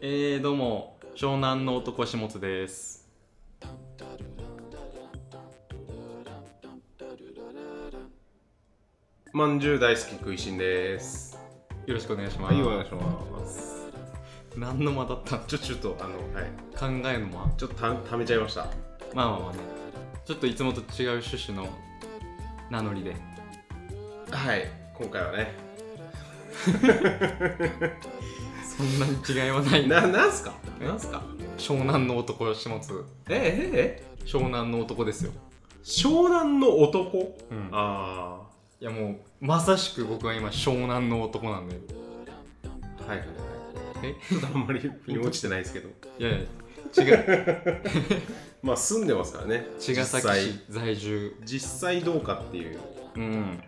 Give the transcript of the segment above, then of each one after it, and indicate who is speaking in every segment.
Speaker 1: えー、どうも湘南の男下津です
Speaker 2: まんじゅう大好き食いしんです。
Speaker 1: よろしくお願いします、
Speaker 2: はい、お願いします。
Speaker 1: 何の間だったの
Speaker 2: ちょ、ちょっと、あの、はい、
Speaker 1: 考えの間ま
Speaker 2: ちょっとた、ためちゃいました。
Speaker 1: あまあまあねちょっといつもと違う趣旨の名乗りで
Speaker 2: はい、今回はね。
Speaker 1: そんなに違いはない
Speaker 2: な、なんすか。
Speaker 1: え
Speaker 2: なんすか。
Speaker 1: 湘南の男下津
Speaker 2: ええ、ええ、
Speaker 1: 湘南の男ですよ、
Speaker 2: 湘南の男。
Speaker 1: うん、
Speaker 2: あ
Speaker 1: いやもうまさしく僕は今湘南の男なんで
Speaker 2: あ、はい、はい、はい。
Speaker 1: え
Speaker 2: ちょっとあんまり、腑に落ちてない ですけど。
Speaker 1: いやいや違 う
Speaker 2: まあ、住んでますからね。
Speaker 1: 茅ヶ崎市在住
Speaker 2: 実際。実際どうかっていう。
Speaker 1: うん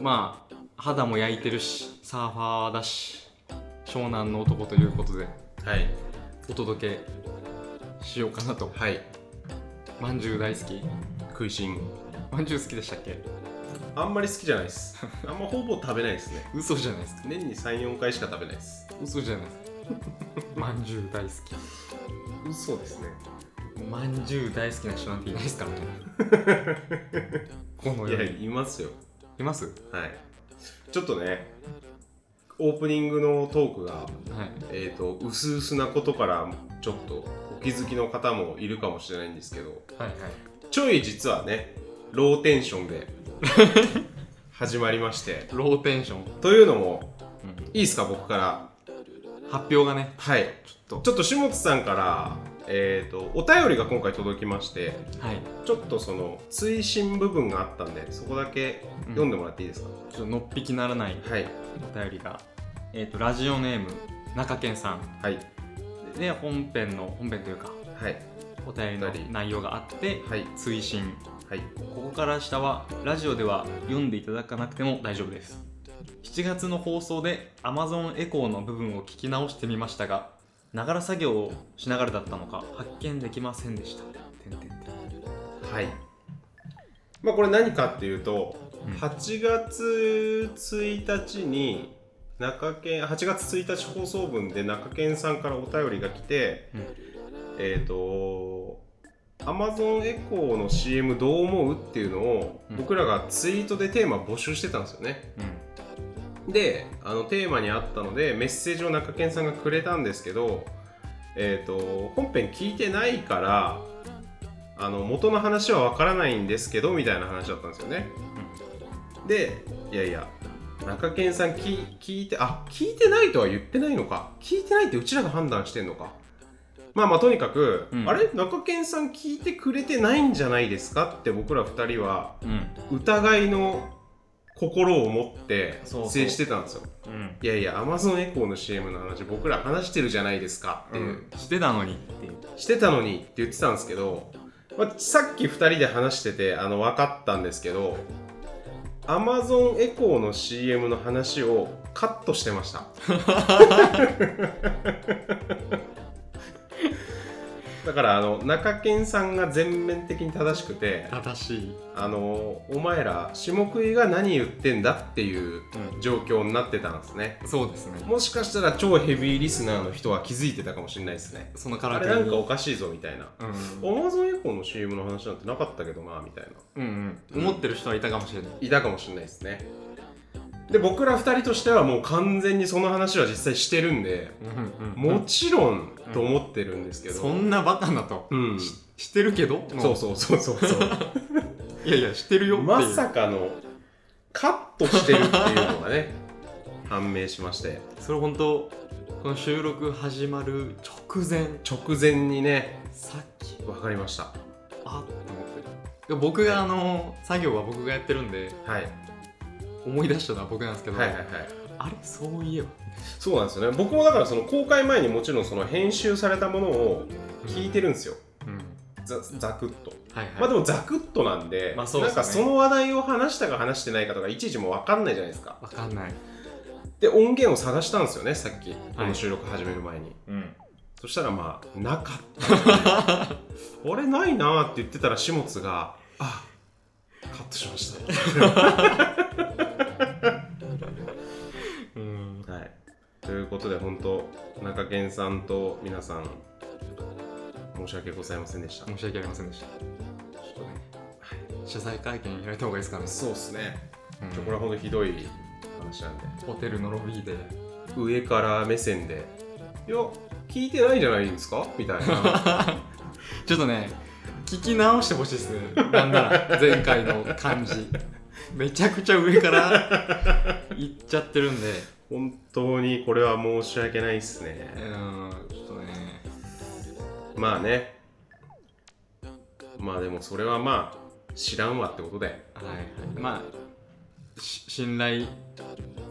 Speaker 1: まあ肌も焼いてるしサーファーだし湘南の男ということで
Speaker 2: はい。
Speaker 1: お届けしようかなと
Speaker 2: はい。
Speaker 1: まんじゅう大好き
Speaker 2: 食いしん。
Speaker 1: まんじゅう好きでしたっけ
Speaker 2: あんまり好きじゃない です。あんまほぼ食べないですね。
Speaker 1: 嘘じゃないですか
Speaker 2: 年に3、4回しか食べないです。
Speaker 1: 嘘じゃないですかまんじゅう大好
Speaker 2: 嘘ですね。
Speaker 1: きまんじゅう大好きな人なんていないです からねこの
Speaker 2: い
Speaker 1: 世
Speaker 2: や、
Speaker 1: に
Speaker 2: いますよ。
Speaker 1: いますは
Speaker 2: はい、ちょっとねオープニングのトークが、
Speaker 1: い
Speaker 2: えー、と薄々なことからちょっとお気づきの方もいるかもしれないんですけど
Speaker 1: はいはい
Speaker 2: ちょい実はねローテンション で始まりまして
Speaker 1: ローテンション、
Speaker 2: というのも
Speaker 1: う
Speaker 2: いいですか僕から
Speaker 1: ん、発表がね
Speaker 2: はい
Speaker 1: ちょっ
Speaker 2: ちょっと下津さんから、えー、とお便りが今回届きまして
Speaker 1: とはい
Speaker 2: ちょっとその追伸部分があったんでそこだけ読んでもらっていいですか、
Speaker 1: ちょっとのっぴきならない
Speaker 2: はい
Speaker 1: お便りが、えー、とラジオネーム中堅さん
Speaker 2: はい
Speaker 1: で本編の本編というか
Speaker 2: はい
Speaker 1: お便りの内容があって
Speaker 2: はい
Speaker 1: 追伸
Speaker 2: はい
Speaker 1: ここから下はラジオでは読んでいただかなくても大丈夫です7月の放送で Amazon エコーの部分を聞き直してみましたがながら作業をしながらだったのか発見できませんでしたてんてんてん
Speaker 2: はい。まあこれ何かっていうと、
Speaker 1: うん
Speaker 2: 8月1日に中堅8月1日放送分で中堅さんからお便りが来て、
Speaker 1: うん
Speaker 2: えっ、と Amazon エコーの CM どう思うっていうのを
Speaker 1: うん
Speaker 2: 僕らがツイートでテーマ募集してたんですよね。であのテーマにあったのでメッセージを中堅さんがくれたんですけど、えー、と本編聞いてないからあの元の話はわからないんですけどみたいな話だったんですよね。でいやいや中堅さん聞聞いてあ聞いてないとは言ってないのか聞いてないってうちらが判断してんのか。まあまあとにかく、
Speaker 1: うん
Speaker 2: あれ中堅さん聞いてくれてないんじゃないですかって僕ら2人は
Speaker 1: うんうん
Speaker 2: 疑いの心を持って
Speaker 1: そうそう
Speaker 2: 接してたんですよ。
Speaker 1: うん
Speaker 2: いやいや、アマゾンエコーの CM の話、僕ら話してるじゃないですかっていう、
Speaker 1: してたのにっていう
Speaker 2: してたのにって言ってたんですけど、まあ、さっき2人で話してて、あの分かったんですけど、アマゾンエコーの CM の話をカットして ました。だからあの中堅さんが全面的に正しくて
Speaker 1: 正しい、
Speaker 2: あのお前ら下食いが何言ってんだっていう状況になってたんですね
Speaker 1: そうですね
Speaker 2: もしかしたら超ヘビーリスナーの人は気づいてたかもしれないですね。
Speaker 1: そのか
Speaker 2: あ
Speaker 1: ら
Speaker 2: れなんかおかしいぞみたいな。
Speaker 1: うん
Speaker 2: アマゾンエコーの CM の話なんてなかったけどなみたいな。
Speaker 1: うんうん、思ってる人はいたかもしれない、
Speaker 2: いたかもしれないですね。で、僕ら2人としてはもう完全にその話は実際してるんで、もちろんと思ってるんですけど。
Speaker 1: そんなバカなと、
Speaker 2: うん。
Speaker 1: ししてるけど
Speaker 2: そうそうそうそうそう。
Speaker 1: ういやいやしてるよっていう
Speaker 2: まさかのカットしてるっていうの がね、判明しまして。
Speaker 1: それ本当この収録始まる直前
Speaker 2: 直前にね、
Speaker 1: さっき
Speaker 2: 分かりました。
Speaker 1: あっと思っていや僕があの作業は僕がやってるんで
Speaker 2: はい。
Speaker 1: 思い出したのは僕なんですけど、
Speaker 2: はいはいはい。
Speaker 1: あれそういえば
Speaker 2: そうなんですよね僕もだからその公開前にもちろんその編集されたものを聞いてるんですよ、
Speaker 1: うん、うん
Speaker 2: ざざくっと、
Speaker 1: はいはい
Speaker 2: まあでもざくっとなんで,、
Speaker 1: まあそうで
Speaker 2: な
Speaker 1: す
Speaker 2: ん
Speaker 1: ね
Speaker 2: かその話題を話したか話してないかとかいちいちもう分かんないじゃないですか
Speaker 1: わかんない、
Speaker 2: で音源を探したんですよねさっきこの収録始める前に、
Speaker 1: うん、
Speaker 2: そしたらまあなか ったっていうあれないなーって言ってたら始末があカットしましたはいということで本当中堅さんと皆さん申し訳ございませんでした、
Speaker 1: 申し訳ありませんでしたちょっとね謝罪会見開いた方がいいですかね、
Speaker 2: そうですね
Speaker 1: うん
Speaker 2: ちょこれは本当ひどい話なんで
Speaker 1: ホテルのロビーで
Speaker 2: 上から目線でいや聞いてないんじゃないですかみたい な
Speaker 1: ちょっとね聞き直してほしいですねなんなら前回の感 じめちゃくちゃ上から行っちゃってるんで
Speaker 2: 本当にこれは申し訳ないですね
Speaker 1: うんちょっとね
Speaker 2: まあねまあでもそれはまあ知らんわってことで
Speaker 1: はいはいまあし信頼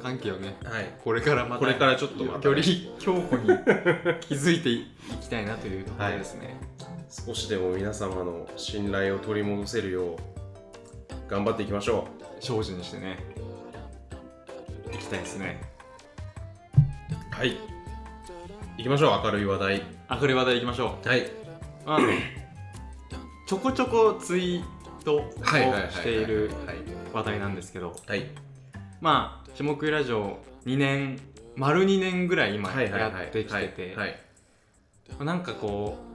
Speaker 1: 関係をね
Speaker 2: はい
Speaker 1: これからまた
Speaker 2: これからちょっとまた
Speaker 1: より強固に気づいていきたいなというところですね、
Speaker 2: 少しでも皆様の信頼を取り戻せるよう頑張っていきましょ
Speaker 1: 精進してねいきたいですね
Speaker 2: うはい行きましょう明るい話題
Speaker 1: あふれ話題いきましょ
Speaker 2: はいう
Speaker 1: あのちょこちょこツイートをしている話題なんですけど
Speaker 2: はい
Speaker 1: まあ下食いラジオ2年丸2年ぐらい今
Speaker 2: はいはいはい
Speaker 1: や
Speaker 2: はい
Speaker 1: ってきてて
Speaker 2: はいはい
Speaker 1: まあなんかこう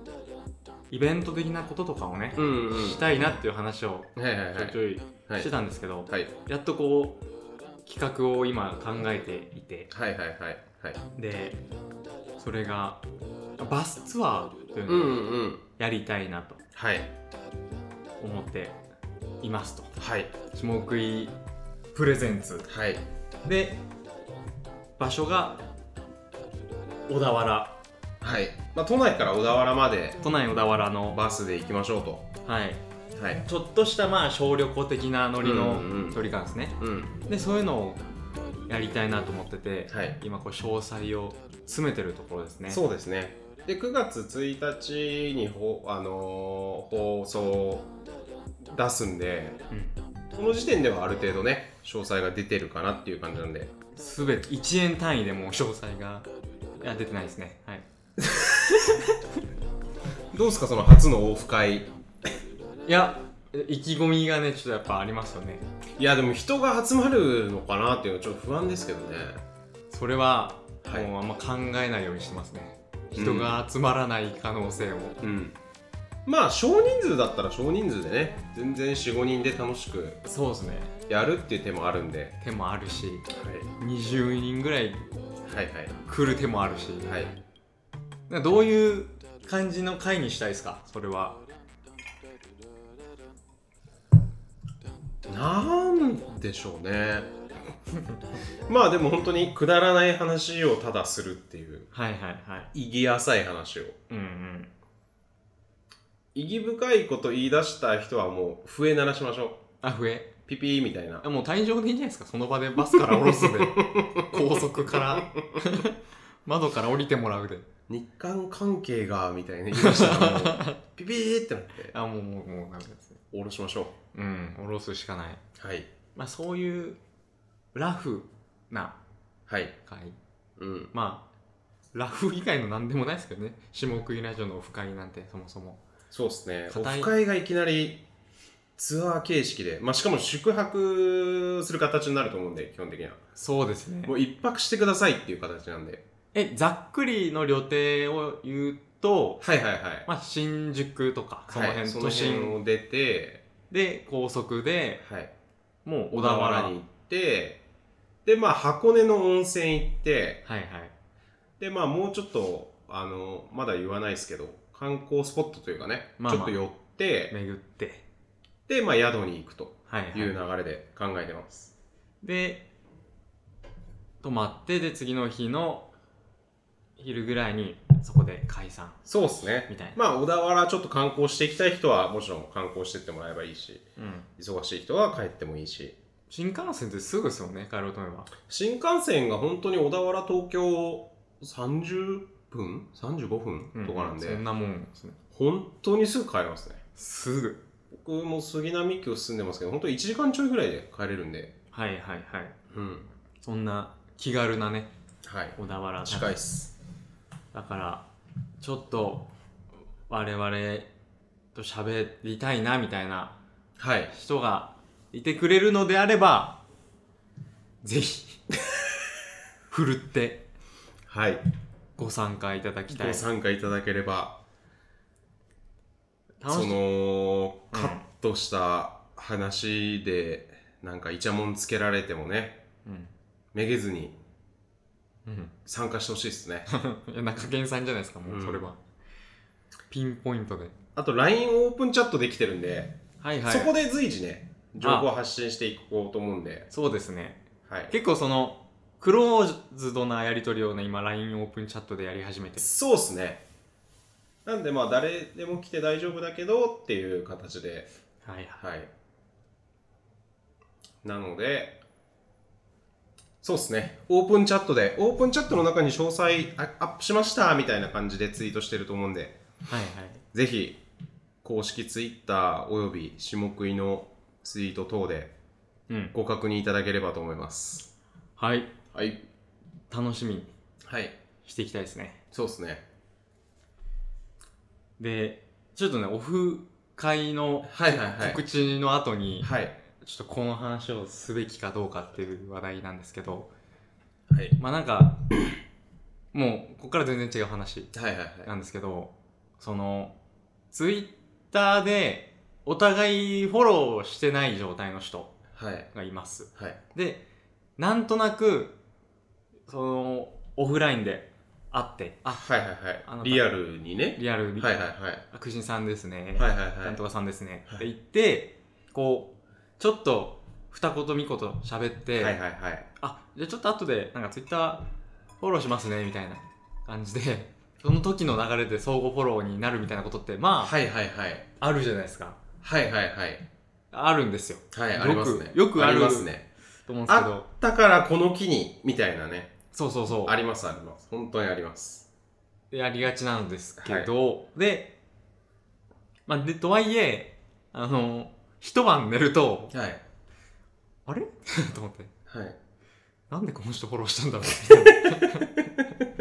Speaker 1: イベント的なこととかをね、
Speaker 2: うんうん
Speaker 1: したいなっていう話を
Speaker 2: はいはいは
Speaker 1: ちょいちょい
Speaker 2: い
Speaker 1: してたんですけど、
Speaker 2: はい
Speaker 1: やっとこう企画を今考えていて
Speaker 2: はいはいはいはい
Speaker 1: でそれがバスツアーという
Speaker 2: うんう
Speaker 1: のを
Speaker 2: ん
Speaker 1: やりたいなと
Speaker 2: はい
Speaker 1: 思っていますと
Speaker 2: はい
Speaker 1: 下食いプレゼンツ
Speaker 2: はい
Speaker 1: で場所が小田原
Speaker 2: はいまあ都内から小田原まで
Speaker 1: 都内小田原の、
Speaker 2: バスで行きましょうと
Speaker 1: はい、
Speaker 2: はい
Speaker 1: ちょっとしたまあ小旅行的なノリの
Speaker 2: うんうん
Speaker 1: 距離感ですね、
Speaker 2: うん
Speaker 1: でそういうのをやりたいなと思ってて、
Speaker 2: はい
Speaker 1: 今こう詳細を詰めてるところですね
Speaker 2: そうですね。で9月1日にほ、あのー放送出すんで、
Speaker 1: うん
Speaker 2: この時点ではある程度ね、詳細が出てるかなっていう感じなんで、
Speaker 1: すべて1円単位でもう詳細がいや出てないですねはい
Speaker 2: どうですか、その初のオフ会。
Speaker 1: いや意気込みがねちょっとやっぱありますよね
Speaker 2: いや、でも人が集まるのかなっていうのはちょっと不安ですけどね。
Speaker 1: それは
Speaker 2: はい
Speaker 1: もうあんま考えないようにしてますね
Speaker 2: うん
Speaker 1: 人が集まらない可能性を、
Speaker 2: うん。まあ、少人数だったら少人数でね、全然4、5人で楽しく
Speaker 1: そうですね
Speaker 2: やるっていう手もあるんで、
Speaker 1: 手もあるし
Speaker 2: は
Speaker 1: 20人ぐらい
Speaker 2: い、はいはい。
Speaker 1: 来る手もあるし、
Speaker 2: はい、
Speaker 1: などういう感じの回にしたいですかそれは
Speaker 2: なんでしょうね まあでも本当にくだらない話をただするっていう
Speaker 1: はいはいはい
Speaker 2: 意義浅い話を
Speaker 1: うんうん
Speaker 2: 意義深いこと言い出した人はもう笛鳴らしましょ
Speaker 1: あ増え
Speaker 2: うピピーみたいな
Speaker 1: あもう退場でいいんじゃないですかその場でバスから降ろすで高速から窓から降りてもらうで
Speaker 2: 日韓関係がみたいな言い出したらも うピピーってなって
Speaker 1: あもうもうもうダメですね
Speaker 2: 下ろしましょ
Speaker 1: うん降ろすしかないう
Speaker 2: はい
Speaker 1: まあそういうラフな
Speaker 2: はい
Speaker 1: 回
Speaker 2: うん
Speaker 1: まあラフ以外の何でもないですけどね下食いラジオのオフ会なんてそもそも
Speaker 2: そうですねオ
Speaker 1: 硬い
Speaker 2: フ会がいきなりツアー形式で、まあ、しかも宿泊する形になると思うんで基本的には
Speaker 1: そうですね
Speaker 2: もう一泊してくださいっていう形なんで
Speaker 1: えざっくりの予定を言うと
Speaker 2: はいはいはい
Speaker 1: まあ新宿とかその辺、
Speaker 2: はい、そ
Speaker 1: 都
Speaker 2: の辺
Speaker 1: 心
Speaker 2: を出て、
Speaker 1: で高速で
Speaker 2: はい、
Speaker 1: もう
Speaker 2: 小
Speaker 1: 小
Speaker 2: 田
Speaker 1: 田原
Speaker 2: 原に行ってでまあ箱根の温泉行って
Speaker 1: はいはい
Speaker 2: でまあもうちょっとあのまだ言わないですけど観光スポットというかね、
Speaker 1: まあまあ
Speaker 2: ちょっと寄って
Speaker 1: 巡って
Speaker 2: でまあ宿に行くと
Speaker 1: はい、
Speaker 2: いう流
Speaker 1: はい、
Speaker 2: れで考えてます、
Speaker 1: で泊まってで次の日の昼ぐらいにそこで解散
Speaker 2: そうですね
Speaker 1: みたいな、
Speaker 2: まあ小田原ちょっと観光していきたい人はもちろん観光してってもらえばいいし
Speaker 1: うん、
Speaker 2: 忙しい人は帰ってもいいし
Speaker 1: 新幹線ってすぐですよね帰ろうと思えば
Speaker 2: 新幹線が本当に小田原東京30分35分とかなんで、
Speaker 1: そんなもんですね
Speaker 2: 本当にすぐ帰れますね
Speaker 1: すぐ
Speaker 2: 僕も杉並区住んでますけど本当1時間ちょいぐらいで帰れるんで
Speaker 1: はいはいはい
Speaker 2: うん
Speaker 1: そんな気軽なね
Speaker 2: はい
Speaker 1: 小田原
Speaker 2: 近いっす
Speaker 1: だからちょっと我々と喋りたいなみたいな
Speaker 2: はい
Speaker 1: 人がいてくれるの であればぜひふるって
Speaker 2: はい
Speaker 1: ご参加いただきたい
Speaker 2: ご参加いただければ
Speaker 1: 楽
Speaker 2: そ
Speaker 1: し
Speaker 2: の
Speaker 1: うん
Speaker 2: カットした話でなんかイチャモンつけられてもね
Speaker 1: うん
Speaker 2: めげずに
Speaker 1: うん
Speaker 2: 参加してほしいですね
Speaker 1: いや中堅さんじゃないですかもう
Speaker 2: うん
Speaker 1: それは、ピンポイントで
Speaker 2: あと LINE オープンチャットできてるんで、
Speaker 1: はいはい
Speaker 2: そこで随時ね情報を発信していこうと思うんで
Speaker 1: そうですね
Speaker 2: はい
Speaker 1: 結構そのクローズドなやり取りをね今 LINE オープンチャットでやり始めて
Speaker 2: そうっすねなんでまあ誰でも来て大丈夫だけどっていう形で
Speaker 1: はいはい
Speaker 2: はいなのでそうっすねオープンチャットでオープンチャットの中に詳細あアップしましたみたいな感じでツイートしてると思うんで
Speaker 1: はいはい
Speaker 2: ぜひ公式ツイッターおよび下食いのツイート等で
Speaker 1: うん
Speaker 2: ご確認いただければと思います
Speaker 1: はい
Speaker 2: はい
Speaker 1: 楽しみに
Speaker 2: はい
Speaker 1: していきたいですね
Speaker 2: そうっすね
Speaker 1: でちょっとねオフ会の
Speaker 2: はいはいはい
Speaker 1: 告知の後に、
Speaker 2: はい
Speaker 1: ちょっとこの話をすべきかどうかっていう話題なんですけど
Speaker 2: はい
Speaker 1: まあなん かもうここから全然違う話
Speaker 2: はいはい
Speaker 1: なんですけどそのツイッターでお互いフォローしてない状態の人
Speaker 2: はいはい
Speaker 1: がいます
Speaker 2: はい
Speaker 1: でなんとなくそのオフラインで会ってあ
Speaker 2: はいはい
Speaker 1: あな
Speaker 2: は
Speaker 1: た
Speaker 2: い。リアルにね。
Speaker 1: リアル
Speaker 2: は
Speaker 1: に、
Speaker 2: いはいはい。
Speaker 1: あくしさんですね、
Speaker 2: はいはい
Speaker 1: な
Speaker 2: は
Speaker 1: ん
Speaker 2: い
Speaker 1: と。かさんですね、
Speaker 2: はい
Speaker 1: って言ってこうちょっと二言三言喋って、
Speaker 2: はいはいはい。
Speaker 1: あじゃあちょっと後でなんかツイッターフォローしますねみたいな感じでその時の流れで相互フォローになるみたいなことってまあ、
Speaker 2: はいはいはい。
Speaker 1: あるじゃないですか
Speaker 2: はいはいはい。
Speaker 1: あるんですよ
Speaker 2: はい、
Speaker 1: よく
Speaker 2: ありますね。
Speaker 1: よくある
Speaker 2: りますね。
Speaker 1: と思うんですけ
Speaker 2: あ
Speaker 1: ど
Speaker 2: ったからこの木に、みたいなね。
Speaker 1: そうそうそう
Speaker 2: ありますあります。本当にあります。
Speaker 1: やりがちなんですけど、で,、まあ、でとはいえあの一晩寝ると
Speaker 2: はい。
Speaker 1: あれ と思って
Speaker 2: はい。
Speaker 1: なんでこの人フォローしたん だろうみたいない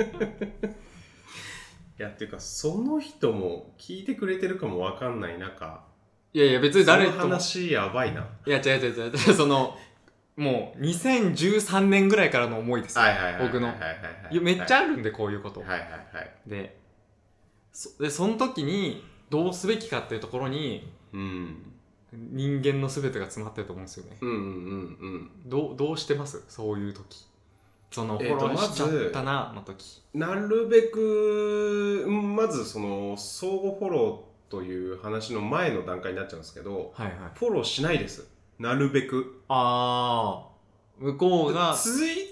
Speaker 2: や、っていうか、その人も聞いてくれてるかもわかんない中、
Speaker 1: やいや別に誰
Speaker 2: その
Speaker 1: とも
Speaker 2: 話やばいな。
Speaker 1: いや違う違う違う 違うそのもう2013年ぐらいからの思いですよ、
Speaker 2: はいはいはい。
Speaker 1: 僕の
Speaker 2: はいはいはい
Speaker 1: いやめっちゃあるんでこういうこと、
Speaker 2: はいはいはい。
Speaker 1: でそでその時にどうすべきかっていうところに
Speaker 2: うん。
Speaker 1: 人間の全てが詰まってると思うんですよね
Speaker 2: うんうんうん
Speaker 1: どうどうしてますそういう時そのフ
Speaker 2: えー
Speaker 1: ォ
Speaker 2: と
Speaker 1: ローしちゃ
Speaker 2: まず
Speaker 1: ったなの時、
Speaker 2: うん。なるべく、うんまずその、相互フォローという話の前の段階になっちゃうんですけど、
Speaker 1: はいはい
Speaker 2: フォローしないです。なるべく。
Speaker 1: あー向こうが
Speaker 2: ツイー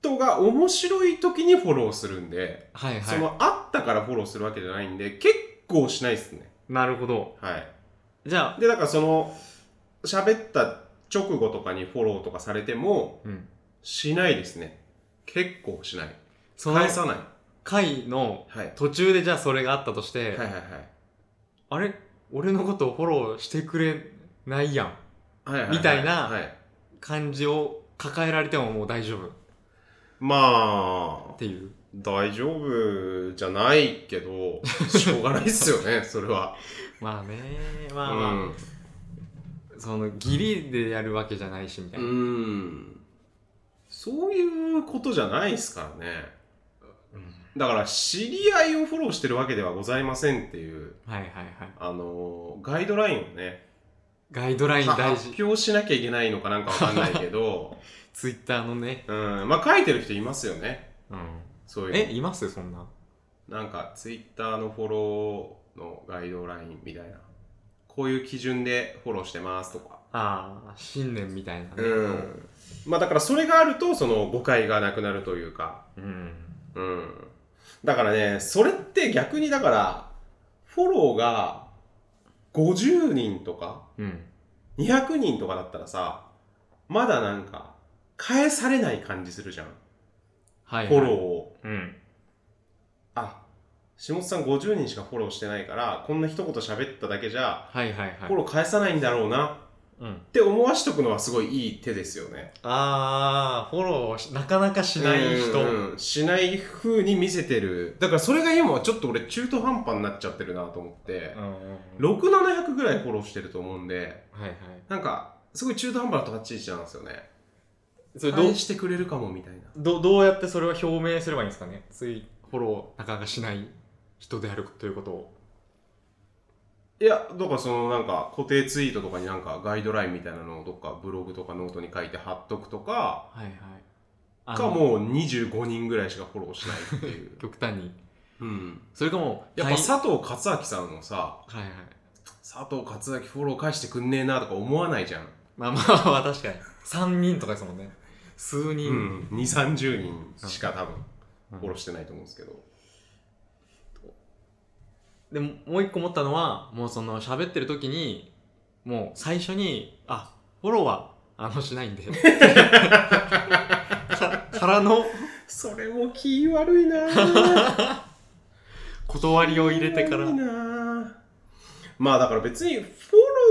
Speaker 2: トが面白い時にフォローするんで、
Speaker 1: はい
Speaker 2: そ
Speaker 1: は
Speaker 2: のあったからフォローするわけじゃないんで、結構しないですね。
Speaker 1: いなるほど
Speaker 2: はい。
Speaker 1: じゃあ
Speaker 2: で、だからその、喋った直後とかにフォローとかされても、
Speaker 1: うん
Speaker 2: しないですね。結構しない。
Speaker 1: その
Speaker 2: 返さない。
Speaker 1: 回の
Speaker 2: はい。はい
Speaker 1: 途中でじゃあそれがあったとして、
Speaker 2: はいはい。
Speaker 1: あれ俺のことをフォローしてくれないやん
Speaker 2: はいはは
Speaker 1: みたいな
Speaker 2: はい。
Speaker 1: 感じを抱えられてももう大丈夫っ
Speaker 2: まあ、
Speaker 1: ていう
Speaker 2: 大丈夫じゃないけど、しょうがないっすよ ね、それは。
Speaker 1: まあねまあまあ、
Speaker 2: うん
Speaker 1: その義理でやるわけじゃないしみたいうな、
Speaker 2: んそういうことじゃないですからねだから知り合いをフォローしてるわけではございませんっていう
Speaker 1: はいはいはい
Speaker 2: あのガイドラインをね
Speaker 1: ガイドライン大
Speaker 2: 発
Speaker 1: 事
Speaker 2: 表しなきゃいけないのかなんかわかんないけ ど、
Speaker 1: ツイッターのね、
Speaker 2: うん、まあ書いてる人いますよね
Speaker 1: うん、
Speaker 2: そういうの
Speaker 1: えいますそんな
Speaker 2: なんかツイッターのフォローのガイドラインみたいなこういう基準でフォローしてますとか
Speaker 1: ああ信念みたいなね
Speaker 2: うんまあだからそれがあるとその誤解がなくなるというか
Speaker 1: うん
Speaker 2: うん。だからね、それって逆にだから、フォローが50人とか
Speaker 1: うん
Speaker 2: 200人とかだったらさ、まだなんか、返されない感じするじゃん。
Speaker 1: はい、
Speaker 2: フォローを。
Speaker 1: ーうん
Speaker 2: あ、下津さん50人しかフォローしてないから、こんな一言喋っただけじゃ、
Speaker 1: はいはいはい
Speaker 2: フォロー返さないんだろうな
Speaker 1: うん、
Speaker 2: って思わしとくのはすごいいい手ですよね。
Speaker 1: ああフォローしなかなかしない人、
Speaker 2: うんうんしない風に見せてる。だからそれが今はちょっと俺中途半端になっちゃってるなと思って。
Speaker 1: うん
Speaker 2: 6700ぐらいフォローしてると思うんで
Speaker 1: はいはい
Speaker 2: なんかすごい中途半端な立ち位置なんですよね
Speaker 1: それどう
Speaker 2: 返してくれるかもみたいな
Speaker 1: どどうやってそれは表明すればいいんですかねついフォローなかなかしない人であるということを
Speaker 2: いやだからそのなんか固定ツイートとかになんかガイドラインみたいなのをどっかブログとかノートに書いて貼っとくとか
Speaker 1: はいはい、
Speaker 2: かもう25人ぐらいしかフォローしないっていう
Speaker 1: 極端に
Speaker 2: うん、
Speaker 1: それかもう
Speaker 2: やっ
Speaker 1: は
Speaker 2: ぱ
Speaker 1: い
Speaker 2: 佐藤勝明さんのさ
Speaker 1: はいはい
Speaker 2: 佐藤勝明フォロー返してくんねえなとか思わないじゃん、
Speaker 1: まあまあまあ確かに3人とかですもんね数人、
Speaker 2: うん、2 3 0人しか多分フォローしてないと思うんですけど、
Speaker 1: でももう一個思ったのはもうその喋ってる時にもう最初にあフォローはあのしないんで かからの
Speaker 2: それも気悪い なぁ
Speaker 1: 断りを入れてから
Speaker 2: 気悪いなぁまあだから別にフ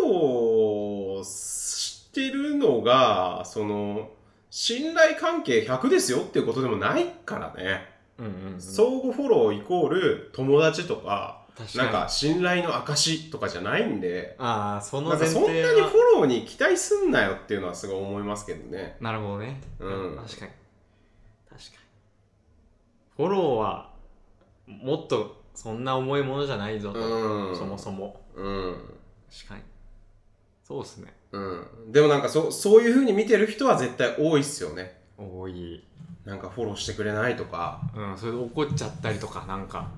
Speaker 2: ォローしてるのがその信頼関係100ですよっていうことでもないからね、
Speaker 1: うんうん、うん、
Speaker 2: 相互フォローイコール友達とか
Speaker 1: 確か
Speaker 2: なん
Speaker 1: に
Speaker 2: か信頼の証とかじゃないんで
Speaker 1: ああその
Speaker 2: なんか
Speaker 1: 前
Speaker 2: そ
Speaker 1: 提
Speaker 2: んな
Speaker 1: は
Speaker 2: にフォローに期待すんなよっていうのはすごい思いますけどね
Speaker 1: なるほどね。
Speaker 2: うん
Speaker 1: 確かに。確かに。フォローは、もっとそんな重いものじゃないぞと、
Speaker 2: うん
Speaker 1: そもそも。
Speaker 2: うん
Speaker 1: 確かに。そうっすね。
Speaker 2: うん、でもなんかそそういう風に見てる人は絶対多いっすよね
Speaker 1: 多い。
Speaker 2: なんかフォローしてくれないとか
Speaker 1: うん、それで怒っちゃったりとか、なんか、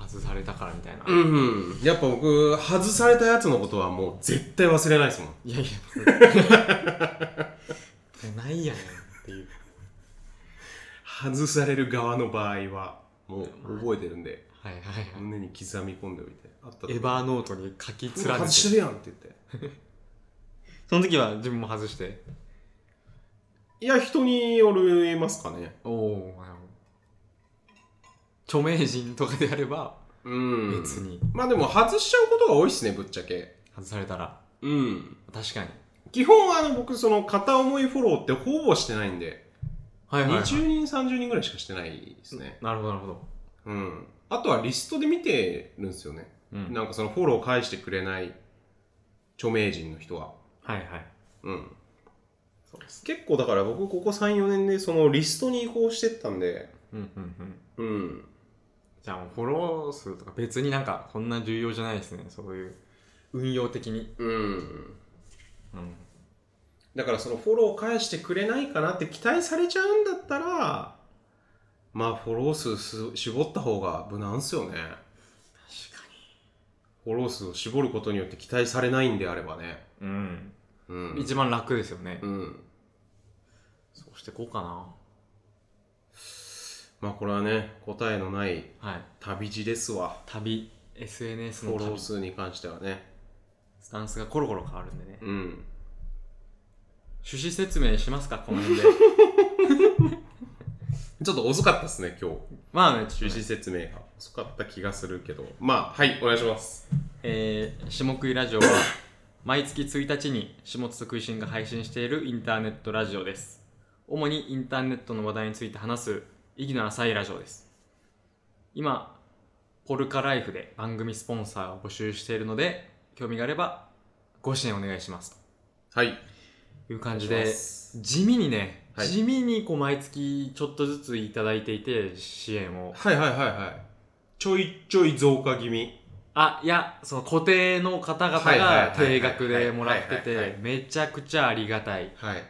Speaker 1: 外されたからみたいな。
Speaker 2: うん、やっぱ僕外されたやつのことはもう絶対忘れないですもん
Speaker 1: いやいや、それないやねんっていう。
Speaker 2: 外される側の場合はもう覚えてるんで
Speaker 1: はいはいはい。
Speaker 2: 胸に刻み込んでおいてあった
Speaker 1: エヴ
Speaker 2: バ
Speaker 1: ァーノートに書き連ね
Speaker 2: 外して
Speaker 1: て。
Speaker 2: るやんって言って
Speaker 1: その時は自分も外して。
Speaker 2: いや人によりますかね
Speaker 1: おお、あの著名人とかであれば、
Speaker 2: うん
Speaker 1: 別に
Speaker 2: まあでも外しちゃうことが多いっすねぶっちゃけ
Speaker 1: 外されたら
Speaker 2: うん
Speaker 1: 確かに
Speaker 2: 基本あの僕その片思いフォローってほぼしてないんで
Speaker 1: はいはい、はい、
Speaker 2: 20人30人ぐらいしかしてないですね
Speaker 1: なるほどなるほど、
Speaker 2: うん、あとはリストで見てるんですよね、
Speaker 1: うん、
Speaker 2: なんかそのフォロー返してくれない著名人の人は、
Speaker 1: はいはい
Speaker 2: うん、
Speaker 1: そうです
Speaker 2: 結構だから僕ここ34年でそのリストに移行してったんで
Speaker 1: うんうんうん
Speaker 2: うん
Speaker 1: じゃあもうフォロー数とか別になんかこんな重要じゃないですねそういう運用的に
Speaker 2: うん
Speaker 1: うん
Speaker 2: だからそのフォロー返してくれないかなって期待されちゃうんだったらまあフォロー数す絞った方が無難っすよね
Speaker 1: 確か
Speaker 2: フォロー数を絞ることによって期待されないんであればね
Speaker 1: にうん、
Speaker 2: うん
Speaker 1: 一番楽ですよね、
Speaker 2: うん
Speaker 1: そうしてこうかな
Speaker 2: まあこれはね答えのない
Speaker 1: はい
Speaker 2: 旅路ですわ
Speaker 1: 旅 SNS
Speaker 2: フ
Speaker 1: の
Speaker 2: ォロ
Speaker 1: 旅
Speaker 2: ー
Speaker 1: ス
Speaker 2: 数に関してはね。
Speaker 1: タンスがコロコロ変わるんでね
Speaker 2: うん。
Speaker 1: 趣旨説明しますかこの辺で
Speaker 2: ちょっと遅かったですね、今日。
Speaker 1: まあね
Speaker 2: 趣旨説明が遅かった気がするけど。まあ、はい、お願いします。
Speaker 1: えー、下食いラジオは毎月1日に下津と食いしんが配信しているインターネットラジオです主にインターネットの話題について話す意義の浅いラジオです今ポルカライフで番組スポンサーを募集しているので興味があればご支援お願いします
Speaker 2: はい。
Speaker 1: という感じ
Speaker 2: お願い
Speaker 1: で
Speaker 2: します
Speaker 1: 地味にね、
Speaker 2: はい
Speaker 1: 地味にこう毎月ちょっとずついただいていて支援を
Speaker 2: はいはいはいはい。ちょいちょい増加気味。
Speaker 1: あいやその固定の方々
Speaker 2: はいはいはいは
Speaker 1: が
Speaker 2: い
Speaker 1: 定額でもらって
Speaker 2: はいはい
Speaker 1: て
Speaker 2: は
Speaker 1: めちゃくちゃありがたい
Speaker 2: はい。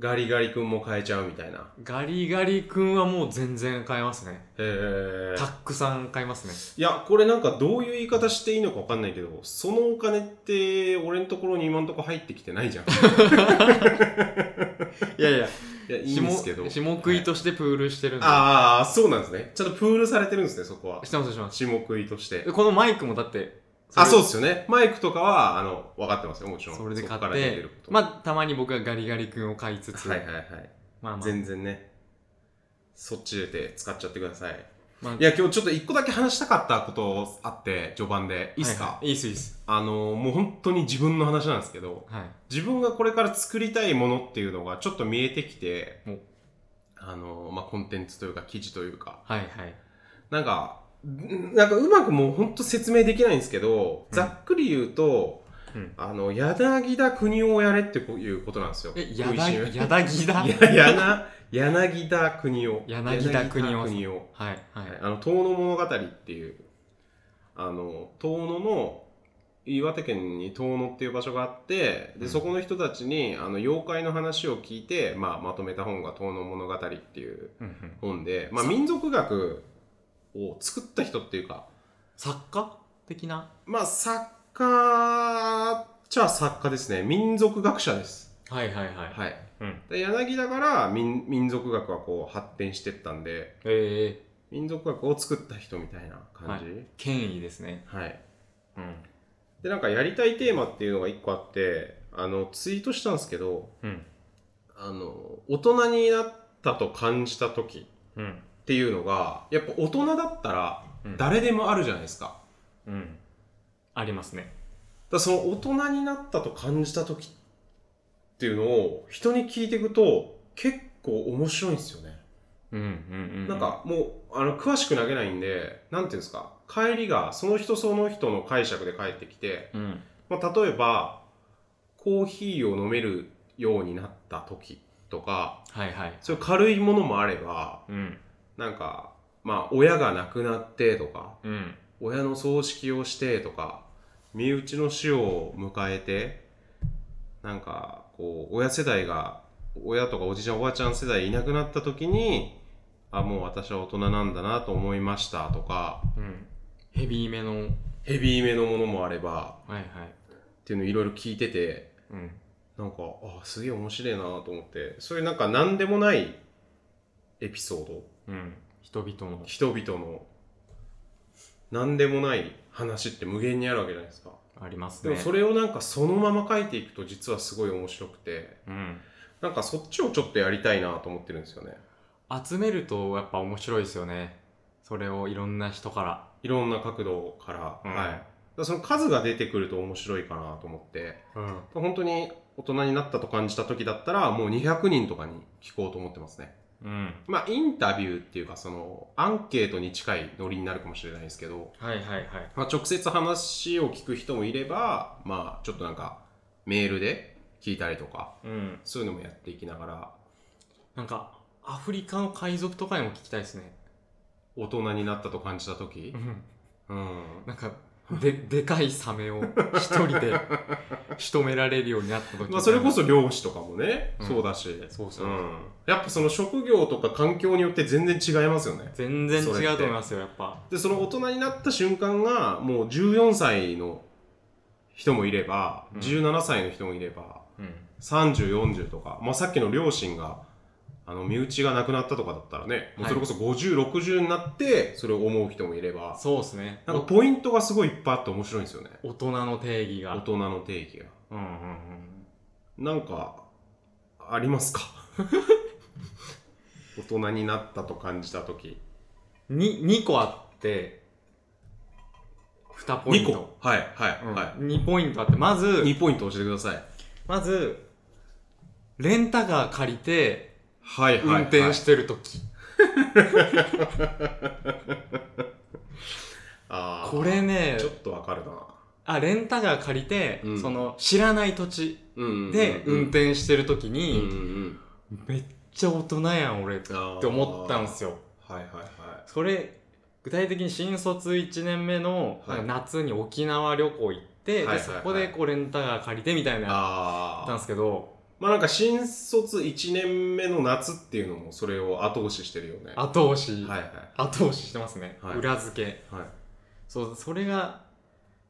Speaker 2: ガリガリ君も変えちゃうみたいな。
Speaker 1: ガリガリ君はもう全然買えますね
Speaker 2: へえ
Speaker 1: た。くさん買いますね
Speaker 2: いや、これなんかどういう言い方していいのかわかんないけど、そのお金って俺のところに今のところ入ってきて ないじゃん。い
Speaker 1: いやいや
Speaker 2: や、いいんですけど。
Speaker 1: 下食いとしてプールしてるんで、
Speaker 2: ああ、そうなんですね。ちゃんとプールされてるんですね、そこは。
Speaker 1: してますしてます
Speaker 2: 下食いとして
Speaker 1: で。このマイクもだって
Speaker 2: あ、そう
Speaker 1: う
Speaker 2: ですよね。マイクとかは、あの、分かってますよ、もちろん。
Speaker 1: それで買
Speaker 2: こ
Speaker 1: っ
Speaker 2: から出
Speaker 1: て
Speaker 2: ること
Speaker 1: まあたまに僕はガリガリ君を買いつつ、
Speaker 2: はいはいはい。
Speaker 1: まあまあ
Speaker 2: 全然ね、そっちで使っちゃってください。
Speaker 1: まあ
Speaker 2: いや、今日ちょっと一個だけ話したかったことあって、序盤で。いいっすか、
Speaker 1: ははいいいっすいいっす
Speaker 2: あの、もう本当に自分の話なんですけど、
Speaker 1: はい
Speaker 2: 自分がこれから作りたいものっていうのがちょっと見えてきて
Speaker 1: お、
Speaker 2: あの、まあ、コンテンツというか、記事というか、
Speaker 1: はいはい
Speaker 2: なんか、んなんかうまくもう本当説明できないんですけど、
Speaker 1: うん
Speaker 2: ざっくり言うと、
Speaker 1: うん
Speaker 2: あの柳田国夫をやれってこういうことなんですよ。
Speaker 1: え、
Speaker 2: 食いしん
Speaker 1: 柳柳田
Speaker 2: いややな柳田国夫。
Speaker 1: 柳田国夫
Speaker 2: 柳田国夫
Speaker 1: はいは
Speaker 2: はい
Speaker 1: い。
Speaker 2: あの遠野物語っていうあの遠野の岩手県に遠野っていう場所があってで、
Speaker 1: うん
Speaker 2: そこの人たちにあの妖怪の話を聞いて、まあ、まとめた本が「遠野物語」っていう
Speaker 1: うんうん
Speaker 2: 本で、まあ、民族学を作った人っていうか、
Speaker 1: 作家的な
Speaker 2: まあ、作家っちゃ作家ですね民族学者です。
Speaker 1: はいはいはい。
Speaker 2: はい、
Speaker 1: うん
Speaker 2: で柳だから民民族学はこう発展してったんで
Speaker 1: ええ
Speaker 2: 民族学を作った人みたいな感じ。
Speaker 1: 権威ですね。
Speaker 2: はい
Speaker 1: うん。
Speaker 2: でなんかやりたいテーマっていうのが1個あってあのツイートしたんですけど
Speaker 1: うん。
Speaker 2: あの大人になったと感じた時
Speaker 1: うん。
Speaker 2: っていうのがやっぱ大人だったら
Speaker 1: うん
Speaker 2: 誰でもあるじゃないですか,、
Speaker 1: うん。ありますね。
Speaker 2: だからその大人になったと感じた時っていうのを人に聞いていくと結構面白いんですよね、
Speaker 1: うんうんうん。
Speaker 2: なん、かもうあの詳しく投げないんでなんていうんですか帰りがその人その人の解釈で帰ってきて
Speaker 1: うん。
Speaker 2: まあ、例えばコーヒーを飲めるようになった時とか
Speaker 1: はいはい。
Speaker 2: そういう軽いものもあれば
Speaker 1: うん。
Speaker 2: なんかまあ親が亡くなってとか
Speaker 1: うん。
Speaker 2: 親の葬式をしてとか身内の死を迎えてなんかこう親世代が親とかおじちゃんおばあちゃん世代いなくなった時にあもう私は大人なんだなと思いましたとか
Speaker 1: うん。ヘビーめの。
Speaker 2: ヘビーめのものもあれば
Speaker 1: はいはい。
Speaker 2: っていうのをいろいろ聞いてて
Speaker 1: うん。
Speaker 2: なんかあすげえ面白いなと思ってそういうなんか何でもないエピソード
Speaker 1: うん。人々の。
Speaker 2: 人々の何でもない話って無限にあるわけじゃないですか
Speaker 1: あります
Speaker 2: で
Speaker 1: ね。
Speaker 2: もそれをなんかそのまま書いていくと実はすごい面白くて
Speaker 1: うん。
Speaker 2: なんかそっちをちょっとやりたいなと思ってるんですよね
Speaker 1: 集めるとやっぱ面白いですよね。それをいろんな人から。
Speaker 2: いろんな角度から、
Speaker 1: うん
Speaker 2: はいだからその数が出てくると面白いかなと思って
Speaker 1: うん。
Speaker 2: 本当に大人になったと感じた時だったらもう200人とかに聞こうと思ってますね
Speaker 1: うん。
Speaker 2: まあ、インタビューっていうか、その、アンケートに近いノリになるかもしれないですけど、
Speaker 1: はいはいはい。
Speaker 2: まあ、直接話を聞く人もいれば、まあ、ちょっとなんか、メールで聞いたりとか、
Speaker 1: うん。
Speaker 2: そういうのもやっていきながら、
Speaker 1: なんか、アフリカの海賊とかにも聞きたいですね。
Speaker 2: 大人になったと感じた時
Speaker 1: うん。
Speaker 2: うん。
Speaker 1: なんか、で、でかいサメを一人で仕留められるようになった時
Speaker 2: まあ、それこ
Speaker 1: そ
Speaker 2: そ漁師とかもね、
Speaker 1: うん
Speaker 2: そうだし。
Speaker 1: そうそうう。
Speaker 2: ん。やっぱその職業とか環境によって全然違いますよね。
Speaker 1: 全然違うと思いますよ、やっぱ。
Speaker 2: で、その大人になった瞬間が、もう14歳の人もいれば、
Speaker 1: うん
Speaker 2: 17歳の人もいれば、
Speaker 1: うん。
Speaker 2: 3040とか、まあ、さっきの両親があの身内が亡くなったとかだったらね、もうそれこそ5060になってそれを思う人もいれば
Speaker 1: そうですね。
Speaker 2: なんかポイントがすごいいっぱいあって面白いんですよね
Speaker 1: 大人の定義が。
Speaker 2: 大人の定義が
Speaker 1: うんうんうん。
Speaker 2: なんかありますか 大人になったと感じた時
Speaker 1: に2個あって2ポイン
Speaker 2: 2
Speaker 1: ト
Speaker 2: 個はいはい、
Speaker 1: うん
Speaker 2: は
Speaker 1: 2ポイントあってまず
Speaker 2: い2ポイント教えてください
Speaker 1: まずレンタカー借りて
Speaker 2: はいはい、はい、
Speaker 1: 運転してる時、
Speaker 2: あー
Speaker 1: これね
Speaker 2: ちょっとわかるな
Speaker 1: あレンタカー借りて、
Speaker 2: うん
Speaker 1: その知らない土地
Speaker 2: うんうんうん
Speaker 1: で運転してる時
Speaker 2: うんうんう
Speaker 1: に、
Speaker 2: ん
Speaker 1: めっちゃ大人やん俺って
Speaker 2: あー
Speaker 1: 思ったんですよ
Speaker 2: はいはいはい
Speaker 1: それ具体的に新卒1年目の
Speaker 2: はい
Speaker 1: 夏に沖縄旅行行って、
Speaker 2: は
Speaker 1: で
Speaker 2: いはいはい
Speaker 1: そこでこうレンタカー借りてみたいなのや
Speaker 2: ああ
Speaker 1: ったんですけど
Speaker 2: まあなんか新卒1年目の夏っていうのもそれを後押ししてるよね。は
Speaker 1: 後押し、
Speaker 2: いはい
Speaker 1: 後押ししてますね、
Speaker 2: はい
Speaker 1: 裏付け
Speaker 2: はい。
Speaker 1: そうそれが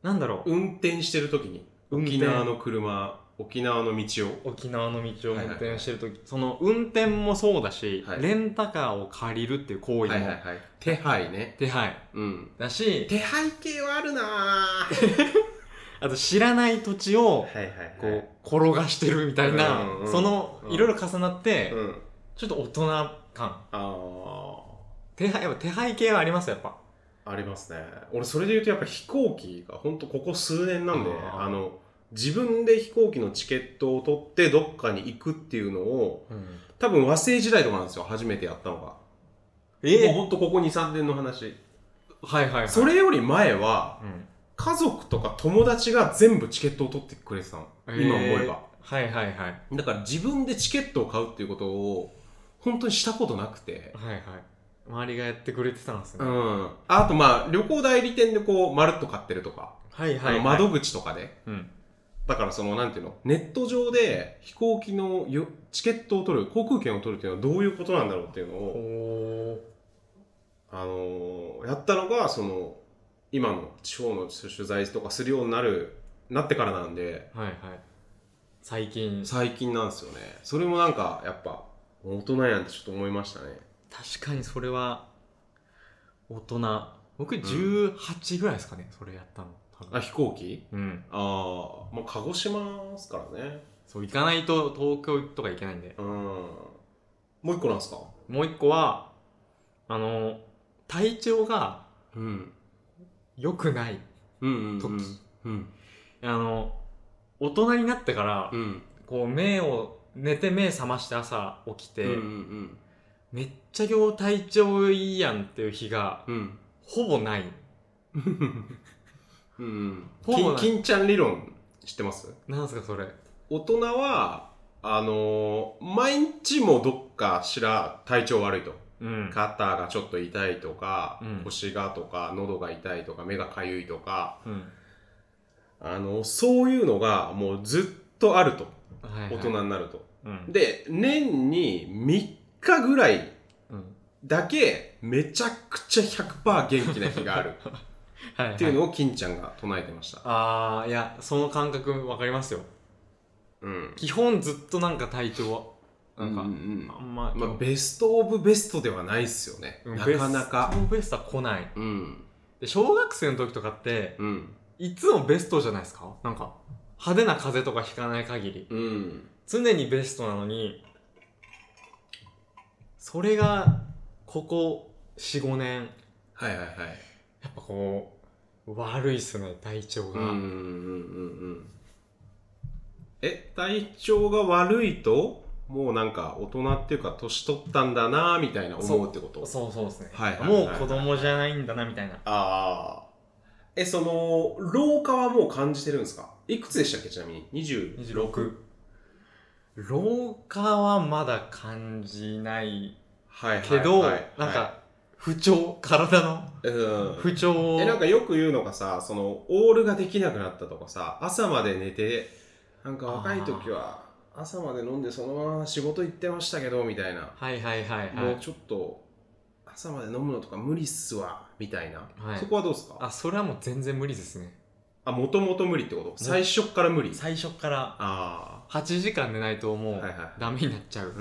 Speaker 1: なんだろう
Speaker 2: 運転してる時に
Speaker 1: 運転
Speaker 2: 沖縄の車、沖縄の道を。
Speaker 1: 沖縄の道を運
Speaker 2: はいはいは
Speaker 1: 転
Speaker 2: い
Speaker 1: してる時、その運転もそうだし、
Speaker 2: はい
Speaker 1: レンタカーを借りるっていう行為も、
Speaker 2: い。手配ね。
Speaker 1: 手配
Speaker 2: うん。
Speaker 1: だし
Speaker 2: 手配系はあるなぁ。
Speaker 1: あと知らない土地を
Speaker 2: はいはい
Speaker 1: こう転がしてるみたいな、
Speaker 2: うんうんうん
Speaker 1: その
Speaker 2: うん
Speaker 1: いろいろ重なって、
Speaker 2: うん。
Speaker 1: ちょっと大人感
Speaker 2: あ
Speaker 1: 手配やっぱ手配系はありますよやっぱ
Speaker 2: あありますね。俺それで言うとやっぱ飛行機がほんとここ数年なんで、
Speaker 1: あー
Speaker 2: あの、自分で飛行機のチケットを取ってどっかに行くっていうのを、
Speaker 1: うん
Speaker 2: 多分和製時代とかなんですよ。初めてやったのが。
Speaker 1: え
Speaker 2: もうほんとここ2、3年の話。
Speaker 1: はいはいはい
Speaker 2: それより前は
Speaker 1: うん
Speaker 2: 家族とか友達が全部チケットを取ってくれてたの今思えば
Speaker 1: はいはいはい
Speaker 2: だから自分でチケットを買うっていうことを本当にしたことなくて
Speaker 1: はいはい周りがやってくれてたんですね、
Speaker 2: う
Speaker 1: はい
Speaker 2: んあとまあ旅行代理店でこうまるっと買ってるとか、
Speaker 1: はい
Speaker 2: あ
Speaker 1: はい
Speaker 2: の窓口とかで
Speaker 1: うん
Speaker 2: だからそのなんていうのネット上で飛行機のよチケットを取る航空券を取るっていうのはどういうことなんだろうっていうの
Speaker 1: お
Speaker 2: を、
Speaker 1: お
Speaker 2: あのーやったのがその今の地方の取材とかするようになるなってからなんで
Speaker 1: はいはい最近
Speaker 2: 最近なんですよねそれもなんかやっぱ大人やんってちょっと思いましたね
Speaker 1: 確かにそれは大人僕18ぐらいですかね、それやったの多分
Speaker 2: あ飛行機
Speaker 1: うん
Speaker 2: ああまあ鹿児島ですからね
Speaker 1: そう行かないと東京とか行けないんで
Speaker 2: うんもう一個なんですか
Speaker 1: もう一個はあの体調が
Speaker 2: うん
Speaker 1: 良くない
Speaker 2: うんうん
Speaker 1: 時
Speaker 2: うん
Speaker 1: あの大人になってから、
Speaker 2: うん
Speaker 1: こう目を寝て目覚まして朝起きて、
Speaker 2: うんうん
Speaker 1: めっちゃ今日体調いいやんっていう日が
Speaker 2: うんうん
Speaker 1: ほぼない
Speaker 2: うん、
Speaker 1: ほぼ
Speaker 2: 金
Speaker 1: ない
Speaker 2: 金ちゃん理論知ってます
Speaker 1: なんすかそれ
Speaker 2: 大人はあのー毎日もどっかしら体調悪いと
Speaker 1: うん
Speaker 2: 肩がちょっと痛いとか、
Speaker 1: うん
Speaker 2: 腰がとか喉が痛いとか目が痒いとか、
Speaker 1: うん
Speaker 2: あのそういうのがもうずっとあると
Speaker 1: はいはい
Speaker 2: 大人になると、
Speaker 1: うん
Speaker 2: で年に3日ぐらい
Speaker 1: うん
Speaker 2: だけめちゃくちゃ100%元気な日がある
Speaker 1: はいはい
Speaker 2: っていうのを金ちゃんが唱えてました、
Speaker 1: あーいやその感覚わかりますよ
Speaker 2: うん
Speaker 1: 基本ずっとなんか体調はなんか、
Speaker 2: うんうん
Speaker 1: あんま
Speaker 2: まあ、ベスト・オブ・ベストではないっすよね、なかなか
Speaker 1: ベストベストは来ない
Speaker 2: うん
Speaker 1: で小学生の時とかって
Speaker 2: うん
Speaker 1: いつもベストじゃないですかなんか派手な風邪とかひかない限り
Speaker 2: うん
Speaker 1: 常にベストなのにそれがここ45年
Speaker 2: はいはいはい
Speaker 1: やっぱこう悪いっすね体調
Speaker 2: う
Speaker 1: が、
Speaker 2: んうんうんうんえ体調が悪いともうなんか大人っていうか年取ったんだなみたいな思うってこと
Speaker 1: そうそうですね、
Speaker 2: はいはいはいはい
Speaker 1: もう子供じゃないんだなみたいな
Speaker 2: ああえその老化はもう感じてるんですかいくつでしたっけちなみに26
Speaker 1: 26老化はまだ感じない
Speaker 2: はいはいはい
Speaker 1: けど、
Speaker 2: はい
Speaker 1: なんか不調体の
Speaker 2: うん
Speaker 1: 不調を
Speaker 2: えなんかよく言うのがさそのオールができなくなったとかさ朝まで寝てなんか若い時は朝まで飲んでそのまま仕事行ってましたけどみたいな、
Speaker 1: はいはいはいは
Speaker 2: もう
Speaker 1: い
Speaker 2: ちょっと朝まで飲むのとか無理っすわみたいな、
Speaker 1: はい
Speaker 2: そこはどうですか
Speaker 1: あそれはもう全然無理ですね
Speaker 2: あもともと無理ってこと最初っから無理
Speaker 1: 最初から
Speaker 2: あ
Speaker 1: 8時間寝ないとも
Speaker 2: あはいうはいはい
Speaker 1: ダメになっちゃ う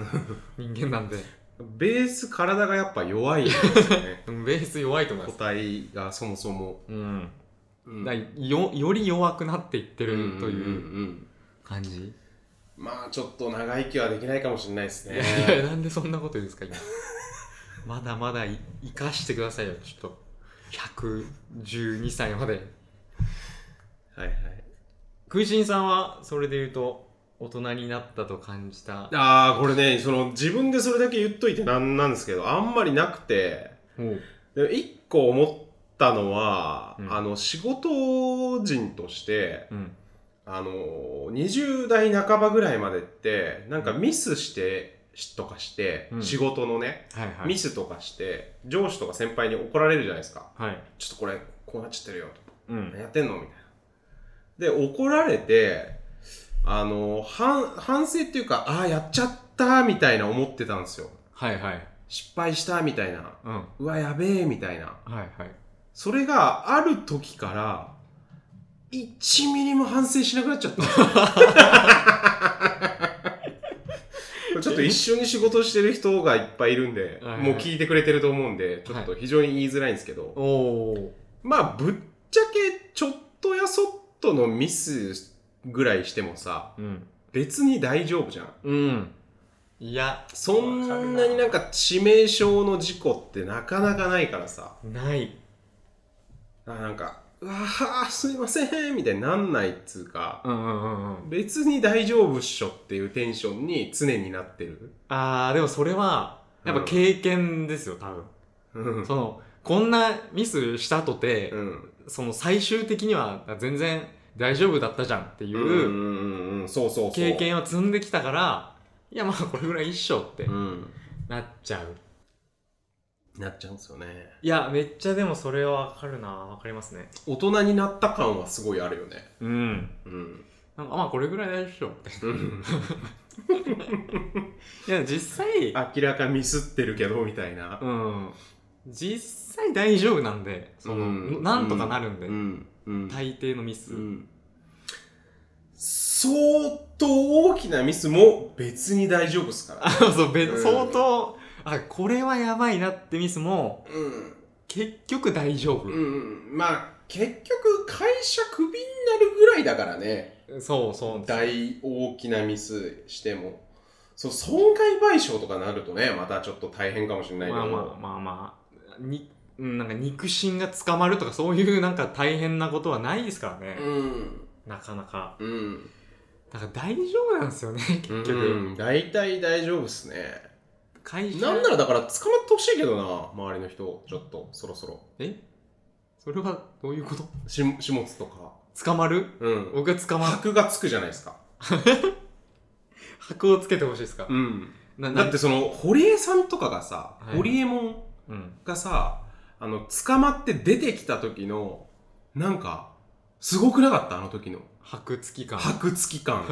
Speaker 1: 人間なんで
Speaker 2: ベース体がやっぱ弱いん ですよね
Speaker 1: でもベース弱いと思い
Speaker 2: 個
Speaker 1: ます
Speaker 2: 体がそもそも、
Speaker 1: うん
Speaker 2: うん
Speaker 1: だからよより弱くなっていって
Speaker 2: う
Speaker 1: る
Speaker 2: んうんうん
Speaker 1: という
Speaker 2: うん
Speaker 1: 感じ、
Speaker 2: まあちょっと長生きはできないかもしれないですね
Speaker 1: いやいやなんでそんなこと言うんですか今 まだまだい生かしてくださいよちょっと112歳まで
Speaker 2: はいはい
Speaker 1: 食いしんさんはそれで言うと大人になったと感じた
Speaker 2: ああ、これね、その自分でそれだけ言っといてなんなんですけど、あんまりなくて、
Speaker 1: もう
Speaker 2: でも一個思ったのは、
Speaker 1: うん
Speaker 2: あの、仕事人として、
Speaker 1: うん
Speaker 2: あの、20代半ばぐらいまでって、なんかミスして、しとかして、
Speaker 1: うん
Speaker 2: 仕事のね、
Speaker 1: はいは
Speaker 2: ミスとかして、上司とか先輩に怒られるじゃないですか。
Speaker 1: はい
Speaker 2: ちょっとこれ、こうなっちゃってるよ、と。
Speaker 1: うん
Speaker 2: 何やってんのみたいな。で、怒られて、あの、反反省っていうか、ああ、やっちゃった、みたいな思ってたんですよ。
Speaker 1: はいはい
Speaker 2: 失敗した、みたいな。
Speaker 1: うんは
Speaker 2: うわ、やべえ、みたいな。
Speaker 1: いはい
Speaker 2: それがある時から、1ミリも反省しなくなっちゃ ったんですよ。これちょっと一緒に仕事してる人がいっぱいいるんで、
Speaker 1: はいはい
Speaker 2: もう聞いてくれてると思うんで、ちょっと非常に言いづらいんですけど、
Speaker 1: おお
Speaker 2: まあぶっちゃけちょっとやそっとのミスぐらいしてもさ
Speaker 1: うん
Speaker 2: 別に大丈夫じゃん
Speaker 1: うんいや
Speaker 2: そんなになんか致命傷の事故ってなかなかないからさ
Speaker 1: ない
Speaker 2: あなんか「うわあすいません」みたいになんないっつうか
Speaker 1: うんうんうんうん
Speaker 2: 別に大丈夫っしょっていうテンションに常になってる
Speaker 1: あーでもそれはやっぱ経験ですよ多分、
Speaker 2: うん
Speaker 1: そのこんなミスしたとて、
Speaker 2: うん
Speaker 1: その最終的には全然大丈夫だったじゃんってい
Speaker 2: うんうん
Speaker 1: う
Speaker 2: うんうんそうそうそう
Speaker 1: 経験を積んできたから、いやまあこれぐらい一緒って
Speaker 2: うん
Speaker 1: なっちゃう。
Speaker 2: なっちゃうんですよね
Speaker 1: いや、めっちゃでもそれはわかるなわかりますね。
Speaker 2: 大人になった感はすごいあるよね
Speaker 1: うん。
Speaker 2: うん
Speaker 1: なんかまあこれぐらい大丈夫って。
Speaker 2: うん
Speaker 1: いや、実 際、
Speaker 2: 明らかミスってるけどみたいな
Speaker 1: うん。実際大丈夫なんで、その、
Speaker 2: うん
Speaker 1: なんとかなるんで、
Speaker 2: うんうん
Speaker 1: 大抵のミス。
Speaker 2: うん相当大きなミスも別に大丈夫っすから
Speaker 1: あ そう、べ
Speaker 2: うん
Speaker 1: 相当、あ、これはやばいなってミスも、
Speaker 2: うん
Speaker 1: 結局大丈夫。
Speaker 2: うんまあ結局会社クビになるぐらいだからね
Speaker 1: そうそう。
Speaker 2: 大大きなミスしてもそう損害賠償とかなるとねまたちょっと大変かもしれないけ
Speaker 1: まあ
Speaker 2: ど、
Speaker 1: まあまあまあ、に、うんなんか肉親が捕まるとかそういうなんか大変なことはないですからね。
Speaker 2: うん
Speaker 1: なかなか。
Speaker 2: うん
Speaker 1: だから大丈夫なんですよね、結局。
Speaker 2: うん大体大丈夫っすね
Speaker 1: 会社
Speaker 2: なんならだから捕まってほしいけどな周りの人ちょっとそろそろ
Speaker 1: えそれはどういうこと
Speaker 2: し始末とか
Speaker 1: 捕まる
Speaker 2: うん
Speaker 1: 僕が捕まる
Speaker 2: 箔がつくじゃないですか
Speaker 1: 箔をつけてほしいですか、
Speaker 2: うん
Speaker 1: な
Speaker 2: だってその堀江さんとかがさ、
Speaker 1: はい
Speaker 2: 堀江門
Speaker 1: うん
Speaker 2: がさあの捕まって出てきた時のなんかすごくなかったあの時の
Speaker 1: 箔付き感は
Speaker 2: 白付き感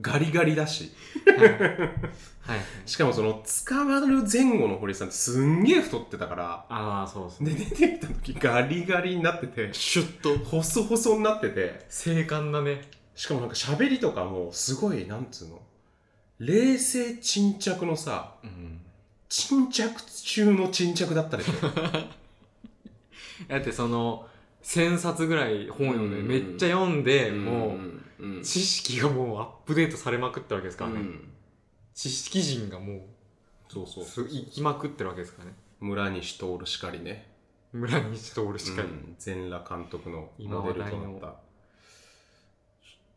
Speaker 2: ガリガリだし
Speaker 1: い、はい、
Speaker 2: しかもその捕まる前後の堀江さんってすんげえ太ってたから
Speaker 1: ああそうですね
Speaker 2: で出てきた時ガリガリになってて
Speaker 1: シュッと
Speaker 2: 細細になってて
Speaker 1: 静観だね
Speaker 2: しかもなんか喋りとかもすごいなんつうの冷静沈着のさ
Speaker 1: うん
Speaker 2: 沈着中の沈着だったでしょ
Speaker 1: だってその1000冊ぐらい本読んで、
Speaker 2: うん
Speaker 1: めっちゃ読んで、もう、
Speaker 2: うんうん
Speaker 1: 知識がもうアップデートされまくってるわけですからね、
Speaker 2: うん
Speaker 1: 知識人がも
Speaker 2: そうそうう
Speaker 1: す行きまくってるわけですからね
Speaker 2: 村西徹しかりね
Speaker 1: 村西徹しかり、
Speaker 2: うん全裸監督のモデルと
Speaker 1: 今
Speaker 2: なっ
Speaker 1: 話題
Speaker 2: た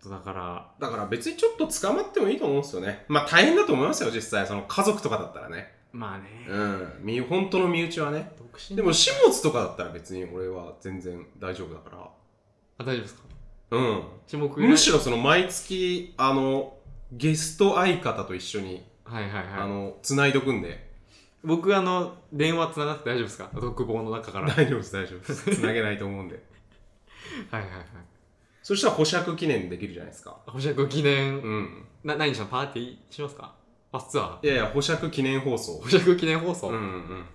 Speaker 1: だから
Speaker 2: だから別にちょっと捕まってもいいと思うんですよねまあ大変だと思いますよ実際その家族とかだったらね
Speaker 1: まあね、
Speaker 2: うん身本当の身内はね
Speaker 1: 独身
Speaker 2: でも始末とかだったら別に俺は全然大丈夫だか
Speaker 1: あ大丈夫ですから
Speaker 2: うん
Speaker 1: 注目
Speaker 2: むしろその毎月あのゲスト相方と一緒に、
Speaker 1: はいはいはい
Speaker 2: あの繋いどくんで
Speaker 1: 僕あの電話つながって大丈夫ですか独房の 中からはい
Speaker 2: 大丈夫です大丈夫です繋げないと思うんで
Speaker 1: はいはい
Speaker 2: そしたら保釈記念できるじゃないですか
Speaker 1: 保釈記念、
Speaker 2: うん
Speaker 1: な何しょパーティーしますかファスツア
Speaker 2: いやいや保釈記念放送
Speaker 1: ー保釈記念放送、
Speaker 2: うんうん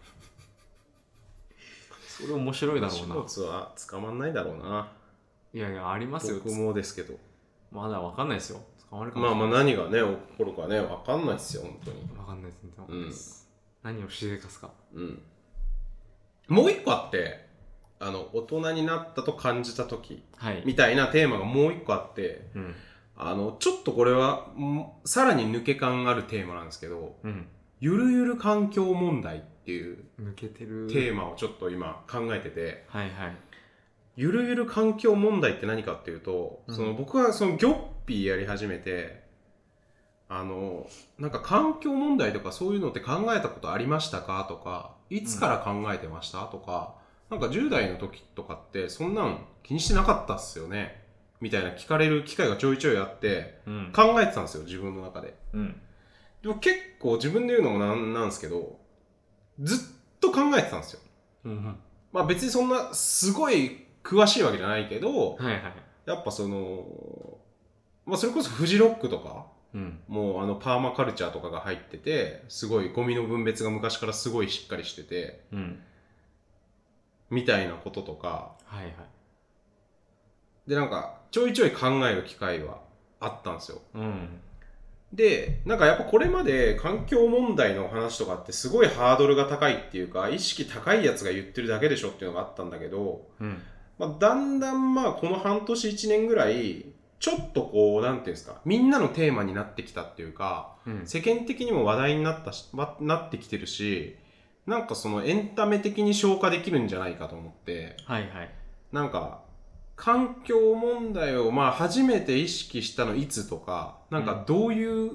Speaker 1: それ面白いだろうな
Speaker 2: スポーツは捕まんないだろうない
Speaker 1: やいやありますよ
Speaker 2: 僕もですけど
Speaker 1: まだわかんないですよ捕まるかもし
Speaker 2: まあ
Speaker 1: れな
Speaker 2: ま
Speaker 1: い
Speaker 2: あ何がね起こるかね分かんないっすよ本当に
Speaker 1: わかんないですねわかんないです、何をしでかすか
Speaker 2: うんもう一個あってあの大人になったと感じた時
Speaker 1: はい
Speaker 2: みたいなテーマがもう一個あって
Speaker 1: うん
Speaker 2: あのちょっとこれはんさらに抜け感あるテーマなんですけど
Speaker 1: うん
Speaker 2: ゆるゆる環境問題っていう
Speaker 1: 抜けてる
Speaker 2: テーマをちょっと今考えてて
Speaker 1: はいはい
Speaker 2: ゆるゆる環境問題って何かっていうと、
Speaker 1: うん
Speaker 2: その僕はそのギョッピーやり始めてあのなんか環境問題とかそういうのって考えたことありましたかとかいつから考えてました、とかなんか10代の時とかってそんなん気にしてなかったっすよねみたいな聞かれる機会がちょいちょいあって
Speaker 1: うん
Speaker 2: 考えてたんですよ自分の中で
Speaker 1: うん
Speaker 2: でも結構自分で言うのもなんなんですけどずっと考えてたんですよ
Speaker 1: うん
Speaker 2: まあ別にそんなすごい詳しいわけじゃないけど、
Speaker 1: はいはい
Speaker 2: やっぱその、まあ、それこそフジロックとか、
Speaker 1: うん
Speaker 2: もうあのパーマカルチャーとかが入ってて、すごいゴミの分別が昔からすごいしっかりしてて、
Speaker 1: うん
Speaker 2: みたいなこととか、
Speaker 1: はいはい
Speaker 2: でなんかちょいちょい考える機会はあったんですよ。
Speaker 1: うん
Speaker 2: で、なんかやっぱこれまで環境問題の話とかってすごいハードルが高いっていうか、意識高いやつが言ってるだけでしょっていうのがあったんだけど、
Speaker 1: うん
Speaker 2: まあ、だんだんまあこの半年1年ぐらいちょっとこうなんていうんですかみんなのテーマになってきたっていうか
Speaker 1: うん
Speaker 2: 世間的にも話題になったし、ま、なってきてるしなんかそのエンタメ的に消化できるんじゃないかと思って
Speaker 1: はいはい
Speaker 2: なんか環境問題をまあ初めて意識したのいつとかなんかどういう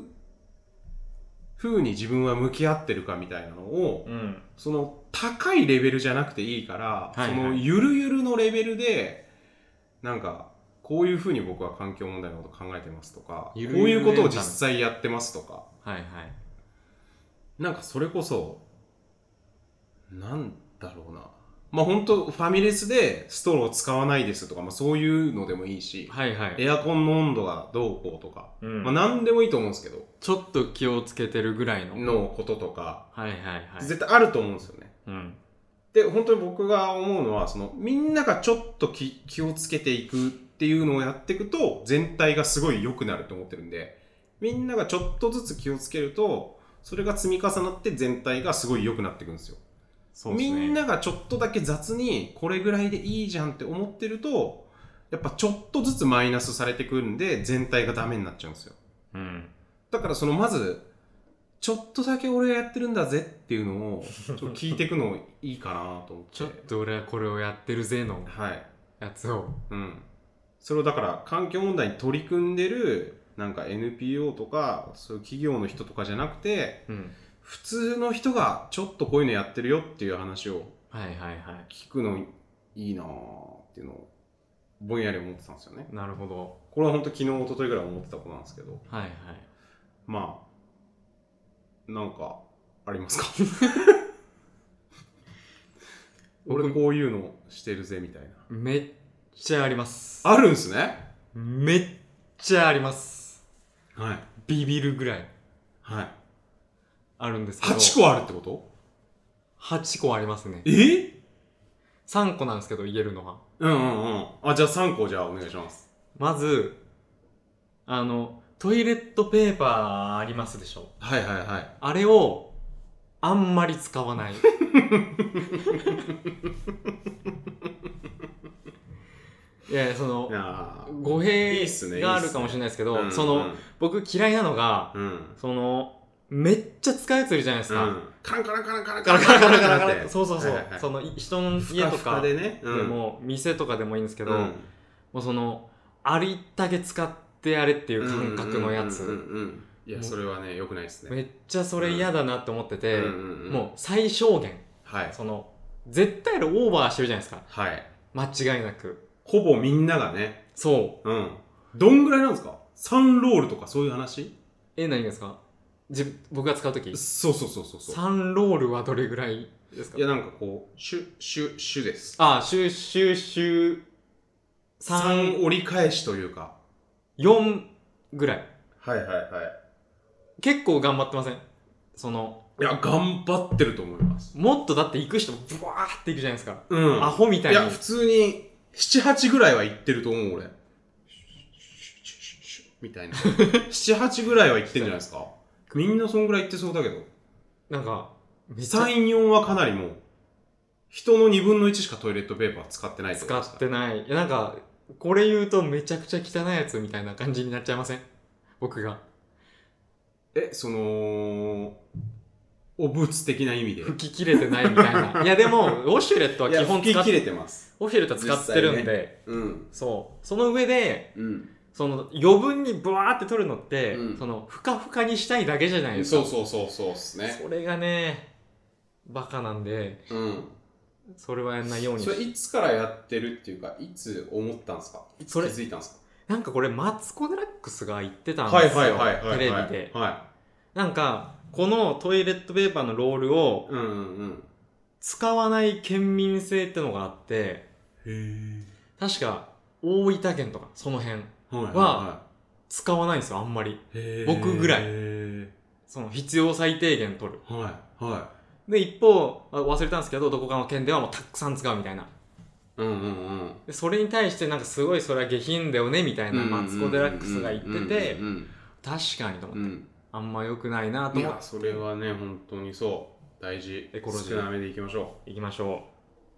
Speaker 2: 風に自分は向き合ってるかみたいなのを
Speaker 1: うん
Speaker 2: その高いレベルじゃなくていいから、
Speaker 1: はいはい
Speaker 2: そのゆるゆるのレベルでなんかこういうふうに僕は環境問題のこと考えてますとか
Speaker 1: ゆるゆる
Speaker 2: こういうことを
Speaker 1: エンタメ
Speaker 2: 実際やってますとか
Speaker 1: はいはい
Speaker 2: なんかそれこそなんだろうなまあ本当ファミレスでストロー使わないですとか、まあ、そういうのでもいいし
Speaker 1: はいはい、
Speaker 2: エアコンの温度がどうこうとか、
Speaker 1: うん
Speaker 2: まあ、何でもいいと思うんですけど
Speaker 1: ちょっと気をつけてるぐらいの
Speaker 2: のこととか
Speaker 1: はいはいはい
Speaker 2: 絶対あると思うんですよね。
Speaker 1: うん
Speaker 2: で本当に僕が思うのはそのみんながちょっと気気をつけていくっていうのをやっていくと全体がすごい良くなると思ってるんでみんながちょっとずつ気をつけるとそれが積み重なって全体がすごい良くなっていくんですよ
Speaker 1: そうです
Speaker 2: み
Speaker 1: ね
Speaker 2: んながちょっとだけ雑にこれぐらいでいいじゃんって思ってるとやっぱちょっとずつマイナスされてくるんで全体がダメになっちゃうんですよ
Speaker 1: うん
Speaker 2: だからそのまずちょっとだけ俺がやってるんだぜっていうのをちょっと聞いていくのいいかなと思って
Speaker 1: ちょっと俺はこれをやってるぜの
Speaker 2: はい
Speaker 1: やつを
Speaker 2: うん、それをだから環境問題に取り組んでるなんか NPO とかそういう企業の人とかじゃなくて
Speaker 1: うん
Speaker 2: 普通の人がちょっとこういうのやってるよっていう話を
Speaker 1: はいはいはい
Speaker 2: 聞くのいいなーっていうのをぼんやり思ってたんですよね
Speaker 1: なるほど
Speaker 2: これは本当昨日一昨日ぐらい思ってたことなんですけど
Speaker 1: はいはい
Speaker 2: まあなんかありますか
Speaker 1: 僕
Speaker 2: 俺こういうのしてるぜみたいな
Speaker 1: めっちゃあります
Speaker 2: あるんすね
Speaker 1: めっちゃあります
Speaker 2: はい
Speaker 1: ビビるぐらい
Speaker 2: はい
Speaker 1: あるんですけど
Speaker 2: 8個あるってこと
Speaker 1: 8個ありますね
Speaker 2: え
Speaker 1: 3個なんですけど言えるのは
Speaker 2: うんうんうん。あ、じゃあ3個じゃあお願いします。
Speaker 1: まずあのトイレットペーパーありますでしょ
Speaker 2: はいはいはい。
Speaker 1: あれをあんまり使わ ないいやその
Speaker 2: あー
Speaker 1: 語
Speaker 2: いい
Speaker 1: 弊
Speaker 2: っすね
Speaker 1: があるかもしれないですけど
Speaker 2: うんうん
Speaker 1: その、僕嫌いなのが
Speaker 2: うん。
Speaker 1: そのめっちゃ使うやついるじゃないですか、
Speaker 2: うんカランカランカランカラン
Speaker 1: ガラガラガラガラガ
Speaker 2: っ
Speaker 1: ラ
Speaker 2: て
Speaker 1: そうそうそう、
Speaker 2: はいはいはい
Speaker 1: そのい人の
Speaker 2: ふ
Speaker 1: 家
Speaker 2: か
Speaker 1: と
Speaker 2: ふか
Speaker 1: か
Speaker 2: で
Speaker 1: で
Speaker 2: ね。うん
Speaker 1: も、店とかでもいいんですけど、
Speaker 2: うん
Speaker 1: もうそのありだけ使ってやれっていう感覚のやつ、
Speaker 2: うんうんうんうんいや、それはね、良くないですね。
Speaker 1: めっちゃそれ嫌だなって思ってて、
Speaker 2: も
Speaker 1: もう最小限
Speaker 2: うん。はい。
Speaker 1: その絶対あれオーバーしてるじゃないですか
Speaker 2: はい。
Speaker 1: 間違いなく
Speaker 2: ほぼみんながね。
Speaker 1: そう
Speaker 2: うん。どんぐらいなんですか ?3 ロールとかそういう話
Speaker 1: え何がですかじ僕が使う時
Speaker 2: そうそうそうそうそう。
Speaker 1: 3ロールはどれぐらいですか
Speaker 2: いや、なんかこう、シュ、シュ、シュです。
Speaker 1: あシュッシュッシュ
Speaker 2: 3折り返しというか。
Speaker 1: 34ぐらい
Speaker 2: はいはいはい。
Speaker 1: 結構頑張ってませんその
Speaker 2: いや、頑張ってると思います。
Speaker 1: もっとだって行く人ブワーって行くじゃないですか、
Speaker 2: うん
Speaker 1: アホみたい
Speaker 2: い
Speaker 1: に
Speaker 2: や、普通に、7、8ぐらいは行ってると思う、俺。み たいな。7、8ぐらいは行ってんじゃないですか。みんなそんぐらい行ってそうだけど。
Speaker 1: なんかめっちゃ
Speaker 2: 3、4はかなりもう、人の2分の1しかトイレットペーパー使ってないてこと
Speaker 1: 使
Speaker 2: です
Speaker 1: っ
Speaker 2: か
Speaker 1: てないいやなんかこれ言うとめちゃくちゃ汚いやつみたいな感じになっちゃいません僕が
Speaker 2: え、その、お物的な意味で。
Speaker 1: 吹き切れてないみたい ないやでもウォシュレットは基本
Speaker 2: 吹
Speaker 1: 使
Speaker 2: き
Speaker 1: っ
Speaker 2: 切
Speaker 1: て
Speaker 2: れてます。
Speaker 1: ウォシュレットは使ってるん
Speaker 2: 実
Speaker 1: で、
Speaker 2: 際うん。
Speaker 1: そうその上で
Speaker 2: うん。
Speaker 1: その余分にブワーって取るのって、
Speaker 2: うん
Speaker 1: そのふかふかにしたいだけじゃないです
Speaker 2: そ
Speaker 1: か
Speaker 2: うそうそうそうっすね。
Speaker 1: それがねバカなんで
Speaker 2: うん。
Speaker 1: それはやんないように
Speaker 2: それいつからやってるっていうか、いつ思ったんですかいつ気
Speaker 1: それ
Speaker 2: づいたんですか
Speaker 1: なんかこれマツコ・デラックスが言ってたんですよテレビで
Speaker 2: は
Speaker 1: なんかこのトイレットペーパーのロール
Speaker 2: い
Speaker 1: を
Speaker 2: うんうん
Speaker 1: 使わない県民性ってのがあって
Speaker 2: うんへ
Speaker 1: 確か大分県とかその辺
Speaker 2: えはい
Speaker 1: は使わないんですよあんまり
Speaker 2: いへー
Speaker 1: 僕ぐらい
Speaker 2: へ
Speaker 1: その必要最低限取る
Speaker 2: ーはいは
Speaker 1: で一方あ忘れたんですけどどこかの県ではもうたくさん使うみたいない
Speaker 2: うんうんうん
Speaker 1: でそれに対してなんかすごいそれは下品だよねみたいなマツコ・デラックスが言ってて
Speaker 2: うんうん
Speaker 1: 確かにと思って
Speaker 2: うんうん
Speaker 1: あんま良くないな
Speaker 2: うん
Speaker 1: と
Speaker 2: い
Speaker 1: 思っ
Speaker 2: や
Speaker 1: て
Speaker 2: それはね本当にそう大事
Speaker 1: エコロジー
Speaker 2: 少なめでいきましょ
Speaker 1: いきましょ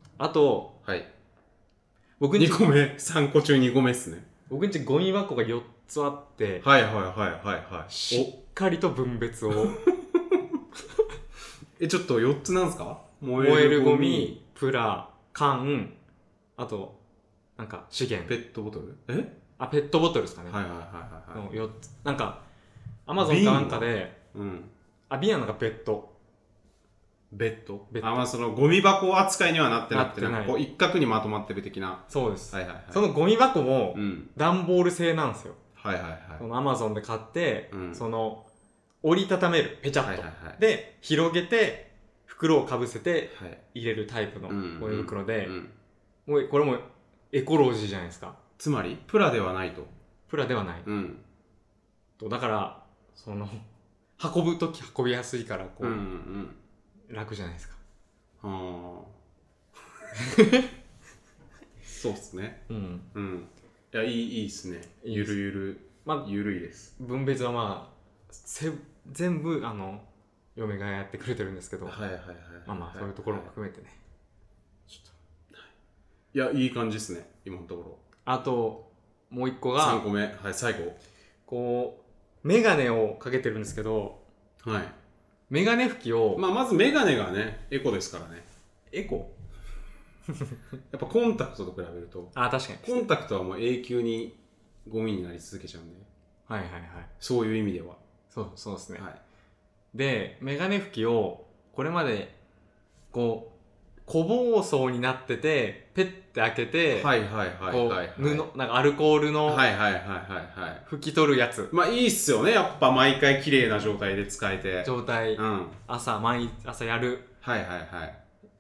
Speaker 1: うあと
Speaker 2: うはい
Speaker 1: 僕んち
Speaker 2: 2個目3個中2個目っすね
Speaker 1: 僕んちゴミ箱が4つあって
Speaker 2: はいはいはいはいはいお
Speaker 1: しっかりと分別を
Speaker 2: えちょっと4つなんですか 燃
Speaker 1: 燃えるゴミプラ缶あとなんか資源
Speaker 2: ペットボトルえ
Speaker 1: あペットボトルですかね、
Speaker 2: はいはいはいはいは
Speaker 1: の4つなんかアマゾンかなんかで
Speaker 2: いうん
Speaker 1: あビアなんかペット
Speaker 2: ベッド
Speaker 1: ベッド
Speaker 2: あまあそのゴミ箱扱いにはなってなくて
Speaker 1: な
Speaker 2: な
Speaker 1: ってない
Speaker 2: んかこう一角にまとまってる的な
Speaker 1: そうです、
Speaker 2: はいはいはい
Speaker 1: そのゴミ箱も
Speaker 2: うん
Speaker 1: 段ボール製なんですよ、
Speaker 2: はいはいはい
Speaker 1: そのアマゾンで買って、
Speaker 2: うん
Speaker 1: その折りたためるペチャッと、
Speaker 2: はいはいはい
Speaker 1: で広げて袋をかぶせて
Speaker 2: はい
Speaker 1: 入れるタイプの
Speaker 2: うん
Speaker 1: ゴミ袋で、
Speaker 2: うん
Speaker 1: もうこれもエコロジーじゃないですか
Speaker 2: つまりプラではないと
Speaker 1: プラではない、
Speaker 2: うん
Speaker 1: とだからその運ぶ時運びやすいからこ
Speaker 2: う
Speaker 1: う、
Speaker 2: んうん
Speaker 1: 楽じゃないですか
Speaker 2: あ あそうっすね
Speaker 1: うん
Speaker 2: うんいやいいいいっすね
Speaker 1: いい
Speaker 2: ゆ
Speaker 1: です
Speaker 2: るゆる
Speaker 1: まあ
Speaker 2: ゆるいです
Speaker 1: 分別はまあせ全部あの嫁がやってくれてるんですけど、
Speaker 2: はいはいはい
Speaker 1: まあまあそういうところも含めてね、
Speaker 2: いやいい感じっすね今のところ
Speaker 1: あともう一個
Speaker 2: 3
Speaker 1: が
Speaker 2: 個目はい最後
Speaker 1: こうメガネをかけてるんですけど
Speaker 2: はい
Speaker 1: メガネ拭きを、
Speaker 2: まあまずメガネがねエコですからね
Speaker 1: エコ
Speaker 2: やっぱコンタクトと比べると
Speaker 1: あ確かに
Speaker 2: コンタクトはもう永久にゴミになり続けちゃうんで
Speaker 1: はいはいはい
Speaker 2: そういう意味では、
Speaker 1: そうそうですね、
Speaker 2: はい、
Speaker 1: でメガネ拭きをこれまでこう小包装になっててペッて開けて、
Speaker 2: はいはいはい
Speaker 1: こう、
Speaker 2: はいはい
Speaker 1: 布なんかアルコールの
Speaker 2: はいはいはいはいはい
Speaker 1: 拭き取るやつ、
Speaker 2: まあいいっすよねやっぱ毎回綺麗な状態で使えて
Speaker 1: 状態、
Speaker 2: うんはい
Speaker 1: 朝毎朝やる
Speaker 2: はいはい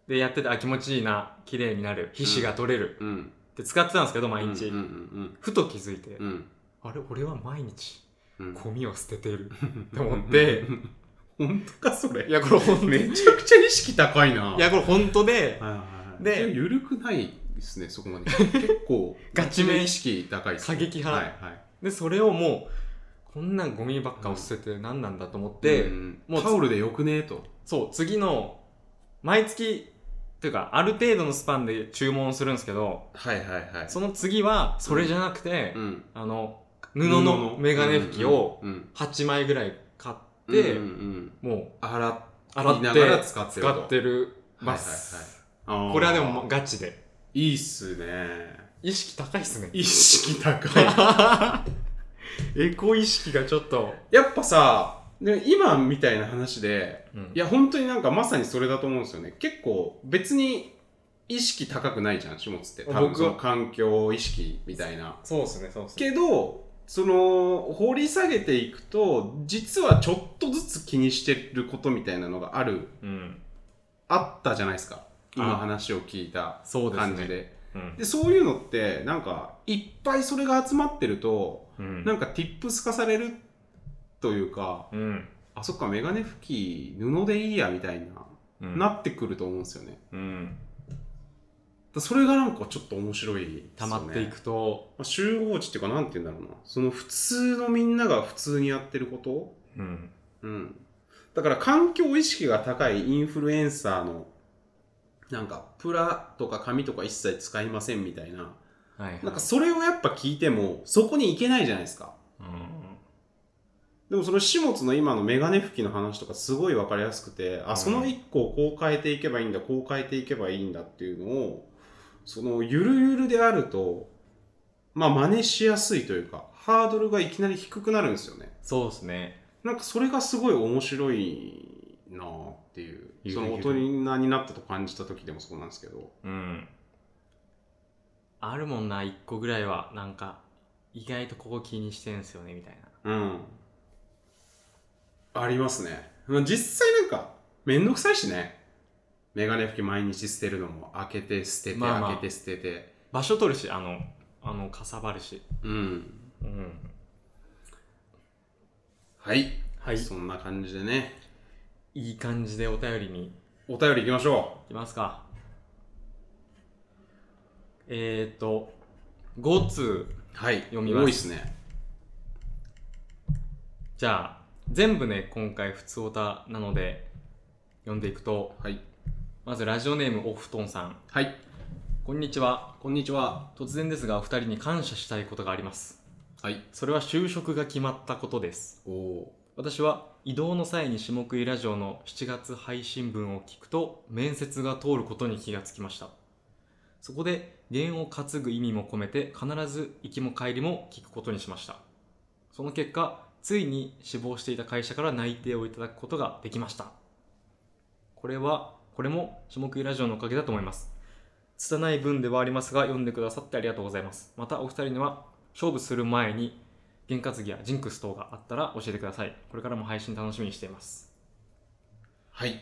Speaker 1: でやっててあ気持ちいいな綺麗になる皮脂が取れる、
Speaker 2: うん
Speaker 1: って使ってたんですけど毎日、
Speaker 2: うんうん
Speaker 1: ふと気づいて、
Speaker 2: うんうん
Speaker 1: あれ俺は毎日
Speaker 2: うん
Speaker 1: ゴミを捨ててるって思って
Speaker 2: 本当かそれ
Speaker 1: いやこれほん
Speaker 2: めちゃくちゃ意識高いない
Speaker 1: やこれ本当で、
Speaker 2: はいはいはい
Speaker 1: で
Speaker 2: で緩くないですねそこま で結構
Speaker 1: ガチめ
Speaker 2: 意識高いです
Speaker 1: 過激派
Speaker 2: はいはい
Speaker 1: でそれをもうこんなんゴミばっかを捨てて何なんだと思って、
Speaker 2: うん
Speaker 1: もう
Speaker 2: タオルでよくねえと
Speaker 1: そう次の毎月というかある程度のスパンで注文するんですけど
Speaker 2: はいはいはい
Speaker 1: その次はそれじゃなくて、
Speaker 2: うん
Speaker 1: あの布のメガネ拭きを
Speaker 2: うんうん
Speaker 1: 8枚ぐらい買っ
Speaker 2: うん
Speaker 1: て、
Speaker 2: うんうん
Speaker 1: も
Speaker 2: 洗っ
Speaker 1: う洗
Speaker 2: いな
Speaker 1: っ
Speaker 2: がら
Speaker 1: て
Speaker 2: 使ってると
Speaker 1: 使ってるます、
Speaker 2: はいはいはい
Speaker 1: これはでも
Speaker 2: あー
Speaker 1: ガチで
Speaker 2: いいっすね
Speaker 1: 意識高いっすね
Speaker 2: 意識高い
Speaker 1: エコ意識がちょっと、
Speaker 2: やっぱさで今みたいな話で
Speaker 1: うん
Speaker 2: いや本当になんかまさにそれだと思うんですよね結構別に意識高くないじゃん始末って多分
Speaker 1: 僕
Speaker 2: そ
Speaker 1: は
Speaker 2: の環境意識みたいな
Speaker 1: そうっすねそうっすね
Speaker 2: けどその掘り下げていくと実はちょっとずつ気にしてることみたいなのがある
Speaker 1: うん
Speaker 2: あったじゃないですか今
Speaker 1: あ
Speaker 2: 話を聞いた
Speaker 1: そうですね
Speaker 2: 感じでで,、
Speaker 1: うん
Speaker 2: そういうのってなんかいっぱいそれが集まってると
Speaker 1: うん
Speaker 2: なんかティップス化されるというか
Speaker 1: うん
Speaker 2: あそっかメガネ拭き布でいいやみたいな、
Speaker 1: うん
Speaker 2: なってくると思うんですよね
Speaker 1: うん
Speaker 2: だそれがなんかちょっと面白いですよね、
Speaker 1: 溜まっていくと、
Speaker 2: まあ集合値っていうかなんて言うんだろうなその普通のみんなが普通にやってること
Speaker 1: うん、
Speaker 2: うんだから環境意識が高いインフルエンサーのなんかプラとか紙とか一切使いませんみたいな
Speaker 1: はいはい
Speaker 2: なんかそれをやっぱ聞いてもそこに行けないじゃないですか
Speaker 1: うん
Speaker 2: でもその始末の今のメガネ拭きの話とかすごい分かりやすくて
Speaker 1: う
Speaker 2: あ
Speaker 1: ん
Speaker 2: その一個をこう変えていけばいいんだこう変えていけばいいんだっていうのをそのゆるゆるであるとまあ真似しやすいというかハードルがいきなり低くなるんですよね
Speaker 1: そうですね
Speaker 2: なんかそれがすごい面白いなあっていう
Speaker 1: ゆるゆる
Speaker 2: その大人になったと感じた時でもそうなんですけど
Speaker 1: うんあるもんな一個ぐらいはなんか意外とここ気にしてんすよねみたいな
Speaker 2: うんありますねまあ実際なんかめんどくさいしねメガネ拭き毎日捨てるのも開けて捨てて、
Speaker 1: まあまあ
Speaker 2: 開けて捨てて
Speaker 1: 場所取るしあのあのかさばるし
Speaker 2: うん
Speaker 1: うん
Speaker 2: はい、
Speaker 1: はい
Speaker 2: そんな感じでね
Speaker 1: いい感じでお便りに
Speaker 2: お便りいきましょ
Speaker 1: いきますかえっ、ー、と5通
Speaker 2: うはい
Speaker 1: 読みます
Speaker 2: 多いっすね
Speaker 1: じゃあ全部ね今回普通オタなので読んでいくと
Speaker 2: はい
Speaker 1: まずラジオネームおふとんさん
Speaker 2: はい
Speaker 1: こんにちは
Speaker 2: こんにちは
Speaker 1: 突然ですがお二人に感謝したいことがあります
Speaker 2: はい
Speaker 1: それは就職が決まったことです
Speaker 2: おお
Speaker 1: 私は移動の際に下食いラジオの7月配信分を聞くと面接が通ることに気がつきましたそこで弦を担ぐ意味も込めて必ず行きも帰りも聞くことにしましたその結果ついに志望していた会社から内定をいただくことができましたこれはこれも下食いラジオのおかげだと思います拙い文ではありますが読んでくださってありがとうございますまたお二人には勝負する前に験担ぎやジンクス等があったら教えてくださいこれからも配信楽しみにしています
Speaker 2: はいあり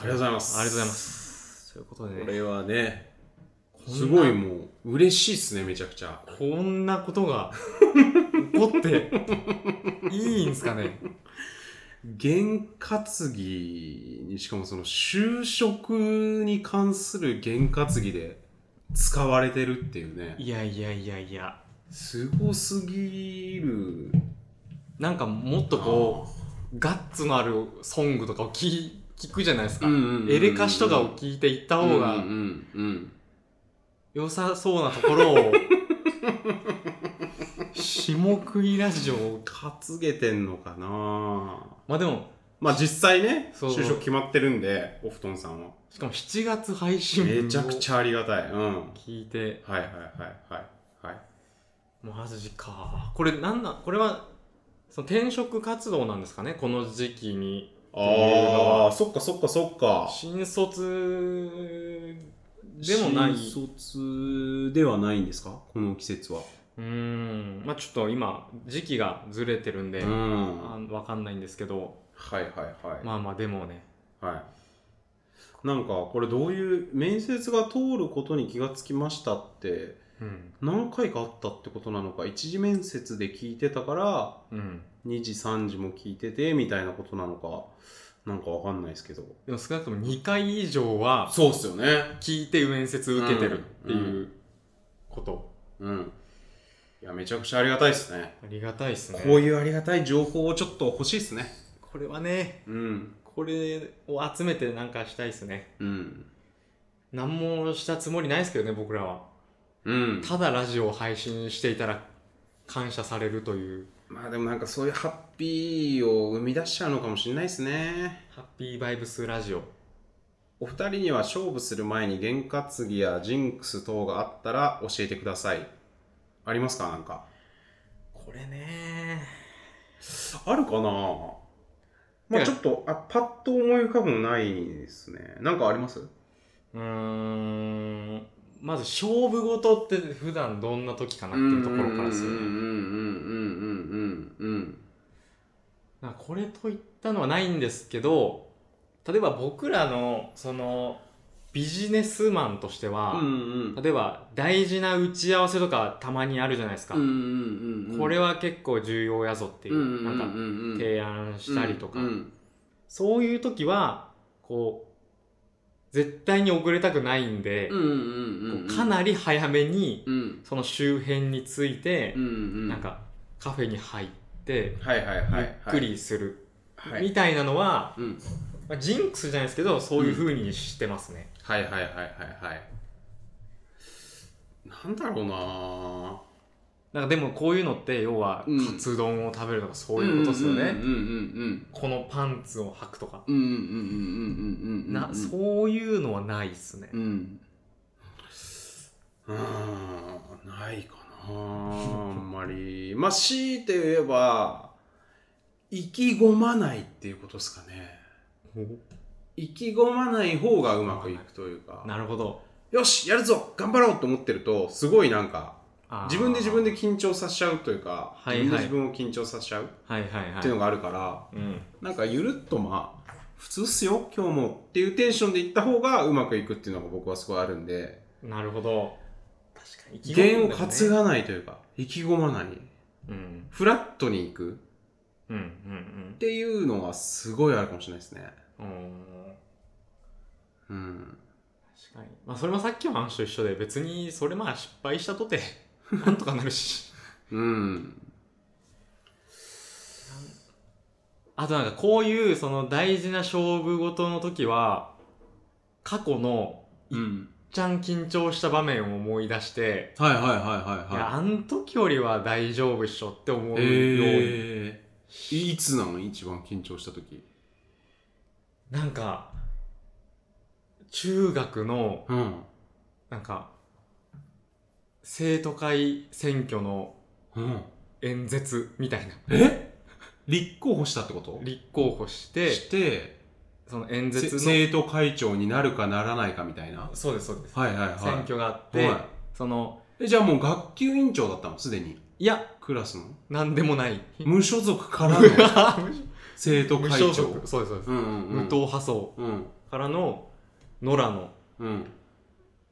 Speaker 2: がとうございます
Speaker 1: ありがとうございますということでね
Speaker 2: これはね
Speaker 1: んな
Speaker 2: すごいもう嬉しいっすねめちゃくちゃ
Speaker 1: こんなことが起こっていいんすかね
Speaker 2: 験担ぎにしかもその就職に関する験担ぎで使われてるっていうね
Speaker 1: いやいやいやいや
Speaker 2: すごすぎる
Speaker 1: なんかもっとこうガッツのあるソングとかを聞聞くじゃないですか、エレカシとかを聞いていった
Speaker 2: た
Speaker 1: 方
Speaker 2: うん
Speaker 1: が
Speaker 2: うんうん
Speaker 1: 良さそうなところを下食いラジオ
Speaker 2: 担げてんのかな
Speaker 1: まあでも
Speaker 2: まあ実際ね
Speaker 1: そう
Speaker 2: 就職決まってるんでお布団さ んは
Speaker 1: しかも7月配信分
Speaker 2: め
Speaker 1: を
Speaker 2: ちゃくちゃありがたいうんはい
Speaker 1: 聞いて
Speaker 2: はいはいはいはい
Speaker 1: マジかこれなんなんこれはその転職活動なんですかねこの時期に
Speaker 2: ああそっかそっかそっか
Speaker 1: 新卒でもない
Speaker 2: 新卒ではないんですかこの季節は
Speaker 1: うーんまあちょっと今時期がずれてるんで、
Speaker 2: ん
Speaker 1: あ
Speaker 2: はい
Speaker 1: わかんないんですけど
Speaker 2: はいはい、
Speaker 1: まあまあでもね
Speaker 2: はいなんかこれどういう面接が通ることに気がつきましたって
Speaker 1: うん
Speaker 2: 何回かあったってことなのか一次面接で聞いてたから
Speaker 1: うん
Speaker 2: 2時3時も聞いててみたいなことなのかなんかわかんないですけど
Speaker 1: でも少なくとも2回以上は
Speaker 2: そうっすよね
Speaker 1: 聞いて面接受けてるって
Speaker 2: うん
Speaker 1: いうこと、
Speaker 2: うんいやめちゃくちゃありがたいですね
Speaker 1: ありがたいですね
Speaker 2: こういうありがたい情報をちょっと欲しいですね
Speaker 1: これはね
Speaker 2: うん
Speaker 1: これを集めてなんかしたいですね
Speaker 2: うん
Speaker 1: 何もしたつもりないですけどね僕らは
Speaker 2: うん
Speaker 1: ただラジオを配信していたら感謝されるという
Speaker 2: まあでもなんかそういうハッピーを生み出しちゃうのかもしれないですね
Speaker 1: ハッピーバイブスラジオ
Speaker 2: お二人には勝負する前に験担ぎやジンクス等があったら教えてくださいありますかなんか
Speaker 1: これね
Speaker 2: あるかなまあちょっとあパッと思い浮かぶのないですねなんかあります
Speaker 1: うーんまず勝負事って普段どんな時かなっていうところからですよ
Speaker 2: うんう
Speaker 1: ね
Speaker 2: んうんうんうんうんうん
Speaker 1: なんかこれといったのはないんですけど例えば僕らのそのビジネスマンとしては、
Speaker 2: うんうん
Speaker 1: 例えば大事な打ち合わせとかたまにあるじゃないですか、
Speaker 2: うんうんうんうん
Speaker 1: これは結構重要やぞっていう,、
Speaker 2: うんうんうん
Speaker 1: な
Speaker 2: う
Speaker 1: んか
Speaker 2: ん
Speaker 1: 提案したりとか、
Speaker 2: うんうん
Speaker 1: そういう時はこう絶対に遅れたくないんで、
Speaker 2: うんうんうんうん
Speaker 1: こうかなり早めに
Speaker 2: うん
Speaker 1: その周辺について
Speaker 2: うんう、ん
Speaker 1: なんかカフェに入って
Speaker 2: はいはいはい
Speaker 1: ゆ
Speaker 2: はい
Speaker 1: っくりする、
Speaker 2: はい
Speaker 1: みたいなのは、
Speaker 2: うん
Speaker 1: まあ、ジンクスじゃないですけどそういう風にしてますね、
Speaker 2: はいはいはいはいはいなんだろう
Speaker 1: な
Speaker 2: な
Speaker 1: んかでもこういうのって要は
Speaker 2: うん
Speaker 1: カツ丼を食べるとかそういうことですよね、
Speaker 2: うんうん
Speaker 1: このパンツを履くとか、
Speaker 2: うんうんうんうんうんうんうんうんうん
Speaker 1: なそういうのはないっすね、
Speaker 2: うんうーんないかなあんまりまあ強いて言えば意気込まないっていうことですかね意気込まない方がうまくいくというか
Speaker 1: なるほど
Speaker 2: よしやるぞ頑張ろうと思ってるとすごいなんか
Speaker 1: あー
Speaker 2: 自分で自分で緊張させちゃうという
Speaker 1: は
Speaker 2: か、
Speaker 1: いはい
Speaker 2: 自分で自分を緊張させちゃうっ
Speaker 1: はいはいはい
Speaker 2: ていうのがあるから、
Speaker 1: うん、
Speaker 2: なんかゆるっとまあ普通っすよ今日もっていうテンションでいった方がうまくいくっていうのが僕はすごいあるんで
Speaker 1: なるほど確かに意気込
Speaker 2: 弦
Speaker 1: む
Speaker 2: を
Speaker 1: んだよね
Speaker 2: 担がないというか意気込まない
Speaker 1: うん
Speaker 2: フラットにいく
Speaker 1: うんうん
Speaker 2: っていうのはすごいあるかもしれないですね
Speaker 1: うんうん
Speaker 2: うん
Speaker 1: 確かにまあそれはさっきの話と一緒で別にそれまあ失敗したとて なんとかなるし
Speaker 2: うん
Speaker 1: あとなんかこういうその大事な勝負事の時は過去の
Speaker 2: うん
Speaker 1: ちゃん緊張した場面を思い出して、
Speaker 2: はいはいは
Speaker 1: い、
Speaker 2: い
Speaker 1: や
Speaker 2: は
Speaker 1: あの時よりは大丈夫っしょって思
Speaker 2: いう
Speaker 1: ように、
Speaker 2: えー、いつなの一番緊張した時
Speaker 1: なんか中学の
Speaker 2: うん
Speaker 1: なんか生徒会選挙の
Speaker 2: うん
Speaker 1: 演説みたいな
Speaker 2: え立候補したってこと
Speaker 1: 立候補して
Speaker 2: して
Speaker 1: その演
Speaker 2: せ
Speaker 1: 説の
Speaker 2: 生徒会長になるかならないかみたいな
Speaker 1: そうですそうです、
Speaker 2: はいはいはい
Speaker 1: 選挙があって、
Speaker 2: はい
Speaker 1: その
Speaker 2: えじゃあもう学級委員長だったのすでに
Speaker 1: いや
Speaker 2: クラスの
Speaker 1: なんでも ない
Speaker 2: 無所属からの
Speaker 1: うわ
Speaker 2: 生徒
Speaker 1: 無
Speaker 2: 会
Speaker 1: 所
Speaker 2: 長
Speaker 1: 属そうですそうです、
Speaker 2: うんうんうん
Speaker 1: 無党派層
Speaker 2: うん
Speaker 1: からの野良の
Speaker 2: うん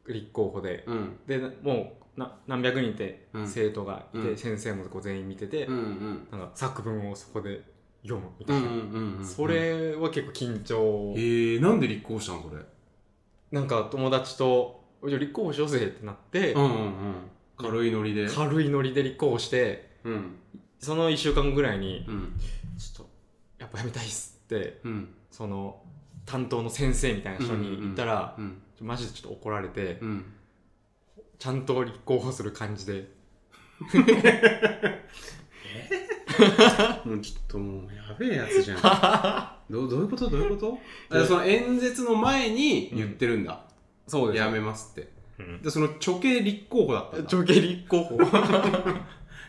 Speaker 1: 立候補で、
Speaker 2: うん
Speaker 1: でもうな何百人って
Speaker 2: うん
Speaker 1: 生徒がいて、
Speaker 2: うん
Speaker 1: 先生もこう全員見てて、
Speaker 2: うんうん
Speaker 1: なんか作文をそこで読むみ
Speaker 2: う
Speaker 1: たい
Speaker 2: んう
Speaker 1: な、
Speaker 2: んうん
Speaker 1: それは結構緊張、
Speaker 2: えー、なんで立候補したのそれ
Speaker 1: なんか友達と「いや立候補しようぜ」ってなって、
Speaker 2: うんうんうん軽いノリで
Speaker 1: 軽いノリで立候補して
Speaker 2: うん
Speaker 1: その1週間後ぐらいに
Speaker 2: うん
Speaker 1: 「ちょっとやっぱやめたいっす」って
Speaker 2: うん
Speaker 1: その担当の先生みたいな人に言ったら、
Speaker 2: うん
Speaker 1: マジでちょっと怒られて、
Speaker 2: うん
Speaker 1: ちゃんと立候補する感じで
Speaker 2: もうちょっともうやべえやつじゃんどうどういうことどういう ことあその演説の前に言ってるんだ、
Speaker 1: そうです
Speaker 2: やめますって
Speaker 1: うん
Speaker 2: でその処刑立候補だったん だ
Speaker 1: 女系立候補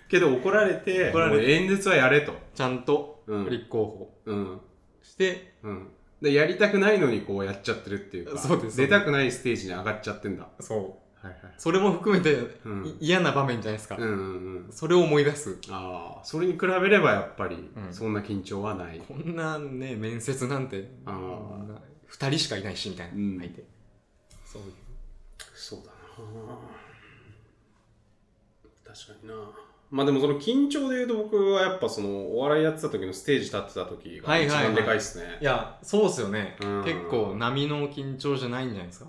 Speaker 2: けど怒られて
Speaker 1: 怒られて
Speaker 2: もう演説はやれと
Speaker 1: ちゃんと
Speaker 2: うん
Speaker 1: 立候補
Speaker 2: うん
Speaker 1: して、
Speaker 2: うんでやりたくないのにこうやっちゃってるっていうか
Speaker 1: そうです
Speaker 2: 出たくないステージに上がっちゃってんだは
Speaker 1: そう
Speaker 2: いはい
Speaker 1: それも含めて、
Speaker 2: うん
Speaker 1: い嫌な場面じゃないですか、
Speaker 2: うんうんうん
Speaker 1: それを思い出す
Speaker 2: ああそれに比べればやっぱり
Speaker 1: うん
Speaker 2: そんな緊張はない、
Speaker 1: こんなね面接なんて
Speaker 2: あー
Speaker 1: こんな二人しかいないしみたいな、
Speaker 2: うん
Speaker 1: 相手そういう
Speaker 2: そうだな確かになまあでもその緊張で言うと僕はやっぱそのお笑いやってた時のステージ立ってた時が
Speaker 1: はい
Speaker 2: 一
Speaker 1: はいはい
Speaker 2: 番でかいっすね、
Speaker 1: いやそうっすよね、
Speaker 2: うん
Speaker 1: 結構波の緊張じゃないんじゃないですか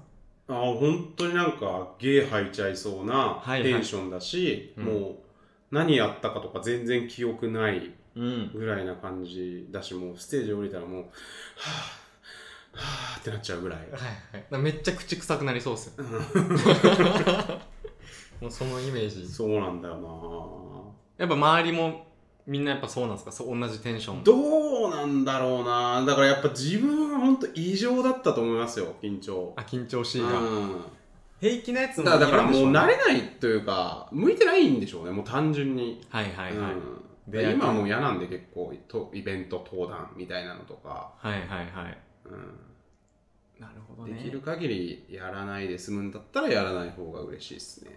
Speaker 2: ああ本当になんか芸吐いちゃいそうな
Speaker 1: はいはい
Speaker 2: テンションだし、
Speaker 1: うん
Speaker 2: もう何やったかとか全然記憶ない
Speaker 1: うん
Speaker 2: ぐらいな感じだしもうステージ降りたらもうはあはあってなっちゃうぐら い
Speaker 1: はいはいだからめっちゃ口臭くなりそうっすよもうそのイメージ
Speaker 2: そうなんだよ
Speaker 1: やっぱ周りもみんなやっぱそうなんですかそう同じテンショ
Speaker 2: な
Speaker 1: ン
Speaker 2: どうなんだろうなだからやっぱ自分は本当異常だったと思いますよ緊張
Speaker 1: あ緊張しいが
Speaker 2: うん
Speaker 1: 平気なやつ
Speaker 2: だ
Speaker 1: も
Speaker 2: からだからもう慣
Speaker 1: れ
Speaker 2: れないというか向いてないんでしょうねもう単純に
Speaker 1: はいはいはい、
Speaker 2: うん、
Speaker 1: で
Speaker 2: 今はもう嫌なんで結構とイベント登壇みたいなのとか、
Speaker 1: はいはいはい
Speaker 2: うん
Speaker 1: なるほど
Speaker 2: で
Speaker 1: ね
Speaker 2: きる限りやらないで済むんだったらやらない方が嬉しいですね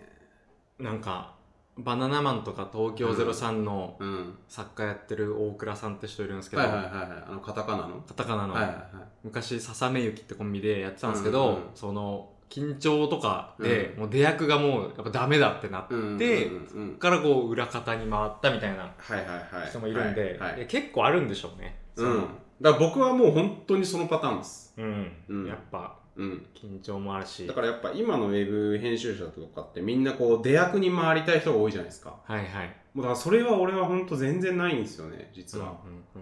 Speaker 1: なんかバナナマンとか東京03の
Speaker 2: うん
Speaker 1: 作家やってる大倉さんって人いるんですけど、
Speaker 2: はいはいはいはいあのカタカナの
Speaker 1: カタカナの、
Speaker 2: はいはいはい
Speaker 1: 昔ささめゆきってコンビでやってたんですけど、
Speaker 2: うんうん
Speaker 1: その緊張とかで、
Speaker 2: う
Speaker 1: もう出役がもうやっぱダメだってなって、
Speaker 2: うんうんうん
Speaker 1: で
Speaker 2: うん
Speaker 1: からこう裏方に回ったみたいな
Speaker 2: はいはいはい
Speaker 1: 人もいるんで、
Speaker 2: はいはい
Speaker 1: いや結構あるんでしょうねそ
Speaker 2: うん
Speaker 1: の
Speaker 2: だから僕はもう本当にそのパターンです
Speaker 1: う
Speaker 2: うん
Speaker 1: ん、やっぱ
Speaker 2: うん
Speaker 1: 緊張もあるし
Speaker 2: だからやっぱ今のウェブ編集者とかってみんなこう出役に回りたい人が多いじゃないですか
Speaker 1: はいはい
Speaker 2: もうだからそれは俺は本当全然ないんですよね実は、
Speaker 1: うんうんうん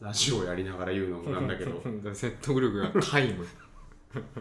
Speaker 2: ラジオやりながら言うのもなんだけ ど
Speaker 1: 説得力が皆無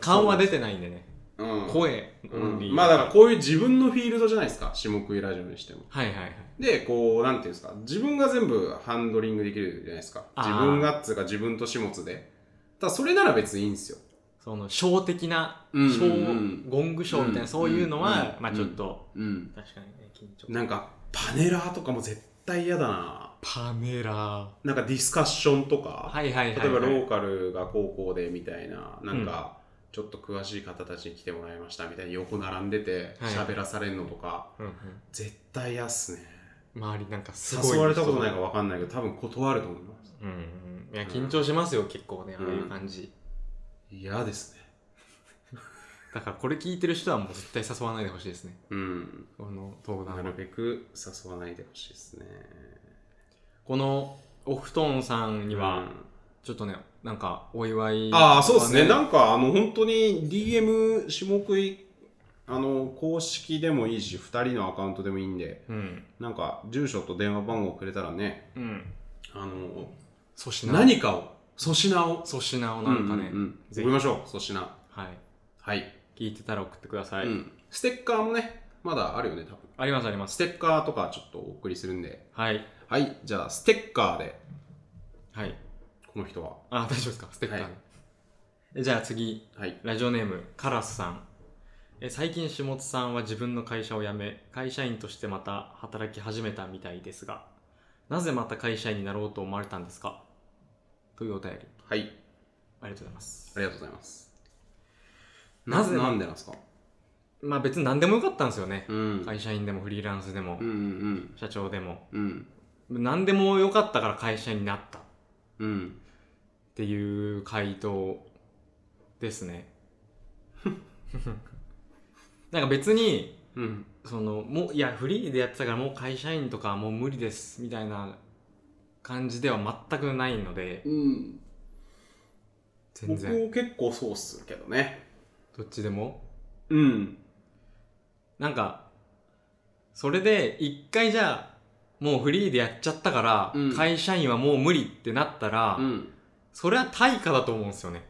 Speaker 1: 顔は出てないんでね
Speaker 2: うん
Speaker 1: 声オ
Speaker 2: う
Speaker 1: ンリー
Speaker 2: ん、まあだからこういう自分のフィールドじゃないですか下食いラジオにしても
Speaker 1: はいはいはい
Speaker 2: でこうなんていうんですか自分が全部ハンドリングできるじゃないですか
Speaker 1: あー
Speaker 2: 自分がっつうか自分と始末でただそれなら別にいいんですよ
Speaker 1: その小的な
Speaker 2: うんうん
Speaker 1: 小
Speaker 2: うん
Speaker 1: ゴングショーみたいなそういうの
Speaker 2: うんうん
Speaker 1: は
Speaker 2: うん
Speaker 1: まあちょっと
Speaker 2: うん
Speaker 1: 確かにね緊張
Speaker 2: なんかパネラーとかも絶対嫌だな
Speaker 1: パネラーは
Speaker 2: なんかディスカッションとか、
Speaker 1: いはいはい
Speaker 2: 例えばロ
Speaker 1: はい
Speaker 2: ーカルが高校でみたいななんかちょっと詳しい方たちに来てもらいましたみたいに横並んでて
Speaker 1: はい
Speaker 2: 喋らされるのとか、
Speaker 1: うんうん
Speaker 2: 絶対嫌っすね
Speaker 1: 周りなんかすごい
Speaker 2: 誘われたことないか分かんないけど多分断ると思います
Speaker 1: うんうんいや緊張しますよ結構ねああいう感じ
Speaker 2: 嫌ですね
Speaker 1: だからこれ聞いてる人はもう絶対誘わないでほしいですね
Speaker 2: うん
Speaker 1: この登壇
Speaker 2: な
Speaker 1: は
Speaker 2: るべく誘わないでほしいですね
Speaker 1: このお布団さんには、
Speaker 2: うん
Speaker 1: ちょっとねなんかお祝い
Speaker 2: ああそうですね
Speaker 1: とか
Speaker 2: なんかあの本当に DM 下食いあの公式でもいいし2人のアカウントでもいいんで
Speaker 1: うん
Speaker 2: なんか住所と電話番号くれたらね
Speaker 1: うん
Speaker 2: あの
Speaker 1: 粗品
Speaker 2: 何かを粗品を
Speaker 1: 粗品をなんかね、
Speaker 2: うううん
Speaker 1: ぜ
Speaker 2: 送
Speaker 1: ひ
Speaker 2: りましょう粗品
Speaker 1: はい
Speaker 2: はい、
Speaker 1: 聞いてたら送ってください、
Speaker 2: うん、ステッカーもねまだあるよね多分
Speaker 1: ありますありま
Speaker 2: ス
Speaker 1: す
Speaker 2: テッカーとかちょっとお送りするんで。
Speaker 1: はい
Speaker 2: はい、じゃあステッカーで、
Speaker 1: はい
Speaker 2: この人は。
Speaker 1: あ大丈夫ですかステッカー、
Speaker 2: はい
Speaker 1: えじゃあ次
Speaker 2: はい。
Speaker 1: ラジオネームカラスさんえ最近下津さんは自分の会社を辞め会社員としてまた働き始めたみたいですがなぜまた会社員になろうと思われたんですかというお便り
Speaker 2: はい
Speaker 1: ありがとうございます
Speaker 2: ありがとうございます
Speaker 1: なぜ
Speaker 2: なんでなんですか
Speaker 1: まあ別に何でもよかったんですよね、
Speaker 2: うん
Speaker 1: 会社員でもフリーランスでも、
Speaker 2: うんうん
Speaker 1: 社長でも
Speaker 2: うん
Speaker 1: 何でもよかったから会社員になったっ
Speaker 2: うん
Speaker 1: ていう回答ですね なんか別に
Speaker 2: うん
Speaker 1: そのもういやフリーでやってたからもう会社員とかはもう無理ですみたいな感じでは全くないので
Speaker 2: うん
Speaker 1: 全
Speaker 2: 僕
Speaker 1: 然
Speaker 2: 結構そうっすけどね
Speaker 1: どっちでも
Speaker 2: うん
Speaker 1: なんかそれで一回じゃあもうフリーでやっちゃったから、
Speaker 2: うん
Speaker 1: 会社員はもう無理ってなったら、
Speaker 2: うん
Speaker 1: それは対価だと思うんですよね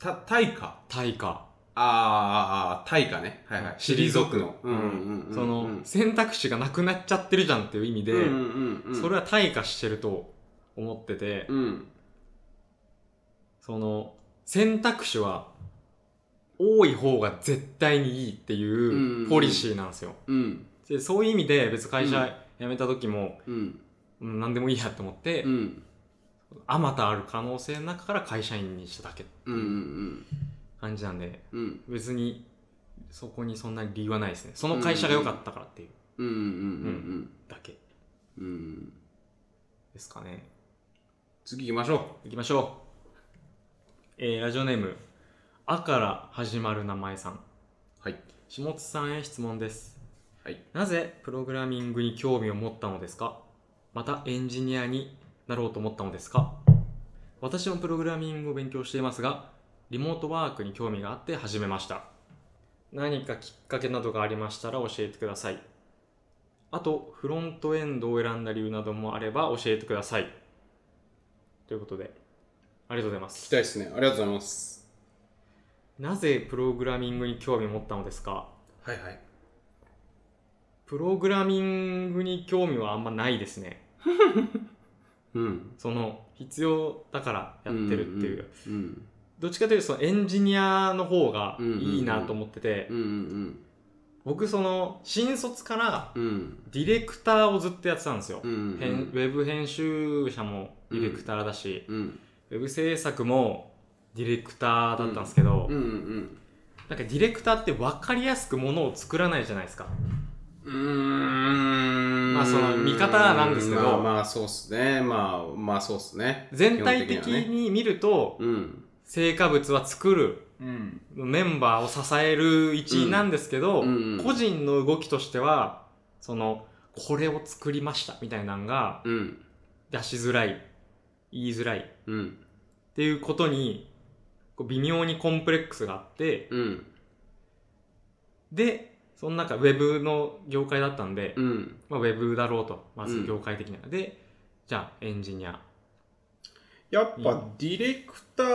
Speaker 2: た対価
Speaker 1: 対価、
Speaker 2: あーあーあー対価ねはいはい
Speaker 1: 退く
Speaker 2: のうんうんうん
Speaker 1: その、
Speaker 2: うん
Speaker 1: 選択肢がなくなっちゃってるじゃんっていう意味で、
Speaker 2: うんうんうん
Speaker 1: それは対価してると思ってて、
Speaker 2: うん
Speaker 1: その選択肢は多い方が絶対にいいっていうんうポリシーなんですよ、
Speaker 2: うん
Speaker 1: でそういう意味で別に会
Speaker 2: うん
Speaker 1: 社辞めた時も、
Speaker 2: うん
Speaker 1: うん、何でもいいやと思って、
Speaker 2: うん
Speaker 1: あまたある可能性の中から会社員にしただけ
Speaker 2: うんうん
Speaker 1: 感じなんで
Speaker 2: うんうん
Speaker 1: 別にそこにそんな理由はないですねその会社が良かったからっていう
Speaker 2: うんうん
Speaker 1: だけ
Speaker 2: うんうんうん
Speaker 1: ですかね
Speaker 2: 次行きましょ
Speaker 1: いきましょう、えーラジオネーム「あ」から始まる名前さん
Speaker 2: うはい
Speaker 1: 下津さんへ質問です
Speaker 2: はい
Speaker 1: なぜプログラミングに興味を持ったのですかまたエンジニアになろうと思ったのですか私もプログラミングを勉強していますがリモートワークに興味があって始めました何かきっかけなどがありましたら教えてくださいあとフロントエンドを選んだ理由などもあれば教えてくださいということでありがとうございま
Speaker 2: 聞き
Speaker 1: す
Speaker 2: たいですねありがとうございます
Speaker 1: なぜプログラミングに興味を持ったのですか
Speaker 2: はいはい
Speaker 1: プログラミングに興味はあんまないですね
Speaker 2: うん
Speaker 1: その必要だからやってるっていう、
Speaker 2: うん
Speaker 1: どっちかというとそのエンジニアの方がいいなと思ってて、
Speaker 2: うんうん
Speaker 1: 僕その新卒から
Speaker 2: うんうん
Speaker 1: ディレクターをずっとやってたんですよ、
Speaker 2: うん
Speaker 1: 編ウェブ編集者もディレクターだし、
Speaker 2: うん
Speaker 1: ウェブ制作もディレクターだったんですけど、
Speaker 2: うんうん
Speaker 1: なんかディレクターって分かりやすくものを作らないじゃないですか
Speaker 2: うーん
Speaker 1: まあその見方なんですけど
Speaker 2: まあまあそうっすねまあまあそうっすね
Speaker 1: 全体的
Speaker 2: 基本はね
Speaker 1: に見ると
Speaker 2: うん
Speaker 1: 成果物は作る
Speaker 2: うん
Speaker 1: メンバーを支える一員なんですけど、
Speaker 2: うん
Speaker 1: 個人の動きとしてはそのこれを作りましたみたいなのが
Speaker 2: うん
Speaker 1: 出しづらい言いづらいっ
Speaker 2: うん
Speaker 1: ていうことにこう微妙にコンプレックスがあって
Speaker 2: うん
Speaker 1: でその中ウェブの業界だったんで、
Speaker 2: うん
Speaker 1: まあ、ウェブだろうとま
Speaker 2: う
Speaker 1: ず
Speaker 2: ん
Speaker 1: 業界的には、でじゃあエンジニア
Speaker 2: やっぱディレクター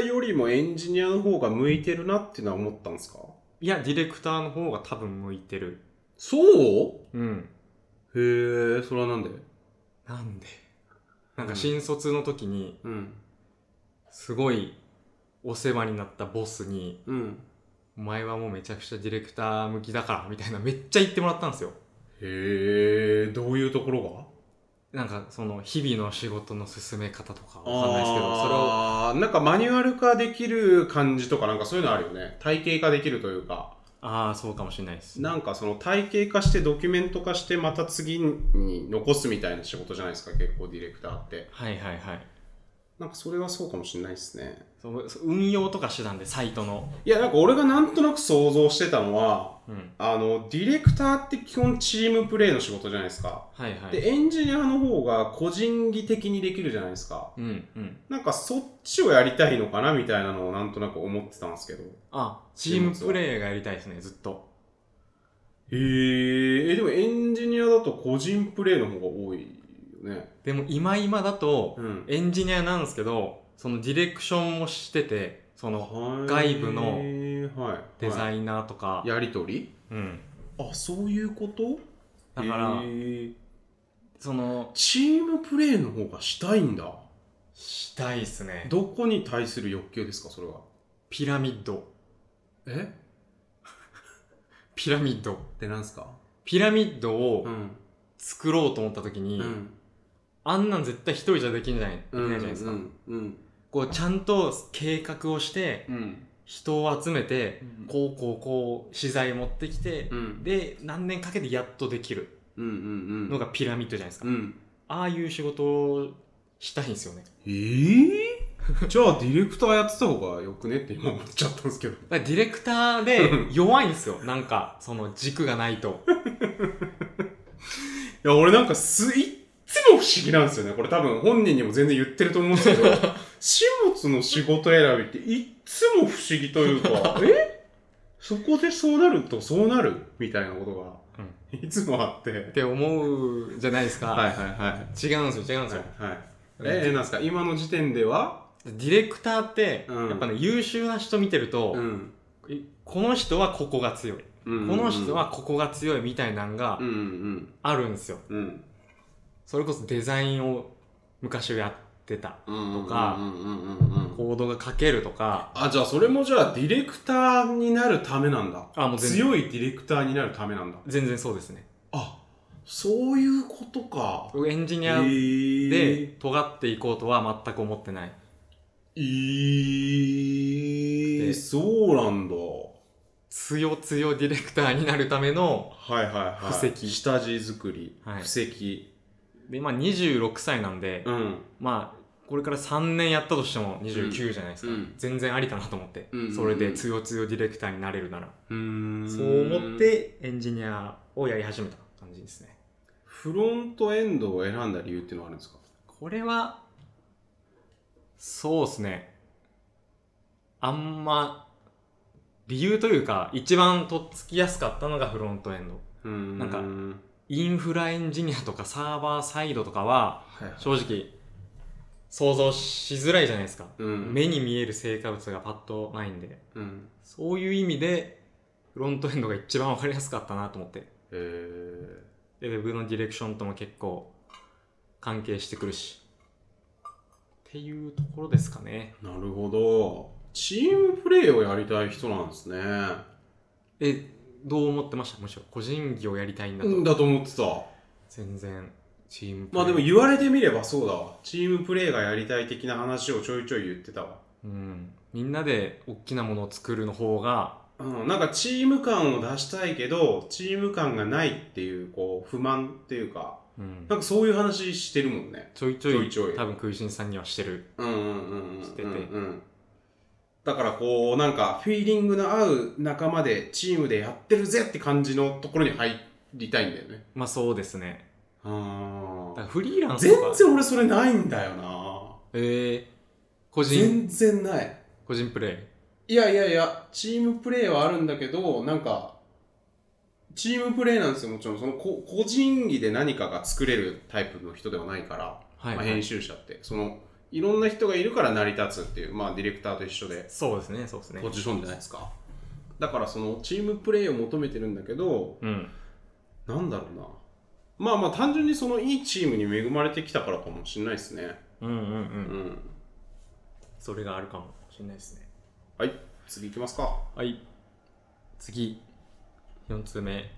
Speaker 2: よりもエンジニアの方が向いてるなっていうのは思ったんですか
Speaker 1: いやディレクターの方が多分向いてる
Speaker 2: そう
Speaker 1: うん
Speaker 2: へえそれはなんで
Speaker 1: なんでなんか新卒の時に
Speaker 2: うん
Speaker 1: すごいお世話になったボスに
Speaker 2: うん
Speaker 1: お前はもうめちゃくちゃディレクター向きだからみたいなめっちゃ言ってもらったんですよ
Speaker 2: へえどういうところが
Speaker 1: なんかその日々の仕事の進め方とかわかんないですけどそれを
Speaker 2: あーなんかマニュアル化できる感じとかなんかそういうのあるよね体系化できるというか
Speaker 1: ああそうかもしれないです
Speaker 2: なんかその体系化してドキュメント化してまた次に残すみたいな仕事じゃないですか結構ディレクターって
Speaker 1: はいはいはい
Speaker 2: なんかそれはそうかもしれないですね
Speaker 1: そうそう運用とかしてたんでサイトの
Speaker 2: いやなんか俺がなんとなく想像してたのは
Speaker 1: うん
Speaker 2: あのディレクターって基本チームプレーの仕事じゃないですか
Speaker 1: はいはい
Speaker 2: でエンジニアの方が個人技的にできるじゃないですか
Speaker 1: うんうん
Speaker 2: なんかそっちをやりたいのかなみたいなのをなんとなく思ってたんですけど
Speaker 1: あチームプレーがやりたいですねずっと
Speaker 2: へーえでもエンジニアだと個人プレイの方が多いよね
Speaker 1: でも今今だと
Speaker 2: うん
Speaker 1: エンジニアなんですけどそのディレクションもしててその外部のデザ
Speaker 2: イ
Speaker 1: イナーとか、
Speaker 2: やり取り
Speaker 1: うん
Speaker 2: あそういうこと
Speaker 1: だから
Speaker 2: へー
Speaker 1: その
Speaker 2: チームプレイの方がしたいんだ
Speaker 1: したいですね
Speaker 2: どこに対する欲求ですかそれは
Speaker 1: ピラミッド
Speaker 2: え
Speaker 1: ピラミッド
Speaker 2: ってなんすか
Speaker 1: ピラミッドを
Speaker 2: ん
Speaker 1: 作ろうと思った時に、
Speaker 2: うん
Speaker 1: あんなん絶対一人じゃできない,、
Speaker 2: うん
Speaker 1: ないじゃないですか、
Speaker 2: うんうん
Speaker 1: こうちゃんと計画をして
Speaker 2: うん
Speaker 1: 人を集めて、
Speaker 2: うん
Speaker 1: こうこうこう資材持ってきて、
Speaker 2: うん
Speaker 1: で何年かけてやっとできる
Speaker 2: うんうん
Speaker 1: のがピラミッドじゃないですか、
Speaker 2: うん
Speaker 1: ああいう仕事をしたいんですよね
Speaker 2: えー、じゃあディレクターやってた方がよくねって今思っちゃったんですけど
Speaker 1: だからディレクターで弱いんですよなんかその軸がないと
Speaker 2: いや、俺なんかす、いっつも不思議なんですよね。これ多分本人にも全然言ってると思うんですけど、始末の仕事選びっていっつも不思議というか、えそこでそうなるとそうなるみたいなことが、いつもあって。
Speaker 1: って思うじゃないですか、
Speaker 2: はいはいはい。
Speaker 1: 違うんですよ違うんです
Speaker 2: は
Speaker 1: よ、
Speaker 2: いはい、えー、なんすか今の時点では
Speaker 1: ディレクターって、
Speaker 2: うん
Speaker 1: やっぱね優秀な人見てると、
Speaker 2: ん。
Speaker 1: いこの人はここが強い、
Speaker 2: こ
Speaker 1: この人、はここが強いみたいなんが
Speaker 2: うんうん
Speaker 1: あるんですよ、
Speaker 2: うん。
Speaker 1: それこそデザインを昔はやってた
Speaker 2: うん。
Speaker 1: とか
Speaker 2: うんうんうんうんうん。
Speaker 1: コードが書けるとか
Speaker 2: あ、じゃあそれもじゃあディレクターになるためなんだ。
Speaker 1: あもう全然
Speaker 2: 強いディレクターになるためなんだ。
Speaker 1: 全然そうですね
Speaker 2: あそういうことか。
Speaker 1: 僕エンジニアで
Speaker 2: で、
Speaker 1: 尖っていこうとは全く思ってない
Speaker 2: えー
Speaker 1: で
Speaker 2: そうなんだ。は
Speaker 1: 強強ディレクターになるための
Speaker 2: いはいはい。
Speaker 1: 布石
Speaker 2: 下地作り。
Speaker 1: はい
Speaker 2: 布石。
Speaker 1: で今26歳なんで、
Speaker 2: うん。
Speaker 1: まあこれから3年やったとしても29じゃないですか、
Speaker 2: うん
Speaker 1: 全然ありかなと思って、
Speaker 2: うんうんうん
Speaker 1: それで強強ディレクターになれるなら、
Speaker 2: うーん
Speaker 1: そう思っ。てエンジニアをやり始めた感じですね
Speaker 2: フロントエンドを選んだ理由っていうのはあるんですか
Speaker 1: これはそうですねあんま理由というか一番とっつきやすかったのがフロントエンド
Speaker 2: うーん
Speaker 1: なんか
Speaker 2: は
Speaker 1: インフラエンジニアとかサーバーサイドとかはい
Speaker 2: はい。
Speaker 1: 正直想像しづらいじゃないですか、
Speaker 2: うん
Speaker 1: 目に見える成果物がパッとないんで
Speaker 2: うん。
Speaker 1: そういう意味でフロントエンドが一番わかりやすかったなと思って
Speaker 2: えー
Speaker 1: でウェブのディレクションとも結構関係してくるしっていうところですかね
Speaker 2: なるほど。チームプレーをやりたい人なんですね。
Speaker 1: えどう思ってましたむしろ個人技をやりたいんだと、
Speaker 2: うんだと思ってた。
Speaker 1: 全然チームプレ
Speaker 2: まあ
Speaker 1: ー
Speaker 2: でも言われてみればそうだわ。チームプレーがやりたい的な話をちょいちょい言ってたわ。
Speaker 1: うん、みんなで大きなものを作るの方が
Speaker 2: うん、なんかチーム感を出したいけど、チーム感がないっていう、こう、不満っていうか、
Speaker 1: うん
Speaker 2: なんかそういう話してるもんね。
Speaker 1: ちょいちょい
Speaker 2: ちょいちょい
Speaker 1: 多分食いしんさんにはしてる
Speaker 2: うんうんうんうん。
Speaker 1: してて
Speaker 2: うんうん。だからこう、なんか、フィーリングの合う仲間で、チームでやってるぜって感じのところに入りたいんだよね。
Speaker 1: まあそうですね
Speaker 2: あ
Speaker 1: だから
Speaker 2: ー
Speaker 1: フリーランス
Speaker 2: 全
Speaker 1: とか
Speaker 2: 然俺それないんだよな
Speaker 1: えー、個人
Speaker 2: 全然ない。
Speaker 1: 個人プレ
Speaker 2: いやいやいや、チームプレーはあるんだけど、なんか、チームプレーなんですよ、もちろん。そのこ個人技で何かが作れるタイプの人ではないから、
Speaker 1: イはい、
Speaker 2: ま
Speaker 1: はい
Speaker 2: あ、編集者って。その、いろんな人がいるから成り立つっていう、まあ、ディレクターと一緒で、
Speaker 1: そうですねそうですね
Speaker 2: ポジションじゃないですか。だから、その、チームプレーを求めてるんだけど、
Speaker 1: うん
Speaker 2: なんだろうな。まあまあ、単純にその、いいチームに恵まれてきたからかもしれないですね。
Speaker 1: うんうんう
Speaker 2: うんん。
Speaker 1: それがあるかもしれないですね
Speaker 2: はい、次行きますか。
Speaker 1: はい次4通目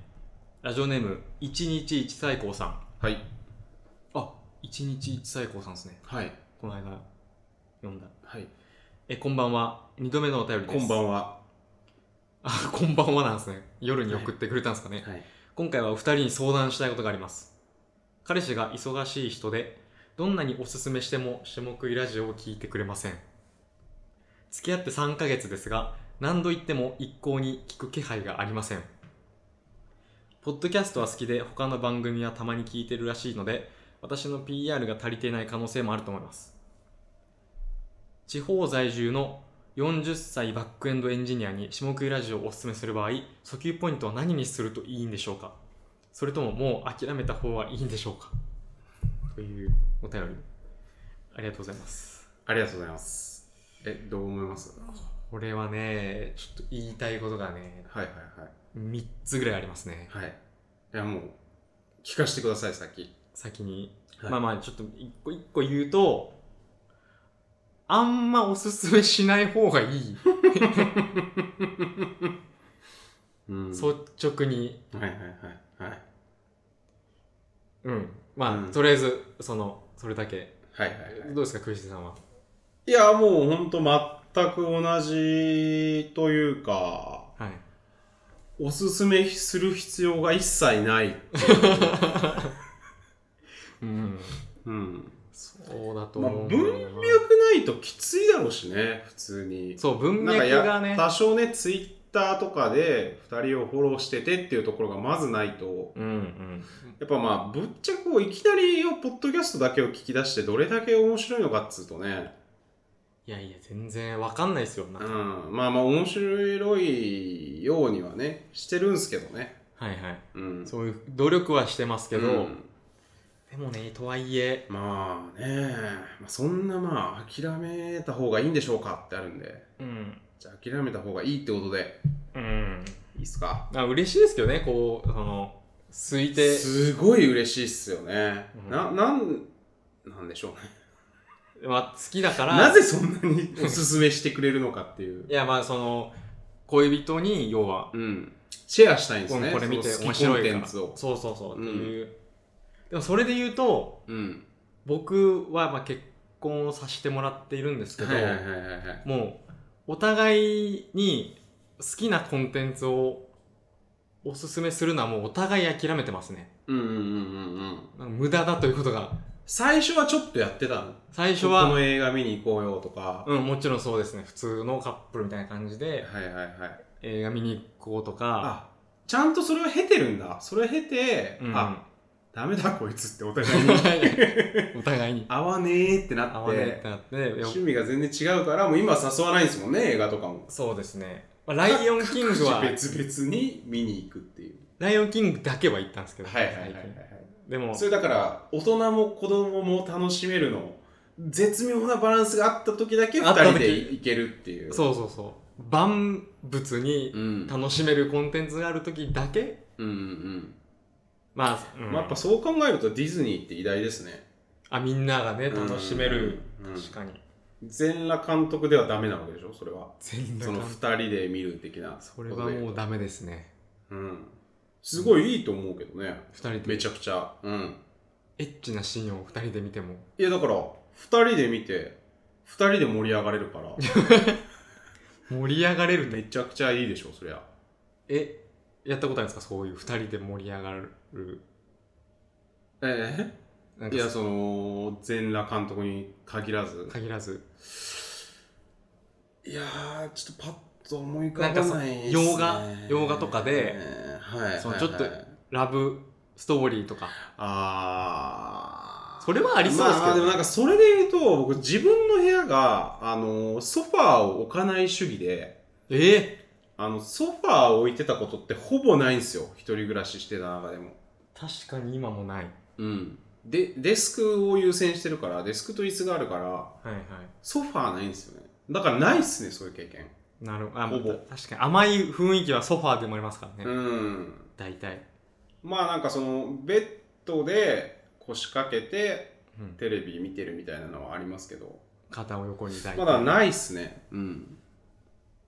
Speaker 1: ラジオネーム一日一最高さん
Speaker 2: はい。
Speaker 1: あ一日一最高さんですね
Speaker 2: はい。
Speaker 1: この間読んだ
Speaker 2: はい。
Speaker 1: えこんばんは2度目のお便りで
Speaker 2: こ
Speaker 1: す
Speaker 2: んば
Speaker 1: は
Speaker 2: んは。
Speaker 1: あこんばんはなんですね夜に送ってくれたんですかね、
Speaker 2: はい。
Speaker 1: 今回はお二人に相談したいことがあります彼氏が忙しい人でどんなにおすすめしても下食いラジオを聞いてくれません付き合って3ヶ月ですが何度言っても一向に聞く気配がありませんポッドキャストは好きで他の番組はたまに聞いてるらしいので私の PR が足りていない可能性もあると思います地方在住の40歳バックエンドエンジニアに下食いラジオをおすすめする場合訴求ポイントは何にするといいんでしょうかそれとももう諦めた方がいいんでしょうかというお便りありがとうございます
Speaker 2: ありがとうございます。え、どう思います
Speaker 1: これはねちょっと言いたいことがね
Speaker 2: はいはい
Speaker 1: 3つぐらいありますね
Speaker 2: はい。はい。いや、もう、聞かせてください、先。
Speaker 1: 先に、
Speaker 2: はい
Speaker 1: まあまあちょっと一個一個言うとあんまおすすめしない方がいい
Speaker 2: うん
Speaker 1: 率直に
Speaker 2: はいはいはい。はい。
Speaker 1: うんまあ、
Speaker 2: うん
Speaker 1: とりあえずそのそれだけ
Speaker 2: はいはいはい。
Speaker 1: どうですかクリスティさんは
Speaker 2: いや、もうほんと全く同じというか、
Speaker 1: はい
Speaker 2: おすすめする必要が一切ない。
Speaker 1: うん
Speaker 2: うん。
Speaker 1: そうだと
Speaker 2: まあ、
Speaker 1: 思う
Speaker 2: 文
Speaker 1: な、
Speaker 2: 脈ないときついだろうしね、普通に。
Speaker 1: そう文
Speaker 2: なんか
Speaker 1: 脈が
Speaker 2: や、
Speaker 1: ね
Speaker 2: 多少ね、ツイッターとかで2人をフォローしててっていうところがまずないと、
Speaker 1: うんうん
Speaker 2: やっぱまあ、ぶっちゃけこういきなりポッドキャストだけを聞き出して、どれだけ面白いのかっつうとね、
Speaker 1: いやいや全然わかんないですよな、
Speaker 2: う
Speaker 1: はい
Speaker 2: ん、まあまあ、面白いようにはね、してるんすけどね。
Speaker 1: はい
Speaker 2: うん。
Speaker 1: そういう努力はしてますけど、
Speaker 2: うん
Speaker 1: でもねとはいえ
Speaker 2: まあね、まあ、そんなまあ諦めた方がいいんでしょうかってあるんで、
Speaker 1: うん
Speaker 2: じゃあ諦めた方がいいってことで、
Speaker 1: うん
Speaker 2: いいっすか
Speaker 1: あ嬉しいですけどねこうその推定
Speaker 2: すごい嬉しいっすよね。
Speaker 1: うん
Speaker 2: な、なん、なんでしょうね。
Speaker 1: まあ、好きだから
Speaker 2: なぜそんなにおすすめしてくれるのかっていう
Speaker 1: い。やまあその恋人に要は
Speaker 2: うん。シェアしたいんです
Speaker 1: こ
Speaker 2: ね。
Speaker 1: のこれ見て
Speaker 2: その
Speaker 1: 面
Speaker 2: 好きコ
Speaker 1: 白
Speaker 2: ン
Speaker 1: い
Speaker 2: テ
Speaker 1: か
Speaker 2: ン
Speaker 1: ら
Speaker 2: ツ
Speaker 1: そう
Speaker 2: を。
Speaker 1: そうそうっていう、でもそれで言うと
Speaker 2: うん。
Speaker 1: 僕はまあ結婚をさせてもらっているんですけど、
Speaker 2: はいはいはいはいはい。
Speaker 1: もうお互いに好きなコンテンツをおすすめするのはもうお互い諦めてますね
Speaker 2: うんうんうんうんうん。
Speaker 1: なんか無駄だということが
Speaker 2: 最初はちょっとやってたの
Speaker 1: 最初
Speaker 2: こ
Speaker 1: は
Speaker 2: の映画見に行こうよとか。
Speaker 1: うんもちろんそうですね普通のカップルみたいな感じで
Speaker 2: はいはいはい。
Speaker 1: 映画見に行こうとか
Speaker 2: あ、ちゃんとそれを経てるんだ。それを経て、
Speaker 1: うん
Speaker 2: あ、ダメだこいつってお互いに
Speaker 1: お互いに
Speaker 2: 合わねえってな
Speaker 1: 合
Speaker 2: っ
Speaker 1: わねえっててな っていや
Speaker 2: 趣味が全然違うからもう今誘わないんですもんね映画とかも
Speaker 1: そうですね、まあ、ライオンキングは
Speaker 2: 別々に見に行くっていう
Speaker 1: ライオンキングだけは行ったんですけど、
Speaker 2: はいはいはいはいは
Speaker 1: 最近
Speaker 2: い
Speaker 1: でも
Speaker 2: それだから大人も子供も楽しめるの絶妙なバランスがあった時だけ
Speaker 1: あった
Speaker 2: 2
Speaker 1: 時
Speaker 2: 人で行けるっていう
Speaker 1: そうそうそう万物に
Speaker 2: うん
Speaker 1: 楽しめるコンテンツがある時だけ
Speaker 2: うんうん
Speaker 1: まあ、
Speaker 2: う
Speaker 1: うんん
Speaker 2: まあやっぱそう考えるとディズニーって偉大ですね
Speaker 1: あみんながね楽しめる、
Speaker 2: うん
Speaker 1: 確かに
Speaker 2: 全裸監督ではダメなわけでしょそれは
Speaker 1: 全
Speaker 2: そ
Speaker 1: 然
Speaker 2: の
Speaker 1: かん
Speaker 2: 2人で見る的な
Speaker 1: それはもうダメですね
Speaker 2: うんすごいいいと思うけどね
Speaker 1: 2人
Speaker 2: め
Speaker 1: で
Speaker 2: ちゃくちゃうん
Speaker 1: エッチなシーンを2人で見ても
Speaker 2: いやだから2人で見て2人で盛り上がれるから
Speaker 1: 盛り上がれる
Speaker 2: め
Speaker 1: ね
Speaker 2: ちゃくちゃいいでしょそりゃ
Speaker 1: えやったことあるんですかそういう2人で盛り上がる
Speaker 2: え
Speaker 1: なん
Speaker 2: えい
Speaker 1: か
Speaker 2: やその全裸監督に限らず
Speaker 1: 限らず
Speaker 2: いやーちょっとパッと思い浮
Speaker 1: かばないっすね洋画洋画とかで、
Speaker 2: はい
Speaker 1: そのちょっと
Speaker 2: はいはい
Speaker 1: ラブストーリーとか
Speaker 2: あー
Speaker 1: それはありそうですけどね
Speaker 2: まあ、でもなんかそれで言うと僕自分の部屋があのソファーを置かない主義で
Speaker 1: ええ
Speaker 2: あのソファーを置いてたことってほぼないんですよ一人暮らししてた中でも
Speaker 1: 確かに今もない
Speaker 2: うんでデスクを優先してるからデスクと椅子があるから
Speaker 1: はいはい
Speaker 2: ソファーないんですよねだからないっすねそういう経験
Speaker 1: なるあ
Speaker 2: ほぼ
Speaker 1: た確かに甘い雰囲気はソファーでもありますからね、
Speaker 2: うん
Speaker 1: 大体、
Speaker 2: まあなんかそのベッドで腰掛けて
Speaker 1: うん、
Speaker 2: テレビ見てるみたいなのはありますけど
Speaker 1: 肩を横に抱いて
Speaker 2: まだないっすねうん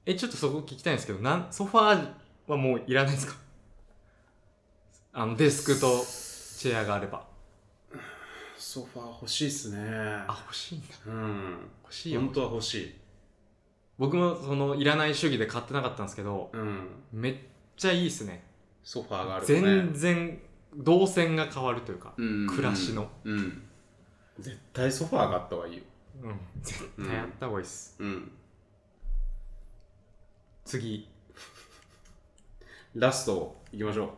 Speaker 1: えちょっとそこ聞きたいんですけどなんソファーはもういらないですかあのデスクとチェアがあれば
Speaker 2: ソファー欲しいっすね
Speaker 1: あ欲しいんだ
Speaker 2: うん
Speaker 1: 欲しいよ
Speaker 2: 本当は欲しい
Speaker 1: 僕もそのいらない主義で買ってなかったんですけど
Speaker 2: うん
Speaker 1: めっちゃいいっすね
Speaker 2: ソファーがあるとね
Speaker 1: 全然動線が変わるというか、
Speaker 2: うん
Speaker 1: 暮らしの
Speaker 2: うん絶対ソファーがあった方がいいよ
Speaker 1: うん、絶対やった方がいいっす、
Speaker 2: うん
Speaker 1: 次
Speaker 2: ラストいきましょ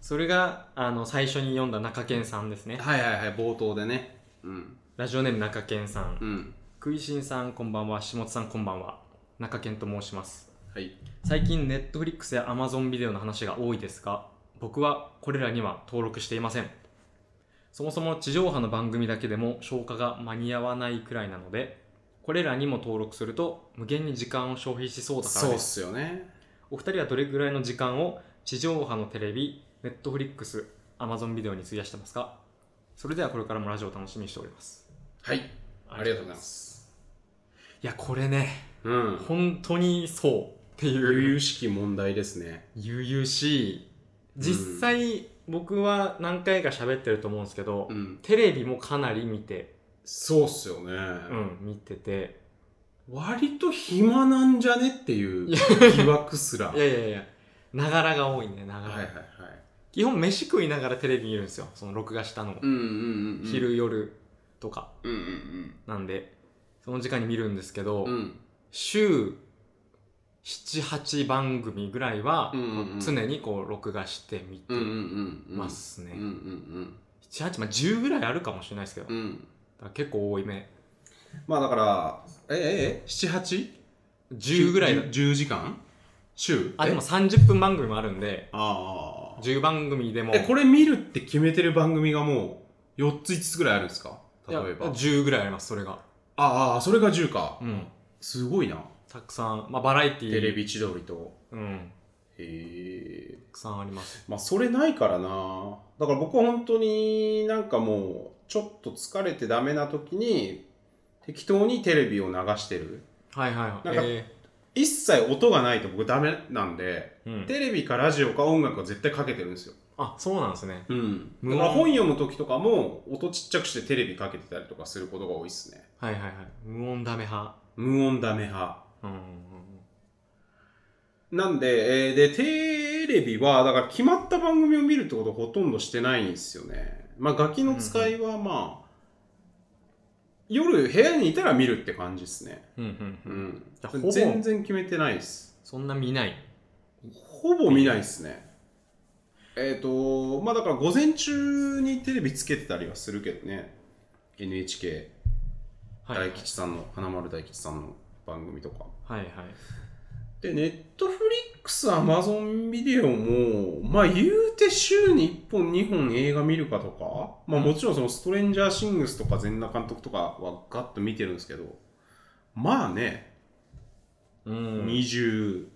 Speaker 1: それがあの最初に読んだ中堅さんですね
Speaker 2: うはいはいはい冒頭でねうん
Speaker 1: ラジオネーム中堅さん
Speaker 2: うん
Speaker 1: 食いしんさんこんばんは下津さんこんばんは中堅と申します
Speaker 2: はい
Speaker 1: 最近ネットフリックスやアマゾンビデオの話が多いですが僕はこれらには登録していませんそもそも地上波の番組だけでも消化が間に合わないくらいなのでこれらにも登録すると無限に時間を消費しそうだから
Speaker 2: そう
Speaker 1: で
Speaker 2: っ
Speaker 1: す
Speaker 2: すよね
Speaker 1: お二人はどれぐらいの時間を地上波のテレビ、ネットフリックス、アマゾンビデオに費やしてますかそれではこれからもラジオを楽しみにしております。。
Speaker 2: はいありがとうございますす
Speaker 1: いや、これね、
Speaker 2: うん
Speaker 1: 本当にそうって
Speaker 2: 由
Speaker 1: いう、
Speaker 2: 々しき問題ですね
Speaker 1: 悠々しい。実際、僕は何回か喋ってると思うんですけど、
Speaker 2: うん
Speaker 1: テレビもかなり見て、
Speaker 2: そうっすよ
Speaker 1: う
Speaker 2: ね
Speaker 1: ん、見てて、
Speaker 2: 割と暇なんじゃねっていう疑惑すらはい
Speaker 1: い
Speaker 2: は
Speaker 1: やいやいやながらが多いねながら、
Speaker 2: いはい
Speaker 1: 基本飯食いながらテレビ見るんですよその録画したのを、
Speaker 2: うんうんうん
Speaker 1: 昼夜とか
Speaker 2: うんうん
Speaker 1: なんでその時間に見るんですけど、
Speaker 2: うんうん
Speaker 1: 週78番組ぐらいは、
Speaker 2: うんうんうん
Speaker 1: 常にこう録画して見て
Speaker 2: うんうんうん
Speaker 1: ますね、
Speaker 2: うんうん
Speaker 1: 78まあ10ぐらいあるかもしれないですけど、
Speaker 2: うん
Speaker 1: だ
Speaker 2: うん
Speaker 1: から結構多い目
Speaker 2: まあだからえええ七八
Speaker 1: 10ぐらいだ
Speaker 2: 十時間週
Speaker 1: あでも
Speaker 2: え
Speaker 1: 30分番組もあるんで
Speaker 2: ああ
Speaker 1: 10番組でも
Speaker 2: えこれ見るって決めてる番組がもう四つ五つぐらいあるんですか例
Speaker 1: い
Speaker 2: え
Speaker 1: や
Speaker 2: ば
Speaker 1: 10ぐらいありますそれが
Speaker 2: ああそれが十か
Speaker 1: うん
Speaker 2: すごいな
Speaker 1: たくさんまあバラエティー
Speaker 2: テレビ千鳥と
Speaker 1: うん
Speaker 2: へえ
Speaker 1: たくさんあります
Speaker 2: まあそれないからなだから僕は本当になんかもうちょっと疲れてダメな時に適当にテレビを流してる
Speaker 1: はいはいはい
Speaker 2: なんか
Speaker 1: え
Speaker 2: 一切音がないと僕ダメなんで
Speaker 1: ーうん、
Speaker 2: テレビかラジオか音楽は絶対かけてるんですよ
Speaker 1: あそうなんですね
Speaker 2: うん
Speaker 1: 無
Speaker 2: だ
Speaker 1: 音
Speaker 2: から本読む時とかも音ちっちゃくしてテレビかけてたりとかすることが多いっすね
Speaker 1: はいはいはい無音ダメ派
Speaker 2: 無音ダメ派
Speaker 1: うんうん
Speaker 2: なんで、えーで、テレビは、だから決まった番組を見るってことをほとんどしてないんですよね。まあ、ガキの使いは、まあ、夜部屋にいたら見るって感じですね。
Speaker 1: うんうんう
Speaker 2: うん
Speaker 1: うん
Speaker 2: ん
Speaker 1: じゃあほ。ぼ
Speaker 2: 全然決めてないです。
Speaker 1: そんな見ない
Speaker 2: ほぼ見ないですね。えっ、と、まあだから午前中にテレビつけてたりはするけどね。NHK、
Speaker 1: はいは
Speaker 2: 大
Speaker 1: い
Speaker 2: 吉さんの、花丸大吉さんの番組とか。
Speaker 1: はいはい
Speaker 2: で、ネットフリックス、アマゾンビデオも、まあ言うて週に1本、2本映画見るかとか、まあもちろんそのストレンジャーシングスとか全裸監督とかはガッと見てるんですけど、まあね、
Speaker 1: うん
Speaker 2: 24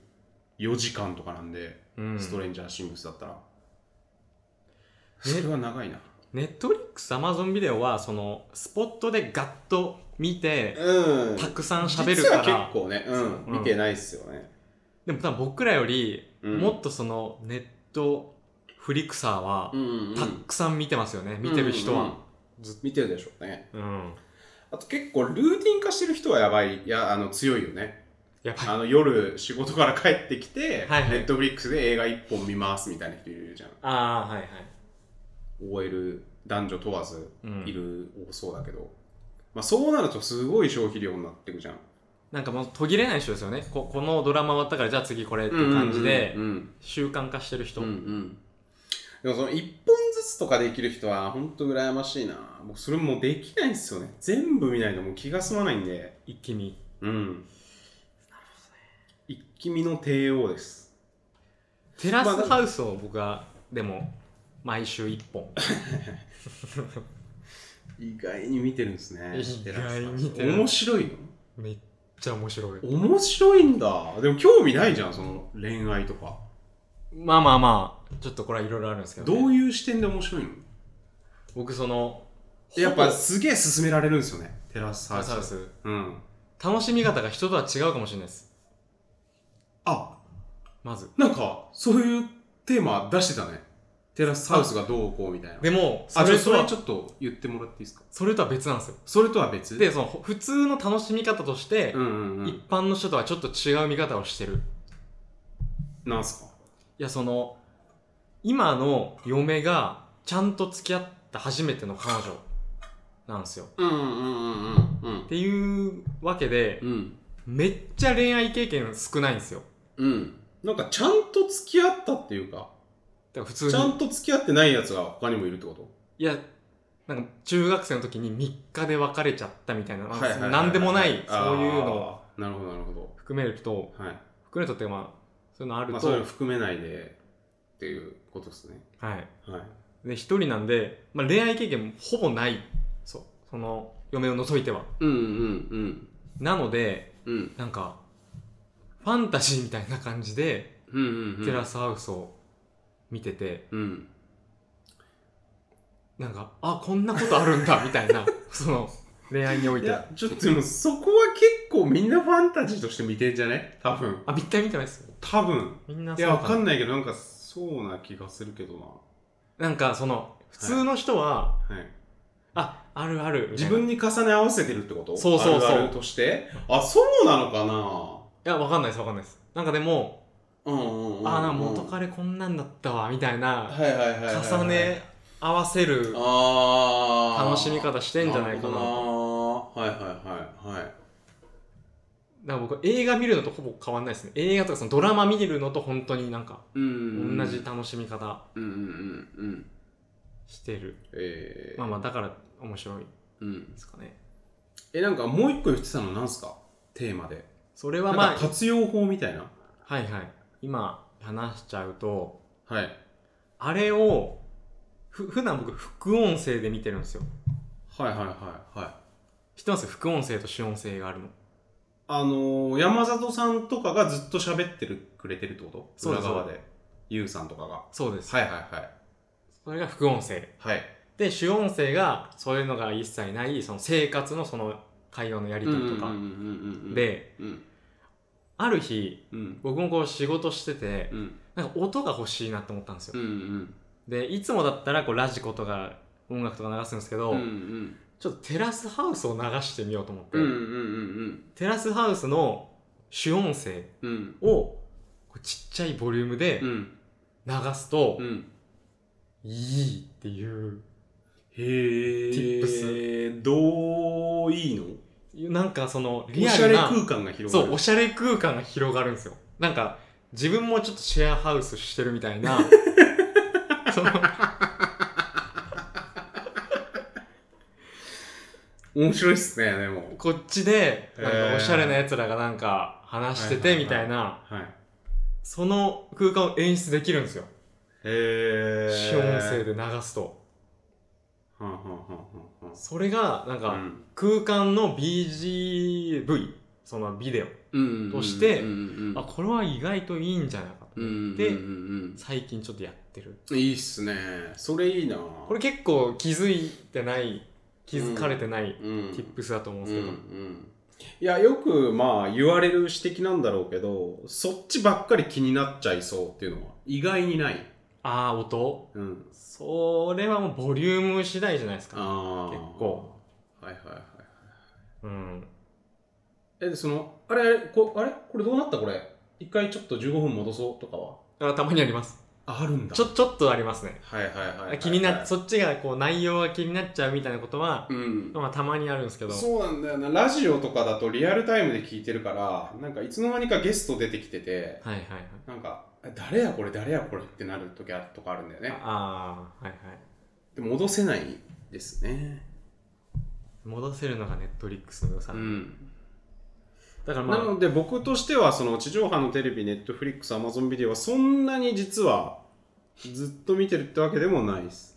Speaker 2: 時間とかなんで、
Speaker 1: うん
Speaker 2: ストレンジャーシングスだったら。
Speaker 1: え
Speaker 2: それは長いな。
Speaker 1: ネットフリックスアマゾンビデオはそのスポットでガッと見て
Speaker 2: うん
Speaker 1: たくさん喋るか
Speaker 2: 実は
Speaker 1: ら
Speaker 2: 結構ね、
Speaker 1: そう
Speaker 2: うん、見てないっすよね。
Speaker 1: でも多分僕らより
Speaker 2: うん
Speaker 1: もっとそのネットフリクサーは
Speaker 2: うんうんうん
Speaker 1: たくさん見てますよね見てる人
Speaker 2: うんうん
Speaker 1: は
Speaker 2: うん見てるでしょうね。
Speaker 1: うん
Speaker 2: あと結構ルーティン化してる人はやばい、いや、あの、強いよね。
Speaker 1: やっぱ
Speaker 2: あの、夜仕事から帰ってきて、
Speaker 1: はいはい
Speaker 2: ネットフリックスで映画一本見ますみたいな人いるじゃん。
Speaker 1: ああはいはい
Speaker 2: OL、男女問わず
Speaker 1: うん
Speaker 2: いる、多そうだけど。まあそうなるとすごい消費量になってくじゃん。
Speaker 1: なんかもう途切れない人ですよねここのドラマ終わったからじゃあ次これっていう感じで
Speaker 2: うんうん
Speaker 1: 習慣化してる人
Speaker 2: うん。うんうんでもその一本ずつとかできる人は本当羨ましいな。僕それもうできないんですよね。全部見ないともう気が済まないんで。
Speaker 1: 一気に
Speaker 2: うん。一気見の帝王です。
Speaker 1: テラスハウスを僕はでも毎週一本
Speaker 2: 意外に見てるんですね。
Speaker 1: 意外に見てる
Speaker 2: 面白い
Speaker 1: めっちゃ面白い
Speaker 2: の面白いんだ。でも興味ないじゃん、その恋愛とか。
Speaker 1: まあまあまあちょっとこれはいろいろあるんですけど,、ね、
Speaker 2: どういう視点で面白いの
Speaker 1: 僕その
Speaker 2: やっぱすげえ勧められるんですよね。テラス
Speaker 1: テ
Speaker 2: ハ
Speaker 1: ラ
Speaker 2: ウ
Speaker 1: ス
Speaker 2: ス。
Speaker 1: ハウス
Speaker 2: うん。
Speaker 1: 楽しみ方が人とは違うかもしれないです
Speaker 2: あ、
Speaker 1: まず
Speaker 2: なんか、そういうテーマ出してたね。テラスハウスがどうこうみたいな。
Speaker 1: でもそ
Speaker 2: あ、じゃ
Speaker 1: れ
Speaker 2: あそ
Speaker 1: と
Speaker 2: れ
Speaker 1: は
Speaker 2: ちょっと言ってもらっていいですか
Speaker 1: それとは別なんですよ
Speaker 2: それとは別
Speaker 1: でそのほ普通の楽しみ方として、
Speaker 2: うんうんうん
Speaker 1: 一。般の人とはちょっと違う見方をしてる
Speaker 2: なんすか
Speaker 1: いやその今の嫁がちゃんと付き合った初めての彼女なんですよっ
Speaker 2: うんうんうんうんうん。
Speaker 1: ていうわけで
Speaker 2: うん。
Speaker 1: めっちゃ恋愛経験少ないんですよ
Speaker 2: うん。なんかちゃんと付き合ったっていうか。
Speaker 1: だから普通
Speaker 2: ちゃ
Speaker 1: に
Speaker 2: んと付き合ってないやつが他にもいるってこと
Speaker 1: いやなんか中学生の時に3日で別れちゃったみたいな、
Speaker 2: はいはいはいはい
Speaker 1: なんでもないそう
Speaker 2: あー
Speaker 1: いうのを
Speaker 2: なるほどなるほど
Speaker 1: 含めると
Speaker 2: はい、
Speaker 1: 含めるとってまあそういうのある
Speaker 2: まあ、
Speaker 1: と、
Speaker 2: そういうの含めないでっていうことですね
Speaker 1: はい
Speaker 2: はい
Speaker 1: で一人なんで、まあ、恋愛経験もほぼないそうその嫁を除いては
Speaker 2: うんうん
Speaker 1: なので
Speaker 2: うんうん
Speaker 1: なんかファンタジーみたいな感じで
Speaker 2: うんうんうん
Speaker 1: テラスハウスを見てて、
Speaker 2: うん
Speaker 1: なんかあこんなことあるんだみたいなその恋愛におい
Speaker 2: い
Speaker 1: て
Speaker 2: やちょっとでもそこは結構みんなファンタジーとして見てんじゃね多分
Speaker 1: あ絶対見てないです
Speaker 2: 多分
Speaker 1: みんない
Speaker 2: やわか
Speaker 1: なん
Speaker 2: ないけどなんかそうな気がするけどな
Speaker 1: なんかその普通の人は、
Speaker 2: はい
Speaker 1: ああるあるみたい
Speaker 2: 自
Speaker 1: な
Speaker 2: 分に重ね合わせてるってこと
Speaker 1: そうそうそう
Speaker 2: あるあるとして
Speaker 3: あそうなのかない
Speaker 1: やわかんないですわかんないですなんかでも、
Speaker 3: うんうんうん
Speaker 1: ああなんか元彼こんなんだったわみたいな、
Speaker 3: はいはいはいはいはい
Speaker 1: 重ね合わせる
Speaker 3: あー
Speaker 1: 楽しみ方してんじゃないかな
Speaker 3: る
Speaker 1: と
Speaker 3: ほどなはいはいはいはい
Speaker 1: だから僕映画見るのとほぼ変わんないですね映画とかそのドラマ見るのと本当になんか
Speaker 3: うん
Speaker 1: 同じ楽しみ方
Speaker 3: うんうんうん
Speaker 1: してる、
Speaker 2: えー
Speaker 1: まあまあだから面白いで
Speaker 3: うんうん
Speaker 1: すかね
Speaker 2: えなんかもう一個言ってたのなんすかテーマで、
Speaker 1: それは
Speaker 2: な
Speaker 1: ま
Speaker 2: ん
Speaker 1: あ
Speaker 2: か活用法みたいな
Speaker 1: はいはい今話しちゃうと
Speaker 2: はい
Speaker 1: あれをふ普段僕副音声で見てるんですよ
Speaker 2: はいはいはいはい
Speaker 1: 知ってます副音声と主音声があるの
Speaker 2: あのー山里さんとかがずっと喋ってるくれてるってこと
Speaker 1: そうです
Speaker 2: 裏側でゆうさんとかがは
Speaker 1: そうです、
Speaker 2: いはいはい
Speaker 1: それが副音声
Speaker 2: はい
Speaker 1: で主音声がそういうのが一切ないその生活のその会話のやり取りとか、
Speaker 3: うんうんうんうんうん
Speaker 1: で
Speaker 3: うん
Speaker 1: ある日
Speaker 3: うん
Speaker 1: 僕もこう仕事してて
Speaker 3: うん
Speaker 1: なんか音が欲しいなって思ったんですよ、
Speaker 3: うんうん
Speaker 1: でいつもだったらこうラジコとか音楽とか流すんですけど、
Speaker 3: うんうん
Speaker 1: ちょっとテラスハウスを流してみようと思って、
Speaker 3: うんうん
Speaker 1: テラスハウスの主音声
Speaker 3: うんうん
Speaker 1: をこうちっちゃいボリュームで
Speaker 3: うん
Speaker 1: 流すと、
Speaker 3: うん
Speaker 1: いいっていう
Speaker 3: へえ
Speaker 1: Tips
Speaker 3: どういいの
Speaker 1: なんかその
Speaker 2: お
Speaker 1: リア
Speaker 2: しゃ
Speaker 1: ル
Speaker 2: れ
Speaker 1: な
Speaker 2: 空間が広
Speaker 1: そ
Speaker 2: がる
Speaker 1: うおしゃれ空間が広がるんですよなんか自分もちょっとシェアハウスしてるみたいなその
Speaker 2: 面白いっすねでも
Speaker 1: こっちでなん
Speaker 2: へ
Speaker 1: か
Speaker 2: ー
Speaker 1: おしゃれなやつらがなんか話しててみたいな、
Speaker 2: はいへ
Speaker 1: その空間を演出できるんですよ
Speaker 2: え
Speaker 1: 主音声で流すと
Speaker 2: はんはんはんはんはん
Speaker 1: それがなん
Speaker 2: う
Speaker 1: か
Speaker 2: ん
Speaker 1: 空間の BGV そのビデオ、
Speaker 3: うん
Speaker 1: として
Speaker 3: うんうんうん
Speaker 1: あこれは意外といいんじゃないかと
Speaker 3: うんうん
Speaker 1: 思っ
Speaker 3: うん
Speaker 1: て、
Speaker 3: うん
Speaker 1: 最近ちょっとやってる
Speaker 3: うんいいっすねそれいいな
Speaker 1: これ結構気づいてない気づかれてない、
Speaker 3: うん
Speaker 1: tips だと思うん
Speaker 3: う
Speaker 1: で
Speaker 3: ん
Speaker 1: す
Speaker 3: う
Speaker 1: けど、
Speaker 3: ん
Speaker 2: いやよくまあ言われる指摘なんだろうけどそっちばっかり気になっちゃいそうっていうのは意外にない、
Speaker 1: ああ音
Speaker 2: うん、
Speaker 1: それはもうボリューム次第じゃないですか
Speaker 3: ああ
Speaker 1: 結構
Speaker 2: はいはいはい
Speaker 1: うん
Speaker 2: え、でその、あれ、あれ、こあれこれどうなったこれ。一回ちょっと15分戻そうとかは。
Speaker 1: あたまにあります
Speaker 2: あるんだ
Speaker 1: ちょちょっとありますね
Speaker 2: はいはいはいはい。
Speaker 1: 気にな
Speaker 2: っ
Speaker 1: そっちがこう内容が気になっちゃうみたいなことは、
Speaker 3: うん
Speaker 1: まあたまにあるんですけど
Speaker 2: そうなんだよな。ラジオとかだとリアルタイムで聞いてるから、なんかいつの間にかゲスト出てきてて、
Speaker 1: はいはいはい
Speaker 2: なんか、え誰やこれ、誰やこれってなる時あるとかあるんだよね。
Speaker 1: ああはいはい
Speaker 2: で戻せないですね。
Speaker 1: 戻せるのがネットリックスの良さ、
Speaker 2: うん。
Speaker 1: だからま
Speaker 2: な
Speaker 1: あ
Speaker 2: ので僕としては、その地上波のテレビ、ネットフリックス、アマゾンビデオはそんなに実はずっと見てるってわけでもないです。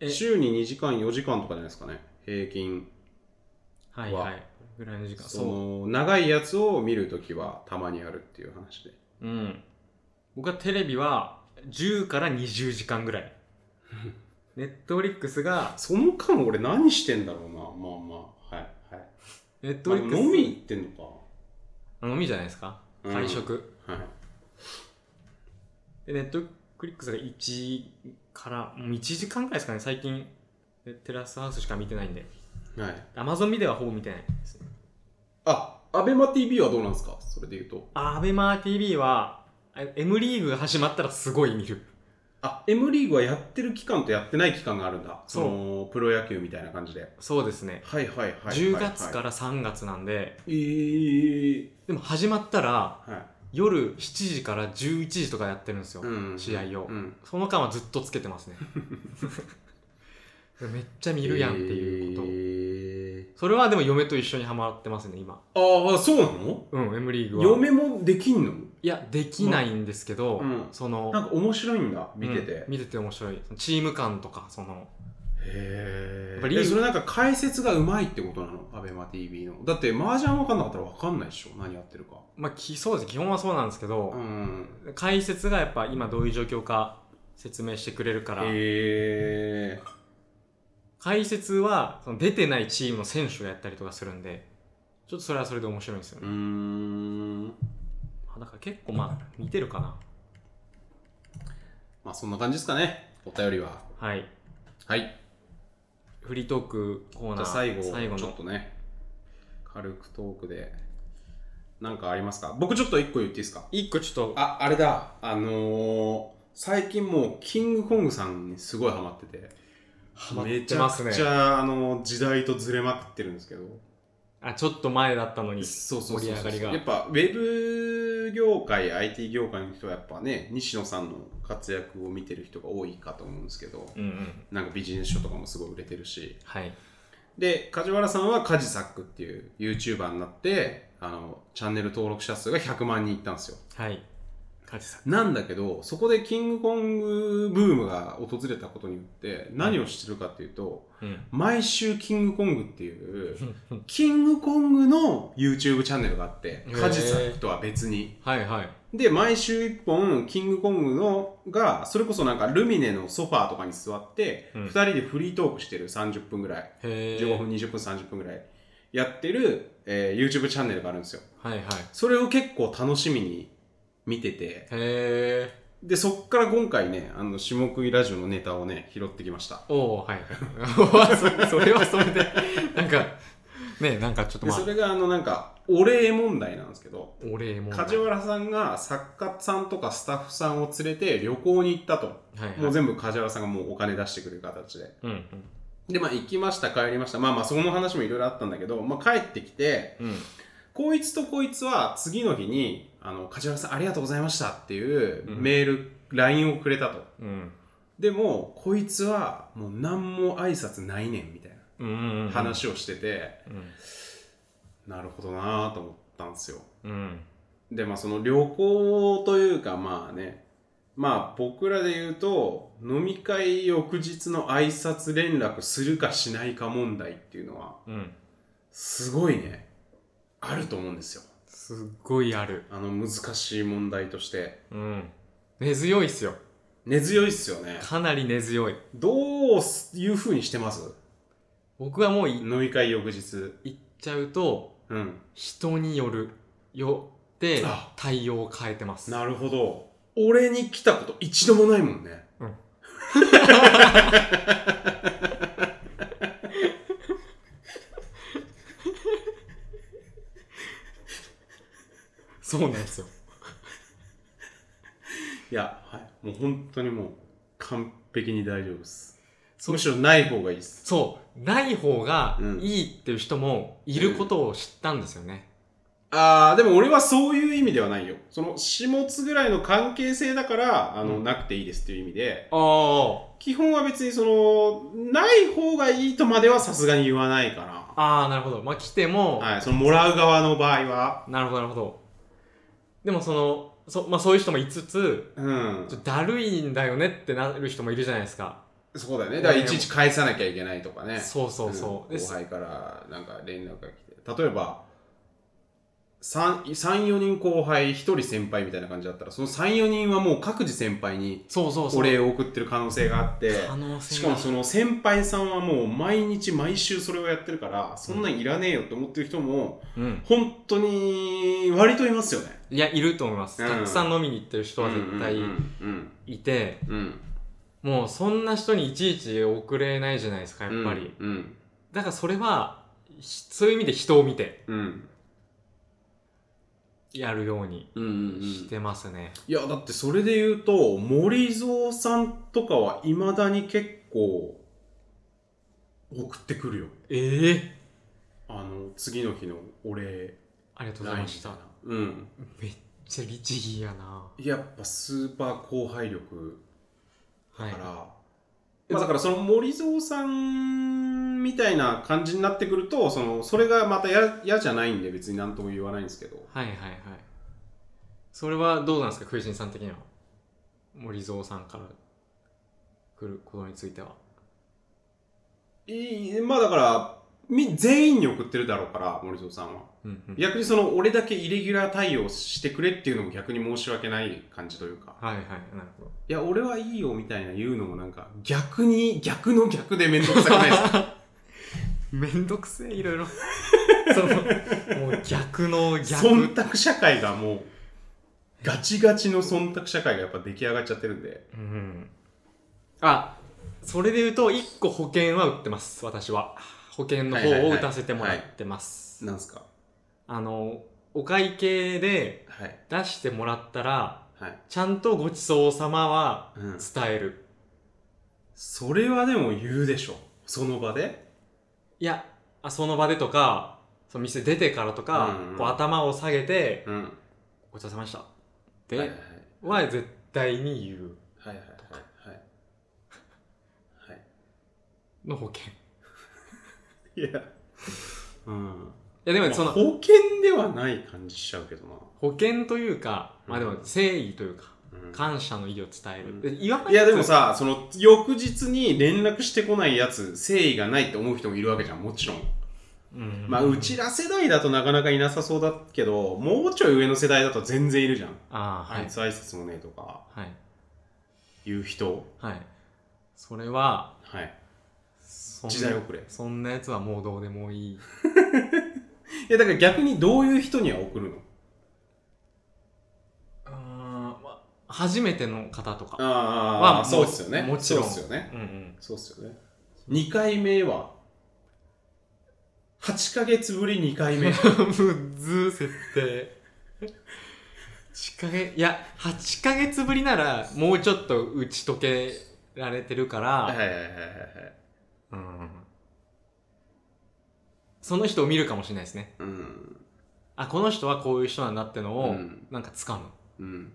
Speaker 1: え
Speaker 2: 週に2時間4時間とかじゃないですかね平均
Speaker 1: はいはいぐらいの時間
Speaker 2: そ
Speaker 1: そ
Speaker 2: の長いやつを見るときはたまにあるっていう話で
Speaker 1: ううん僕はテレビは10から20時間ぐら いネットリックスが
Speaker 2: その間俺何してんだろうなまあまあはいはい
Speaker 1: ネット
Speaker 2: まあ
Speaker 1: リックス
Speaker 2: 飲み行ってんのか
Speaker 1: 飲みじゃないですか
Speaker 2: うん
Speaker 1: 会食、
Speaker 2: はい
Speaker 1: で、ネットクリックスが1から、もう1時間くらいですかね、最近、でテラスハウスしか見てないんで。
Speaker 2: はい
Speaker 1: アマゾンビデオはほぼ見てないです。
Speaker 2: あアベマ t v はどうなんですかそれで言うと
Speaker 1: あアベマ TV は、あ M リーグが始まったらすごい見る。
Speaker 2: あ M リーグはやってる期間とやってない期間があるんだ
Speaker 1: そう
Speaker 2: そのプロ野球みたいな感じで
Speaker 1: そうですね。
Speaker 2: はいはいはいはい
Speaker 1: 10月からら3月なんで、
Speaker 2: えー、
Speaker 1: でも始まったら
Speaker 2: はい、
Speaker 1: 夜7時から11時とかやってるんですよ。
Speaker 2: うん
Speaker 1: 試合を
Speaker 2: うん
Speaker 1: その間はずっとつけて ますね。めっちゃ見るやんっていうこと。
Speaker 2: え
Speaker 1: それはでも嫁と一緒にハマってますね、今。
Speaker 2: ー、ああそうなの
Speaker 1: うん、M リーグは。
Speaker 2: 嫁もできんの
Speaker 1: いやできないんですけど、
Speaker 2: うん
Speaker 1: その
Speaker 2: なんか面白いんだ見てて、
Speaker 1: うん見てて面白いチーム感とかその
Speaker 2: へ
Speaker 1: やっぱ
Speaker 2: え
Speaker 1: リーグ
Speaker 2: えそれなんか解説がうまいってことなのアベマ t v のだって麻雀分かんなかったら分かんないでしょ何やってるか
Speaker 1: まあきそうです基本はそうなんですけ
Speaker 2: う
Speaker 1: ど、
Speaker 2: ん
Speaker 1: 解説がやっぱ今どういう状況か説明してくれるから、
Speaker 2: へえ
Speaker 1: 解説はその出てないチームの選手がやったりとかするんでちょっとそれはそれで面白いんですよ
Speaker 2: う
Speaker 1: ね、
Speaker 2: ん
Speaker 1: あだから結構まあ見てるかな
Speaker 2: まあそんな感じですかねお便りは
Speaker 1: はい
Speaker 2: はい
Speaker 1: フリートークコー
Speaker 4: じ
Speaker 1: ナ
Speaker 4: ゃあ
Speaker 1: ー
Speaker 4: 最後
Speaker 1: 最後
Speaker 4: ちょっ
Speaker 1: の
Speaker 4: とね軽くトークで
Speaker 2: なんかありますか僕ちょっと一個言っていいですか
Speaker 1: 一個ちょっと
Speaker 2: あ、あれだ。あのー、最近もう、キングコングさんにすごいハマってて。
Speaker 1: めちゃくちゃ
Speaker 2: めちゃくちゃ、あのー時代とずれまくってるんですけど。
Speaker 1: あちょっと前だったのに
Speaker 2: そうそうそうそ
Speaker 1: 盛り
Speaker 2: う
Speaker 1: 上がりが
Speaker 2: やっぱウェブ業界 IT 業界の人はやっぱね西野さんの活躍を見てる人が多いかと思うんですけど
Speaker 1: うんうん
Speaker 2: なんかビジネス書とかもすごい売れてるし
Speaker 1: はい
Speaker 2: で梶原さんはカジサックっていう YouTuber になってあのチャンネル登録者数が100万人いったんですよ
Speaker 1: はいカジさん
Speaker 2: なんだけどそこでキングコングブームが訪れたことによって何をしてるかっていうと、
Speaker 1: うん
Speaker 2: 毎週キングコングっていうキングコングの YouTube チャンネルがあっ
Speaker 1: へ
Speaker 2: て
Speaker 1: ー
Speaker 2: カジサックとは別に
Speaker 1: はいはい
Speaker 2: で毎週1本キングコングのがそれこそなんかルミネのソファーとかに座って、
Speaker 1: うん
Speaker 2: 2人でフリートークしてる30分ぐらい
Speaker 1: へえ
Speaker 2: 15分20分30分ぐらいやってる、えー YouTube チャンネルがあるんですよ
Speaker 1: はいはい
Speaker 2: それを結構楽しみに見てて
Speaker 1: へえ
Speaker 2: でそっから今回ねあの下食いラジオのネタをね拾ってきました
Speaker 1: おおはいはい そそれはそれでなんかねなんかちょっと
Speaker 2: で
Speaker 1: まあ
Speaker 2: それがあのなんかお礼問題なんですけど
Speaker 1: お礼も
Speaker 2: 梶原さんが作家さんとかスタッフさんを連れて旅行に行ったと
Speaker 1: はいはい
Speaker 2: もう全部梶原さんがもうお金出してくれる形で
Speaker 1: うん
Speaker 2: で、まあ、行きました、帰りました。まあまあ、その話もいろいろあったんだけど、まあ、帰ってきて、
Speaker 1: うんうん
Speaker 2: こいつとこいつは次の日に、あの、梶原さんありがとうございましたっていう
Speaker 1: うん
Speaker 2: メール、LINE をくれたと。
Speaker 1: うん
Speaker 2: でも、こいつはもう何も挨拶ないねんみたい
Speaker 1: うんうんうん
Speaker 2: な話をしてて、
Speaker 1: うん
Speaker 2: なるほどなぁと思ったんですよ。
Speaker 1: うん
Speaker 2: で、まあ、その旅行というか、まあね、まあ、僕らで言うと、飲み会翌日の挨拶連絡するかしないか問題っていうのは、
Speaker 1: うん
Speaker 2: すごいねあると思うんですよ
Speaker 1: すっごいある
Speaker 2: あの難しい問題として
Speaker 1: うん根強いっすよ
Speaker 2: 根強いっすよね
Speaker 1: かなり根強い
Speaker 2: どうすいうふうにしてます
Speaker 1: 僕はもうい
Speaker 2: 飲み会翌日
Speaker 1: 言っちゃうと
Speaker 2: うん
Speaker 1: 人によるよって
Speaker 2: あ
Speaker 1: 対応を変えてます
Speaker 2: なるほど俺に来たこと一度もないもんね
Speaker 1: うんそうなんですよ
Speaker 2: いや、はい、もう本当にもう完璧に大丈夫です
Speaker 1: そう
Speaker 2: むしろない方がいいです
Speaker 1: そうない方が
Speaker 2: うん
Speaker 1: いいっていう人もいることを知ったんですよね、
Speaker 2: あーでも俺はそういう意味ではないよその始末ぐらいの関係性だからあの、
Speaker 1: うん
Speaker 2: なくていいですっていう意味で
Speaker 1: あ
Speaker 2: 基本は別にそのない方がいいとまではさすがに言わないかな
Speaker 1: あああなるほどまあ来ても、
Speaker 2: はい、そのもらう側の場合は、
Speaker 1: なるほどなるほどでもそのそ,、まあ、そういう人もいつつ
Speaker 2: うん
Speaker 1: ちょ、っとだるいんだよねってなる人もいるじゃないですか、
Speaker 2: そうだよね。だからいちいち返さなきゃいけないとかね。
Speaker 1: そうそうそう、で
Speaker 2: ん後
Speaker 1: す
Speaker 2: 輩からなんか連絡が来て。例えば、3、4人後輩、1人先輩みたいな感じだったら、その3、4人はもう各自先輩に
Speaker 1: そうそうそう
Speaker 2: お礼を送ってる可能性があって、
Speaker 1: 可能性
Speaker 2: し
Speaker 1: が
Speaker 2: かもその先輩さんはもう毎日毎週それをやってるから、そんなんいらねえよって思ってる人も、
Speaker 1: うん、
Speaker 2: 本当に割といますよね。
Speaker 1: いやいると思います、
Speaker 2: うん
Speaker 1: たくさん飲みに行ってる人は絶対
Speaker 2: うんうん
Speaker 1: いて、
Speaker 2: うんうん。
Speaker 1: もうそんな人にいちいち遅れないじゃないですかやっぱり、
Speaker 2: うん。うん
Speaker 1: だからそれはひそういう意味で人を見て
Speaker 2: うん
Speaker 1: やるように
Speaker 2: うんうんうん
Speaker 1: してますね、
Speaker 2: いやだってそれで言うと森蔵さんとかはいまだに結構送ってくるよ
Speaker 1: ええ
Speaker 2: あの次の日のお礼
Speaker 1: ありがとうござい
Speaker 2: LINE
Speaker 1: ま
Speaker 2: み
Speaker 1: したた
Speaker 2: いなうん
Speaker 1: めっちゃ律儀やな
Speaker 2: やっぱスーパー後輩力
Speaker 1: は
Speaker 2: だ
Speaker 1: い
Speaker 2: から、まあ、だからその森蔵さんみたいな感じになってくるとそのそれがまたや嫌じゃないんで別に何とも言わないんですけど
Speaker 1: はいはいはいそれはどうなんですかクイジンさん的には森蔵さんから来ることについてはい
Speaker 2: いまあだからみ全員に送ってるだろうから森蔵さんは。
Speaker 1: うんうん
Speaker 2: 逆にその俺だけイレギュラー対応してくれっていうのも逆に申し訳ない感じというか
Speaker 1: はいはいなるほど
Speaker 2: いや俺はいいよみたいな言うのもなんか逆に逆の逆で面倒くさくないですか
Speaker 1: めんどくせえいろいろ そのもう逆の
Speaker 2: 忖
Speaker 1: 逆
Speaker 2: 度社会がもうガチガチの忖度社会がやっぱ出来上がっちゃってるんで
Speaker 1: うんあそれで言うと1個保険は売ってます私は保険の方を打たせてもらってます、
Speaker 2: なんすか
Speaker 1: あのお会計で
Speaker 2: はい
Speaker 1: 出してもらったら
Speaker 2: はい、
Speaker 1: ちゃんとごちそうさまは
Speaker 2: うん、
Speaker 1: 伝える
Speaker 2: それはでも言うでしょその場で
Speaker 1: いやあその場でとかその店出てからとか、
Speaker 2: うんうん
Speaker 1: こう頭を下げて
Speaker 2: うん
Speaker 1: 「ごちそうさまでした」っ
Speaker 2: はいはい
Speaker 1: ては絶対に言う
Speaker 2: はいはいはいはい
Speaker 1: の保険い
Speaker 2: いや、うん。
Speaker 1: やでも そ
Speaker 2: まあ
Speaker 1: の
Speaker 2: 保険ではない感じしちゃうけどな。
Speaker 1: 保険というかまあでも誠意というか
Speaker 2: うん
Speaker 1: 感謝の意を伝え
Speaker 2: う
Speaker 1: る
Speaker 2: ん
Speaker 1: で言わない
Speaker 5: いやでもさ
Speaker 2: さあ、その、翌日に連絡してこないやつ、誠意がないって思う人もいるわけじゃん、もちろん。
Speaker 1: うん
Speaker 2: まあ、うちら世代だとなかなかいなさそうだけど、もうちょい上の世代だと全然いるじゃん。
Speaker 1: ああは
Speaker 2: あ
Speaker 1: い
Speaker 2: いつ挨拶もねえとか、
Speaker 1: はい
Speaker 2: いう人。
Speaker 1: はいそれは
Speaker 2: はい。
Speaker 1: そん
Speaker 2: 時代遅れ。い
Speaker 1: そんなやつはもうどうでもいい
Speaker 2: や、だから逆にどういう人には送るの
Speaker 1: あーまあ初めての方とか
Speaker 2: あ
Speaker 1: まあ
Speaker 2: あ、そうっすよね。
Speaker 1: もちろん
Speaker 2: そうっすよね。
Speaker 1: うんうん
Speaker 2: そうっすよね。2回目は、8ヶ月ぶり2回 目。
Speaker 1: むずー設定8ヶ月いや8ヶ月ぶりならもうちょっと打ち解けられてるから、
Speaker 2: はいはいはいはいはい。
Speaker 1: うんその人を見るかもしれないですね
Speaker 2: うん。
Speaker 1: あこの人はこういう人なんだってのを、
Speaker 2: うん
Speaker 1: なんか掴む
Speaker 2: うん。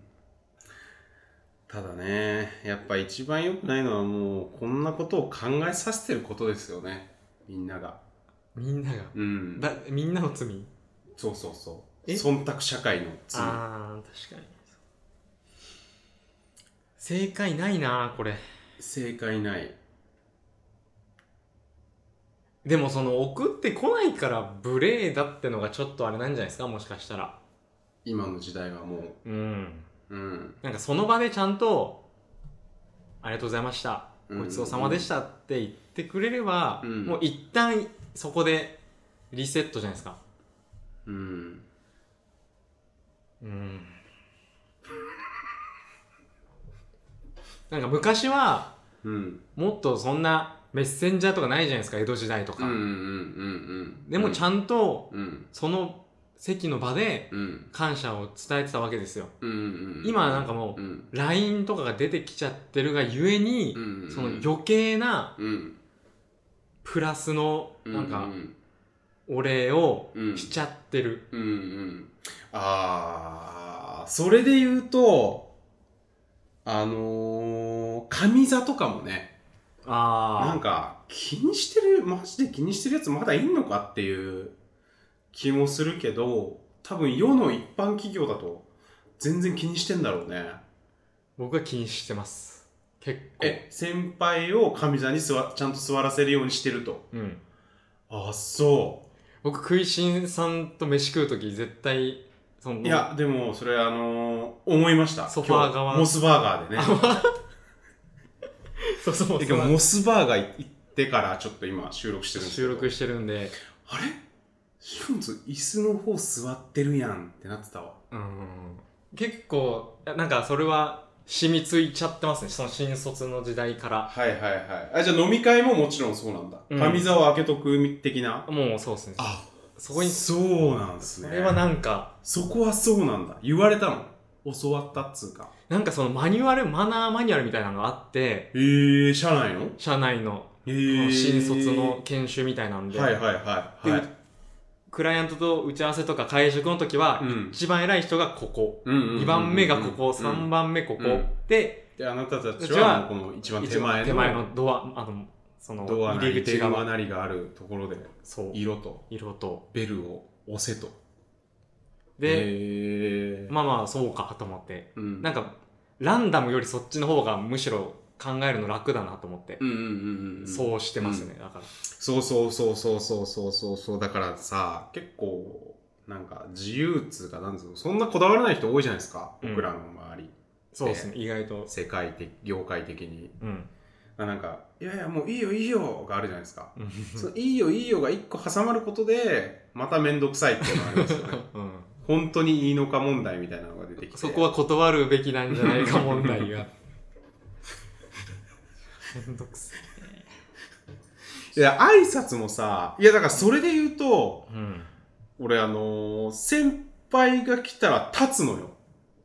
Speaker 2: ただね、やっぱ一番良くないのはもう、こんなことを考えさせてることですよね。みんなが。
Speaker 1: みんなが
Speaker 2: うん。
Speaker 1: だみんなの罪
Speaker 2: そうそうそう。
Speaker 1: え
Speaker 2: 忖度社会の罪。
Speaker 1: あー確かに正解ないなこれ
Speaker 2: 正解ない。
Speaker 1: でもその送ってこないから無礼だってのがちょっとあれなんじゃないですかもしかしたら
Speaker 2: 今の時代はも
Speaker 1: うん
Speaker 2: う。うん。
Speaker 1: なんかその場でちゃんと「ありがとうございました」
Speaker 2: うん
Speaker 1: ごちそうさまでした」って言ってくれれば、
Speaker 2: うん
Speaker 1: もう一旦そこでリセットじゃないですか
Speaker 2: うん。
Speaker 1: うんなんか昔は
Speaker 2: うん。
Speaker 1: もっとそんなメッセンジャーとかないじゃないですか江戸時代と
Speaker 2: う
Speaker 1: か、
Speaker 2: んうんうんうん。
Speaker 1: でもち
Speaker 2: ん
Speaker 1: ゃんと
Speaker 2: うん。
Speaker 1: その席の場で
Speaker 2: うん。
Speaker 1: 感謝を伝えてたわけですよ
Speaker 2: うんうん。
Speaker 1: 今はなんかも
Speaker 2: う。
Speaker 1: うん LINE とかが出てきちゃってるがゆえに
Speaker 2: う、ん。
Speaker 1: その余計な
Speaker 2: うん。
Speaker 1: プラスの
Speaker 2: う
Speaker 1: なんか
Speaker 2: うん
Speaker 1: お礼を
Speaker 2: うん。
Speaker 1: しちゃってる、
Speaker 2: うんうん、ああそれで言うとあのー、神座とかもねな
Speaker 1: あ
Speaker 2: んか気にしてるマジで気にしてるやつまだいんのかっていう気もするけど多分世の一般企業だと全然気にしてんだろうね
Speaker 1: 僕は気にしてます結構
Speaker 2: え先輩を神座に座ちゃんと座らせるようにしてると
Speaker 1: うん、
Speaker 2: あそ
Speaker 1: 僕食いしんさんと飯食う時絶対その
Speaker 2: ういやでもそれあのー、思いました
Speaker 1: ソファー側
Speaker 2: 今日モスバーガーでね
Speaker 1: そうそうそう
Speaker 2: でもモスバーガー行ってからちょっと今収録してるんですけ
Speaker 1: 収
Speaker 2: ど
Speaker 1: 録してるんで
Speaker 2: あれシュンツ椅子の方座ってるやんってなってたわ
Speaker 1: うん結構いやなんかそれは染みついちゃってますねその新卒の時代から
Speaker 2: はいはいはいあじゃあ飲み会ももちろんそうなんだ、
Speaker 1: うん
Speaker 2: 上座を開けとく的な
Speaker 1: もうそうですね
Speaker 2: あ
Speaker 1: そこにそ
Speaker 2: そうなんですね
Speaker 1: れはなんか
Speaker 2: そこはそうなんだ言われたの教わったっつうか
Speaker 1: なんかそのマニュアルマナーマニュアルみたいなのがあって
Speaker 2: えー、社内の
Speaker 1: 社内の
Speaker 2: え
Speaker 1: こ
Speaker 2: ー、
Speaker 1: の新卒の研修みたいなんで、
Speaker 2: はいはいはいはい
Speaker 1: でクライアントと打ち合わせとか会食の時は、
Speaker 2: うん
Speaker 1: 一番偉い人がここ、
Speaker 2: うんうんうんうん
Speaker 1: 2番目がここ、
Speaker 2: うん
Speaker 1: 3番目ここ、
Speaker 2: うん
Speaker 1: で
Speaker 2: であなたたち
Speaker 1: じゃ
Speaker 2: は
Speaker 1: あ
Speaker 2: この一番手前の
Speaker 1: 手前のドアあのその
Speaker 2: ドアな
Speaker 1: 入
Speaker 2: り
Speaker 1: り口
Speaker 2: 電話
Speaker 1: 側
Speaker 2: なりがあるところで
Speaker 1: そう
Speaker 2: 色と
Speaker 1: 色と
Speaker 2: ベルを押せと。
Speaker 1: で、
Speaker 2: へー
Speaker 1: まあまあそうかと思って
Speaker 2: うん
Speaker 1: なんかランダムよりそっちの方がむしろ考えるの楽だなと思って
Speaker 2: う、んうんうんうん、そう
Speaker 1: そうしてますね、だから
Speaker 2: そうそうそうそうそうそうそうそうだからさ結構なんか自由っつうかなんつうのそんなこだわらない人多いじゃないですか、
Speaker 1: うん
Speaker 2: 僕らの周り
Speaker 1: そうですね意外と
Speaker 2: 世界的業界的に
Speaker 1: うん
Speaker 2: あなんか「いやいやもういいよいいよ」があるじゃないですか、
Speaker 1: うん
Speaker 2: そのいいよいいよ」が一個挟まることでまた面倒くさいっていうのがありますよ ね
Speaker 1: うん
Speaker 2: 本当にいいのか問題みたいなのが出てきて
Speaker 1: そこは断るべきなんじゃないか問題がめんどくせ
Speaker 2: いや、挨拶もさ、いや、だからそれで言うと、
Speaker 1: え。うん。
Speaker 2: 俺、あのー先輩が来たら立つのよ。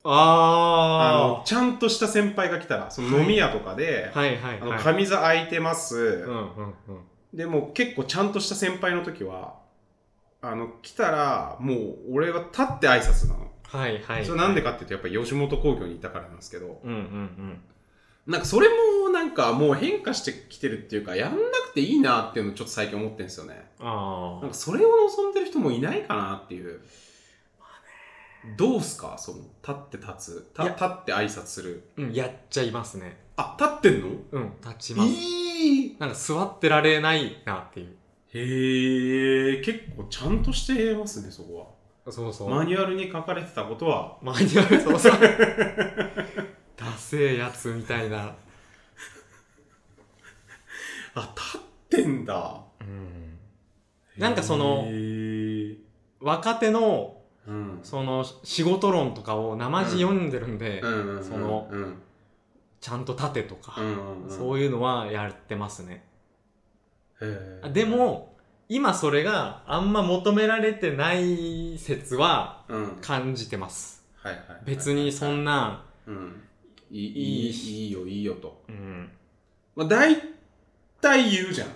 Speaker 2: あ
Speaker 1: あ
Speaker 2: のちゃんとした先輩が来たら、その飲み屋とかで、
Speaker 1: あ。はいはい
Speaker 2: あの、
Speaker 1: はい。
Speaker 2: 上座空いてます。
Speaker 1: うんうんうん。
Speaker 2: でも結構ちゃんとした先輩の時は、あの、来たら、もう俺は立って挨拶なの。
Speaker 1: はいはい。
Speaker 2: それなんでかっていうと、やっぱ吉本興業にいたからなんですけど、
Speaker 1: うんうんうん。
Speaker 2: なんかそれもなんかもう変化してきてるっていうか、やんなくていいなっていうのをちょっと最近思ってるんですよね。
Speaker 1: あ
Speaker 2: なん
Speaker 1: あ
Speaker 2: か。それを望んでる人もいないかなっていう。どうすかその、立って立つ。た
Speaker 1: いや
Speaker 2: 立って挨拶する。
Speaker 1: うん、やっちゃいますね。
Speaker 2: あ、立ってんの
Speaker 1: うん、立ちます。
Speaker 2: いい
Speaker 1: なんか座ってられないなっていう。
Speaker 2: へえ、結構ちゃんとしてますね、そこ
Speaker 1: そうそ
Speaker 2: は。
Speaker 1: う。
Speaker 2: マニュアルに書かれてたことは、
Speaker 1: マニュアルそう そう。ダセえやつみたいな。
Speaker 2: あ、立ってんだ。
Speaker 1: うん。なんかその
Speaker 2: へー
Speaker 1: 若手の、
Speaker 2: うん。
Speaker 1: その、仕事論とかを生地読んでるんで、
Speaker 2: うんうんうん
Speaker 1: その
Speaker 2: うん
Speaker 1: ちゃんと立てとか、
Speaker 2: うんうん、
Speaker 1: そういうのはやってますね。
Speaker 2: へー
Speaker 1: で、も、今それがあんま求められてない説は
Speaker 2: うん、
Speaker 1: 感じてます。
Speaker 2: はいはいはい
Speaker 1: 別にそんな、
Speaker 2: うん、いいい
Speaker 1: い
Speaker 2: い
Speaker 1: い
Speaker 2: いいよいいよと、
Speaker 1: うん。
Speaker 2: まあ、大体言うじゃん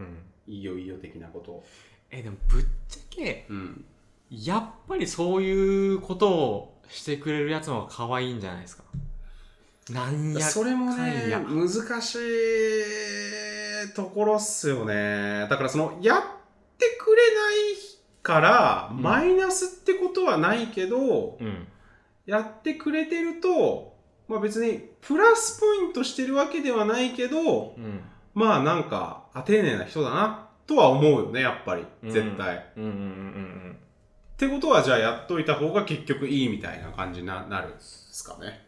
Speaker 1: うん
Speaker 2: いいよいいよ的なこと
Speaker 1: え、でもぶっちゃけ、
Speaker 2: うん
Speaker 1: やっぱりそういうことをしてくれるやつの方が可愛いんじゃないですか。なんや
Speaker 2: それも
Speaker 1: かん
Speaker 2: ね
Speaker 1: や
Speaker 2: 難しいところっすよねだからそのやってくれないから
Speaker 1: ん
Speaker 2: マイナスってことはないけど、
Speaker 1: うん。
Speaker 2: やってくれてると、まあ別にプラスポイントしてるわけではないけど、
Speaker 1: うん。
Speaker 2: まあなんか、あ丁寧な人だなとは思うよね、やっぱり。
Speaker 1: うん
Speaker 2: 絶対。っ
Speaker 1: うんうんうんうん。
Speaker 2: てことは、じゃあやっといた方が結局いいみたいな感じにななるんですかね。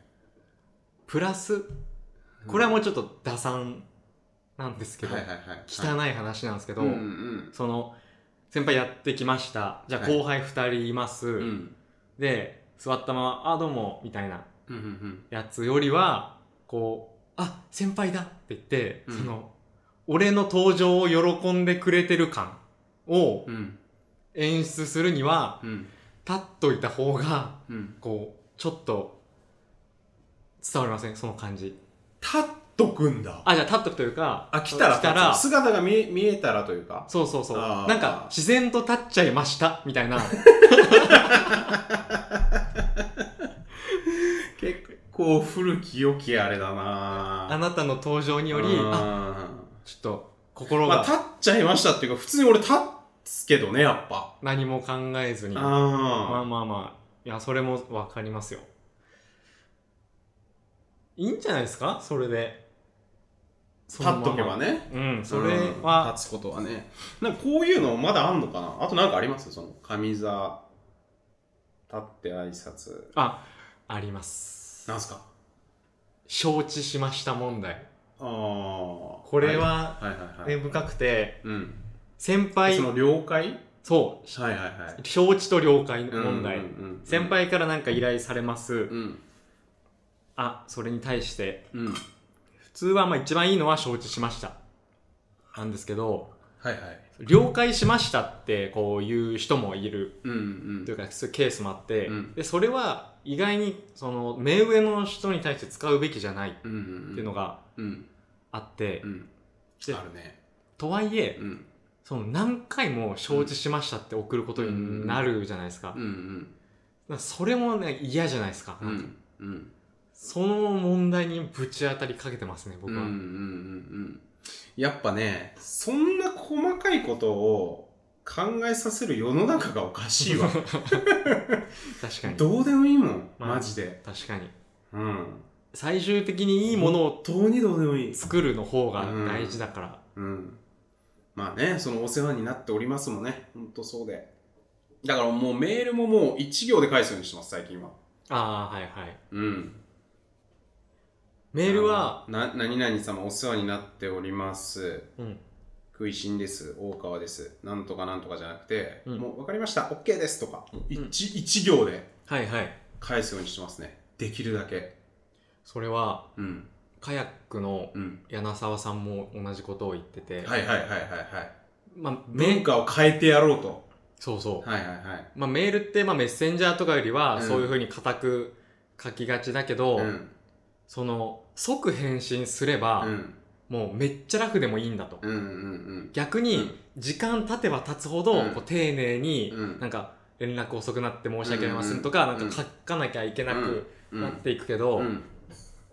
Speaker 1: プラス、これはもうちょっと打算なんですけど、
Speaker 2: はいはいはい。
Speaker 1: 汚い話なんですけど、
Speaker 2: うんうん。
Speaker 1: その、先輩やってきました。じゃあ
Speaker 2: はい
Speaker 1: 後輩2人います。
Speaker 2: うん。
Speaker 1: で、座ったまま、あ、どうも、みたいな
Speaker 2: うんうんうん。
Speaker 1: やつよりは、こう、あ、先輩だって言って、
Speaker 2: うん
Speaker 1: その、俺の登場を喜んでくれてる感を
Speaker 2: うん
Speaker 1: 演出するには、
Speaker 2: うん
Speaker 1: 立っといた方が、
Speaker 2: うん。
Speaker 1: こう、ちょっと、伝わりませんその感じ。
Speaker 2: 立っとくんだ。
Speaker 1: あ、じゃあ立っとくというか、
Speaker 2: あ、来たら
Speaker 1: 来たら
Speaker 2: 姿が見え見えたらというか。
Speaker 1: そうそうそう。
Speaker 2: あー
Speaker 1: なんか、自然と立っちゃいました、みたいな。
Speaker 2: 結構古き良きあれだ
Speaker 1: あ
Speaker 2: なぁ。
Speaker 1: なたの登場により、あ、
Speaker 2: あ、
Speaker 1: ちょっと、心
Speaker 2: まあ、
Speaker 1: が
Speaker 2: 立っちゃいましたっていうか、普通に俺立つけどね、やっぱ。
Speaker 1: 何も考えずに。まあ
Speaker 2: あ
Speaker 1: まあまあ、いや、それもわかりますよ。いいんじゃないですかそれで。
Speaker 2: 立っとけば
Speaker 1: ね。
Speaker 2: ね。
Speaker 1: うん、それ
Speaker 2: うん
Speaker 1: は、
Speaker 2: 立つことはね。なんかこういうのまだあんのかなあとなんかありますその、上座、立って挨拶。
Speaker 1: あ、あります。
Speaker 2: なんすか
Speaker 1: 承知しました問題。
Speaker 2: ああ。
Speaker 1: これ、は、
Speaker 2: はいはいは
Speaker 1: 根
Speaker 2: い。
Speaker 1: 深くて、
Speaker 2: うん。
Speaker 1: 先輩
Speaker 2: そ、の了解はい
Speaker 1: そ
Speaker 2: はいはい。
Speaker 1: う、承知と了解の問題
Speaker 2: うん。うんうん
Speaker 1: 先。輩からなんか依頼されます
Speaker 2: う。ん。
Speaker 1: あ、それに対して、
Speaker 2: うん。
Speaker 1: 普通はまあ一番いいのは承知しました。なんですけど、
Speaker 2: はいはい。
Speaker 1: 了解しましたってこういう人もいる
Speaker 2: うん
Speaker 1: というかそういうケースもあって、
Speaker 2: うん
Speaker 1: でそれは意外にその目上の人に対して使うべきじゃないっ
Speaker 2: うん。うん。
Speaker 1: ていうのが
Speaker 2: うん。
Speaker 1: あって、
Speaker 2: うん。
Speaker 1: で
Speaker 2: あるね。
Speaker 1: とはいえ
Speaker 2: うん。
Speaker 1: その何回も承知しましたって送ることになるじゃないですか,、
Speaker 2: うんうん。
Speaker 1: それもね嫌じゃないですか、
Speaker 2: うん。うん。
Speaker 1: その問題にぶち当たりかけてますね僕は、
Speaker 2: うんうんうんうんやっぱねそんな細かいことを考えさせる世の中がおかしい わ
Speaker 1: 確かに
Speaker 2: どうでもいいもん
Speaker 1: まあ
Speaker 2: マジで、
Speaker 1: 確かに
Speaker 2: うん
Speaker 1: 最終的にいいものを
Speaker 2: 本当にどうでもいい、
Speaker 1: 作るの方が大事だから、
Speaker 2: うん、まあねそのお世話になっておりますもんね本当そうでだからもうメールももう1行で返すようにしてます最近は
Speaker 1: ああはいはい
Speaker 2: うん
Speaker 1: メールは、
Speaker 2: あのな何々様お世話になっております
Speaker 1: うん、
Speaker 2: 食いしんです大川ですなんとかなんとかじゃなくて、
Speaker 1: うん
Speaker 2: もう分かりました OK ですとか、一
Speaker 1: うん
Speaker 2: 一行で
Speaker 1: はいはい
Speaker 2: 返すようにしてますねできるだけ
Speaker 1: それは
Speaker 2: うん
Speaker 1: カヤックの
Speaker 2: うん、
Speaker 1: 柳沢さんも同じことを言ってて、
Speaker 2: はいはいはいはいはい
Speaker 1: まあ、メ
Speaker 2: 文化を変えてやろうと
Speaker 1: そうそう、
Speaker 2: はいはいはい
Speaker 1: まあ、メールってまあメッセンジャーとかより
Speaker 2: う
Speaker 1: は
Speaker 2: ん
Speaker 1: そういうふうに固く書きがちだけど、
Speaker 2: うん
Speaker 1: その即返信すれば、
Speaker 2: うん
Speaker 1: もうめっちゃラフでもいいんだと、
Speaker 2: うんうん
Speaker 1: 逆
Speaker 2: う
Speaker 1: に
Speaker 2: ん
Speaker 1: 時間経てば経つほど、
Speaker 2: うん
Speaker 1: こう丁寧に
Speaker 2: うん
Speaker 1: なんか連絡遅くなって申し訳ありませんと
Speaker 2: うん
Speaker 1: か、
Speaker 2: うん
Speaker 1: なんか書かなきゃいけなく
Speaker 2: うん
Speaker 1: なっていくけど、
Speaker 2: うん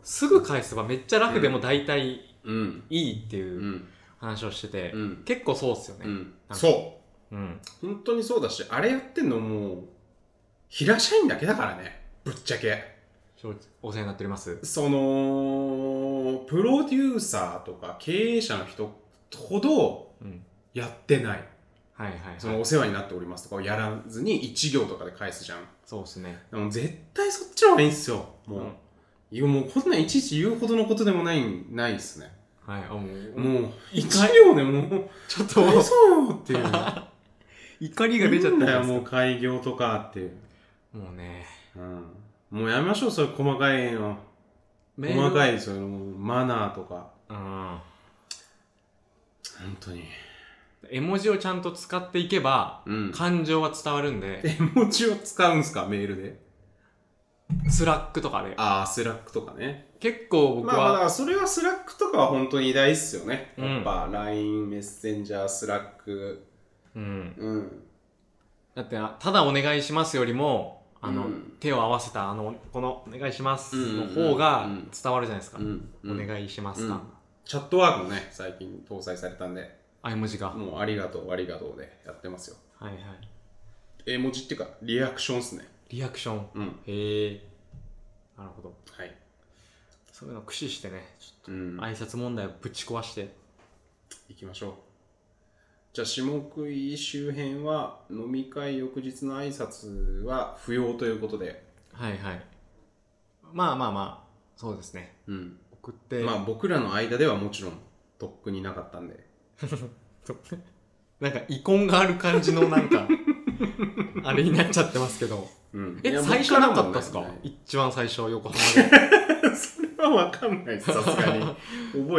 Speaker 1: すぐ返せばめっちゃラフでも大体
Speaker 2: うん
Speaker 1: いいって
Speaker 2: う
Speaker 1: いうん話をしてて、
Speaker 2: うん
Speaker 1: 結構そうっすよ
Speaker 2: う
Speaker 1: ね。
Speaker 2: んそ
Speaker 1: うん
Speaker 2: う本当にそうだしあれやってんのもう平社員だけだからねぶっちゃけ
Speaker 1: 承知お世話になっております。
Speaker 2: そのプロデューサーとか経営者の人ほど
Speaker 1: うん、
Speaker 2: やってない
Speaker 1: はいはい、はい、
Speaker 2: そのお世話になっておりますとかをやらずに1行とかで返すじゃん
Speaker 1: そうっすね。
Speaker 2: でも絶対そっちの方がいいんすよもう、
Speaker 1: うん
Speaker 2: いやもうこんなんいちいち言うほどのことでもないないですね
Speaker 1: はい、あもう
Speaker 2: もう
Speaker 1: 一
Speaker 2: 1
Speaker 1: 回
Speaker 2: 行でもう
Speaker 1: ちょっ
Speaker 2: 返
Speaker 1: と
Speaker 2: そうって いう
Speaker 1: 怒り
Speaker 2: い
Speaker 1: が出ちゃった
Speaker 2: いんだよ
Speaker 1: んです
Speaker 2: もう開業とかっていう、
Speaker 1: もうね、
Speaker 2: うん、もうやめましょうそういう細かいの
Speaker 1: メー
Speaker 2: 細
Speaker 1: ルは
Speaker 2: かいそのマナーとか
Speaker 1: うん、
Speaker 2: 本当に
Speaker 1: 絵文字をちゃんと使っていけば、
Speaker 2: うん
Speaker 1: 感情は伝わるんで、
Speaker 2: 絵文字を使うんすかメールで
Speaker 1: スラックとかで。
Speaker 2: ああスラックとかね
Speaker 1: 結構僕
Speaker 2: まあまあだか
Speaker 1: は、
Speaker 2: らそれはスラックとかは本当に偉大っすよね、
Speaker 1: うん
Speaker 2: やっぱ LINE メッセンジャースラック
Speaker 1: うん。
Speaker 2: うん
Speaker 1: だって、あただお願いしますよりも、あの、
Speaker 2: うん
Speaker 1: 手を合わせた、あの、この、お願いしますの
Speaker 2: うんうん
Speaker 1: 方が
Speaker 2: うん
Speaker 1: 伝わるじゃないですか。
Speaker 2: うん、
Speaker 1: お願いしますか。
Speaker 2: うんチャットワークもね最近搭載されたんで
Speaker 1: あ、絵文字が。
Speaker 2: もうありがとうありがとうでやってますよ
Speaker 1: はいはい。
Speaker 2: 絵文字っていうかリアクションっすね
Speaker 1: リアクション。
Speaker 2: うん
Speaker 1: へえ。なるほど。
Speaker 2: はい、
Speaker 1: そういうのを駆使してね、ちょっ
Speaker 2: うん
Speaker 1: と挨拶問題をぶち壊して。
Speaker 2: 行きましょうじゃあ下食い周辺は飲み会翌日の挨拶は不要ということで、
Speaker 1: はいはい。まあまあまあ、そうですね。
Speaker 2: うん
Speaker 1: 送って。
Speaker 2: まあ僕らの間ではもちろんとっくになかったんで
Speaker 1: なんか遺恨がある感じのなん かあれになっちゃってますけど
Speaker 2: うんい
Speaker 1: え
Speaker 2: や
Speaker 1: 最初なかったっすか、
Speaker 2: 僕らもね
Speaker 1: 一番最初横浜 で
Speaker 2: それは分かんないですさす がに覚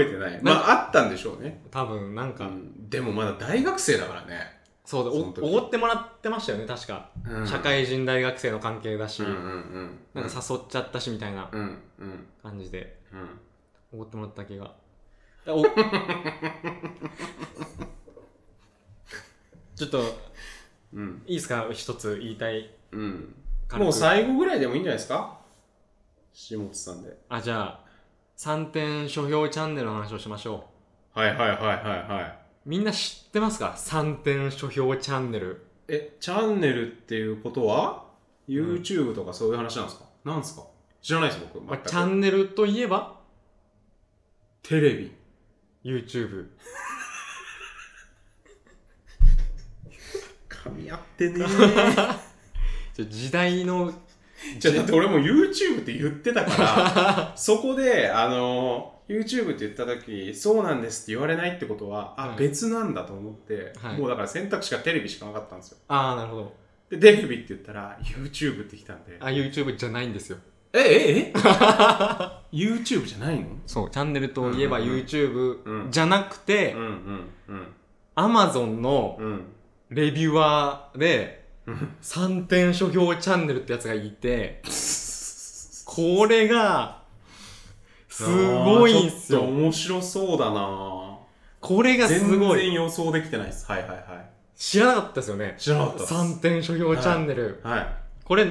Speaker 2: えてないまああったんでしょうね、
Speaker 1: 多分なんか、
Speaker 2: うんでもまだ大学生だからね、
Speaker 1: そうだ
Speaker 2: その時
Speaker 1: おおごってもらってましたよね確か、
Speaker 2: うん
Speaker 1: 社会人大学生の関係だし、
Speaker 2: うんうんうん
Speaker 1: なんか誘っちゃったしみたいな
Speaker 2: うんうん
Speaker 1: 感じで
Speaker 2: うん
Speaker 1: おごってもらった気がだお ちょっと
Speaker 2: うん
Speaker 1: いいですか一つ言いたい
Speaker 2: うん
Speaker 1: 軽く
Speaker 2: もう最後ぐらいでもいいんじゃないですか下津さんで
Speaker 1: あじゃあ3点書評チャンネルの話をしましょう
Speaker 2: はいはいはいはいはい
Speaker 1: みんな知ってますか三点書評チャンネル。
Speaker 2: えチャンネルっていうことは YouTube とかそういう話なんですか、なんですか知らないです僕
Speaker 1: まあ、
Speaker 2: 全く
Speaker 1: チャンネルといえば
Speaker 2: テレビ
Speaker 1: YouTube。
Speaker 2: 噛み合ってねー
Speaker 1: ちょ時代の、
Speaker 2: じゃあだって俺も YouTube って言ってた からそこであのー YouTube って言った時そうなんですって言われないってことはあ、
Speaker 1: はい
Speaker 2: 別なんだと思って、
Speaker 1: はい
Speaker 2: もうだから選択肢がテレビしかなかったんですよ
Speaker 1: ああ、なるほど。
Speaker 2: で、テレビって言ったら、YouTube って来たんで。
Speaker 1: あ、YouTube じゃないんですよ。
Speaker 2: え、え、 え ?YouTube じゃないの
Speaker 1: そう、チャンネルといえば
Speaker 2: うんうんうん
Speaker 1: YouTube
Speaker 2: うん
Speaker 1: じゃなく
Speaker 2: う
Speaker 1: て、
Speaker 2: んうんうん。
Speaker 1: Amazon の
Speaker 2: うん。
Speaker 1: レビュアーで
Speaker 2: うん、
Speaker 1: 三点書評チャンネルってやつがい て、これが、すごいんす
Speaker 2: あーちょっ
Speaker 1: よ。
Speaker 2: と面白そうだな
Speaker 1: これがす
Speaker 2: 全
Speaker 1: ごい。
Speaker 2: 然予想できてないです。はいはいは
Speaker 1: 知らなかったですよね
Speaker 2: い。。知らなかったです。
Speaker 1: 三点書評チャンネル。
Speaker 2: は
Speaker 1: これ
Speaker 2: い。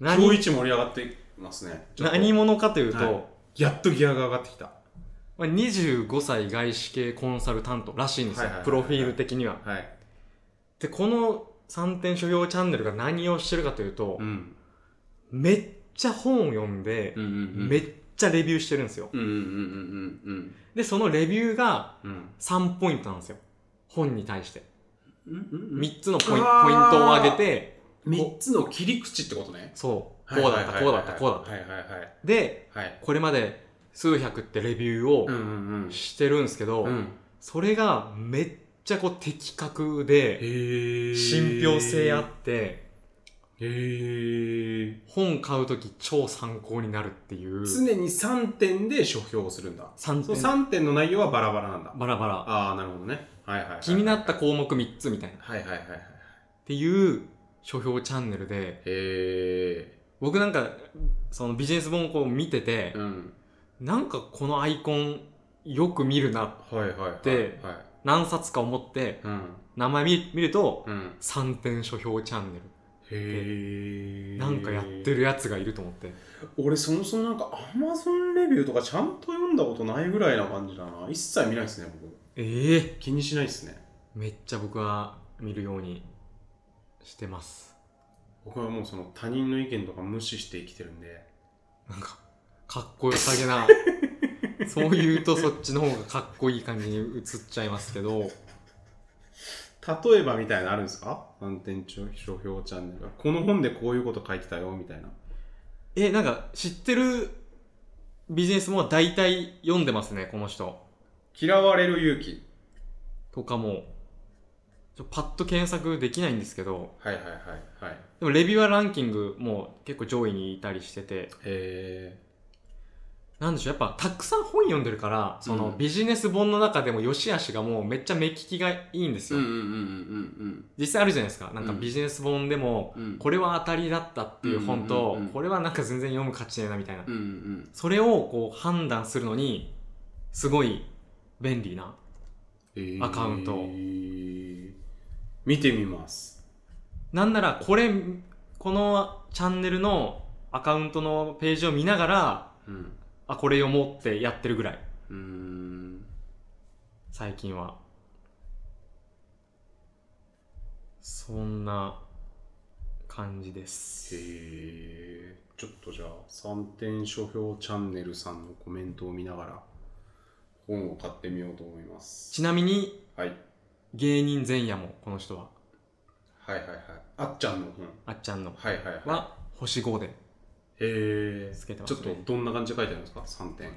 Speaker 2: 今日
Speaker 1: 何
Speaker 2: 一盛り上がってますね。ちょっと
Speaker 1: 何者かというと、
Speaker 2: はいやっとギアが上がってきた。
Speaker 1: まあ、25歳外資系コンサルタントらしいんですよ、
Speaker 2: はいはいはいはい
Speaker 1: プロフィール的には。
Speaker 2: はい。
Speaker 1: でこの3点所要チャンネルが何をしてるかというと、
Speaker 2: ん。
Speaker 1: めっちゃ本を読んで
Speaker 2: う、んうんうん。
Speaker 1: めっちゃレビューしてるんですよ
Speaker 2: うんうんうんうん
Speaker 1: でそのレビューが
Speaker 2: うんうん。
Speaker 1: 3ポイントなんですよ本に対して
Speaker 2: うんうんうん
Speaker 1: 3つのポイン
Speaker 2: あー
Speaker 1: ポイントを挙げて
Speaker 2: 3つの切り口ってことね。
Speaker 1: そうこうだったこうだったこうだっ
Speaker 2: った。はいはいはい。
Speaker 1: たで
Speaker 2: はい。
Speaker 1: これまで数百ってレビューを
Speaker 2: うんうん
Speaker 1: してるんですけど、
Speaker 2: うん。うん。
Speaker 1: それがめっちゃこう的確で
Speaker 2: へえ
Speaker 1: 信憑性あって
Speaker 2: へえ
Speaker 1: 本買う時超参考になるっていう
Speaker 2: 常に3点で書評をするんだ
Speaker 1: 3
Speaker 2: その
Speaker 1: 点
Speaker 2: 3点の内容はバラバラなんだ
Speaker 1: バラバラ
Speaker 2: ああなるほどねはいはい、はい、
Speaker 1: 気になった項目3つみたいなっ
Speaker 2: はいはいはいはい
Speaker 1: ていう書評チャンネルで
Speaker 2: へ
Speaker 1: 僕なんかそのビジネス本をこう見てて
Speaker 2: え、うん
Speaker 1: なんかこのアイコンよく見るな
Speaker 2: はいはいはい
Speaker 1: で
Speaker 2: はい
Speaker 1: 何冊か思って
Speaker 2: うん
Speaker 1: 名前見見ると
Speaker 2: うん
Speaker 1: 3点書評チャンネ
Speaker 2: へえ
Speaker 1: ルなんかやってるやつがいると思って
Speaker 2: 俺そもそもなんかアマゾンレビューとかちゃんと読んだことないぐらいな感じだな一切見ないですね僕
Speaker 1: ええ
Speaker 2: 気にしないですね
Speaker 1: めっちゃ僕は見るようにしてます
Speaker 2: 僕はもうその他人の意見とか無視して生きてるんで
Speaker 1: なんかかっこよさげ なそう言うとそっちの方がかっこいい感じに映っちゃいますけど
Speaker 2: 例えばみたいなのあるんですか満点書評チャンネルがこの本でこういうこと書いてたよみたいな
Speaker 1: えなんか知ってるビジネスも大体読んでますねこの人
Speaker 2: 嫌われる勇気
Speaker 1: とかもちょパッと検索できないんですけど
Speaker 2: はいはいはいはいへ
Speaker 1: でもレビューアーランキングも結構上位にいたりしてて
Speaker 2: え
Speaker 1: なんでしょうやっぱたくさん本読んでるからその、
Speaker 2: うん
Speaker 1: ビジネス本の中でも良し悪しがもうめっちゃ目利きがいいんですよ、
Speaker 2: うんうん
Speaker 1: 実際あるじゃないですかなんか
Speaker 2: うん
Speaker 1: ビジネス本でも、
Speaker 2: うんうん
Speaker 1: これは当たりだったっていう本と、
Speaker 2: うんうんうんうん
Speaker 1: これはなんか全然読む価値ねえなみたいな、
Speaker 2: うんうん
Speaker 1: それをこう判断するのにすごい便利な
Speaker 2: うん
Speaker 1: アカウント
Speaker 2: 見てみます
Speaker 1: なんならこれこのチャンネルのアカウントのページを見ながら
Speaker 2: うん
Speaker 1: あこれ読もうってやってるぐらいう
Speaker 2: ーん
Speaker 1: 最近はそんな感じです
Speaker 2: へえちょっとじゃあ三点書評チャンネルさんのコメントを見ながら本を買ってみようと思います
Speaker 1: ちなみに
Speaker 2: はい
Speaker 1: 芸人前夜もこの人は
Speaker 2: はいはいはいあっちゃんの本
Speaker 1: あっちゃんの
Speaker 2: はいはいはい
Speaker 1: は星5で
Speaker 2: へえ、
Speaker 1: つけてま
Speaker 2: ち
Speaker 1: す
Speaker 2: ょ
Speaker 1: ね
Speaker 2: っとどんな感じで書いてあるんですか3点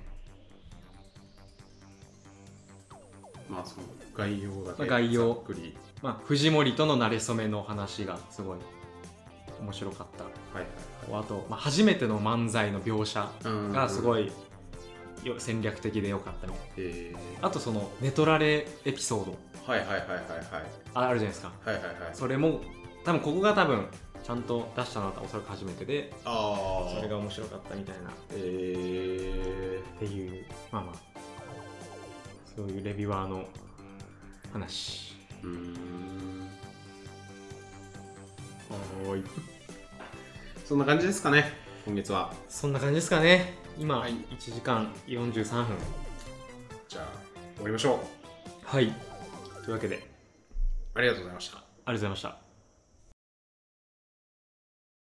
Speaker 2: まあその概要だ
Speaker 1: まあ
Speaker 2: け
Speaker 1: 概要
Speaker 2: ざっくり
Speaker 1: まあ、藤森との馴れ初めの話がすごい面白かった
Speaker 2: はい
Speaker 1: あと、まあ、初めての漫才の描写
Speaker 2: はいはい
Speaker 1: がすご
Speaker 2: い
Speaker 1: いよ戦略的で良かったみたい
Speaker 2: へえ
Speaker 1: あとその寝取られエピソード
Speaker 2: はいはいはいはいはい
Speaker 1: ああるじゃないですか
Speaker 2: はいはいはい
Speaker 1: それも多分ここが多分ちゃんと出したのはおそらく初めてで
Speaker 2: ああ
Speaker 1: それが面白かったみたいなっ
Speaker 2: へえ
Speaker 1: ていうまあまあそういうレビュアーの話
Speaker 2: うーん
Speaker 1: はい
Speaker 2: そんな感じですかね今月は
Speaker 1: そんな感じですかね今
Speaker 2: はい
Speaker 1: 1時間43分
Speaker 2: じゃあ終わりましょ
Speaker 1: はいというわけで
Speaker 2: うありがとうございました
Speaker 1: ありがとうございました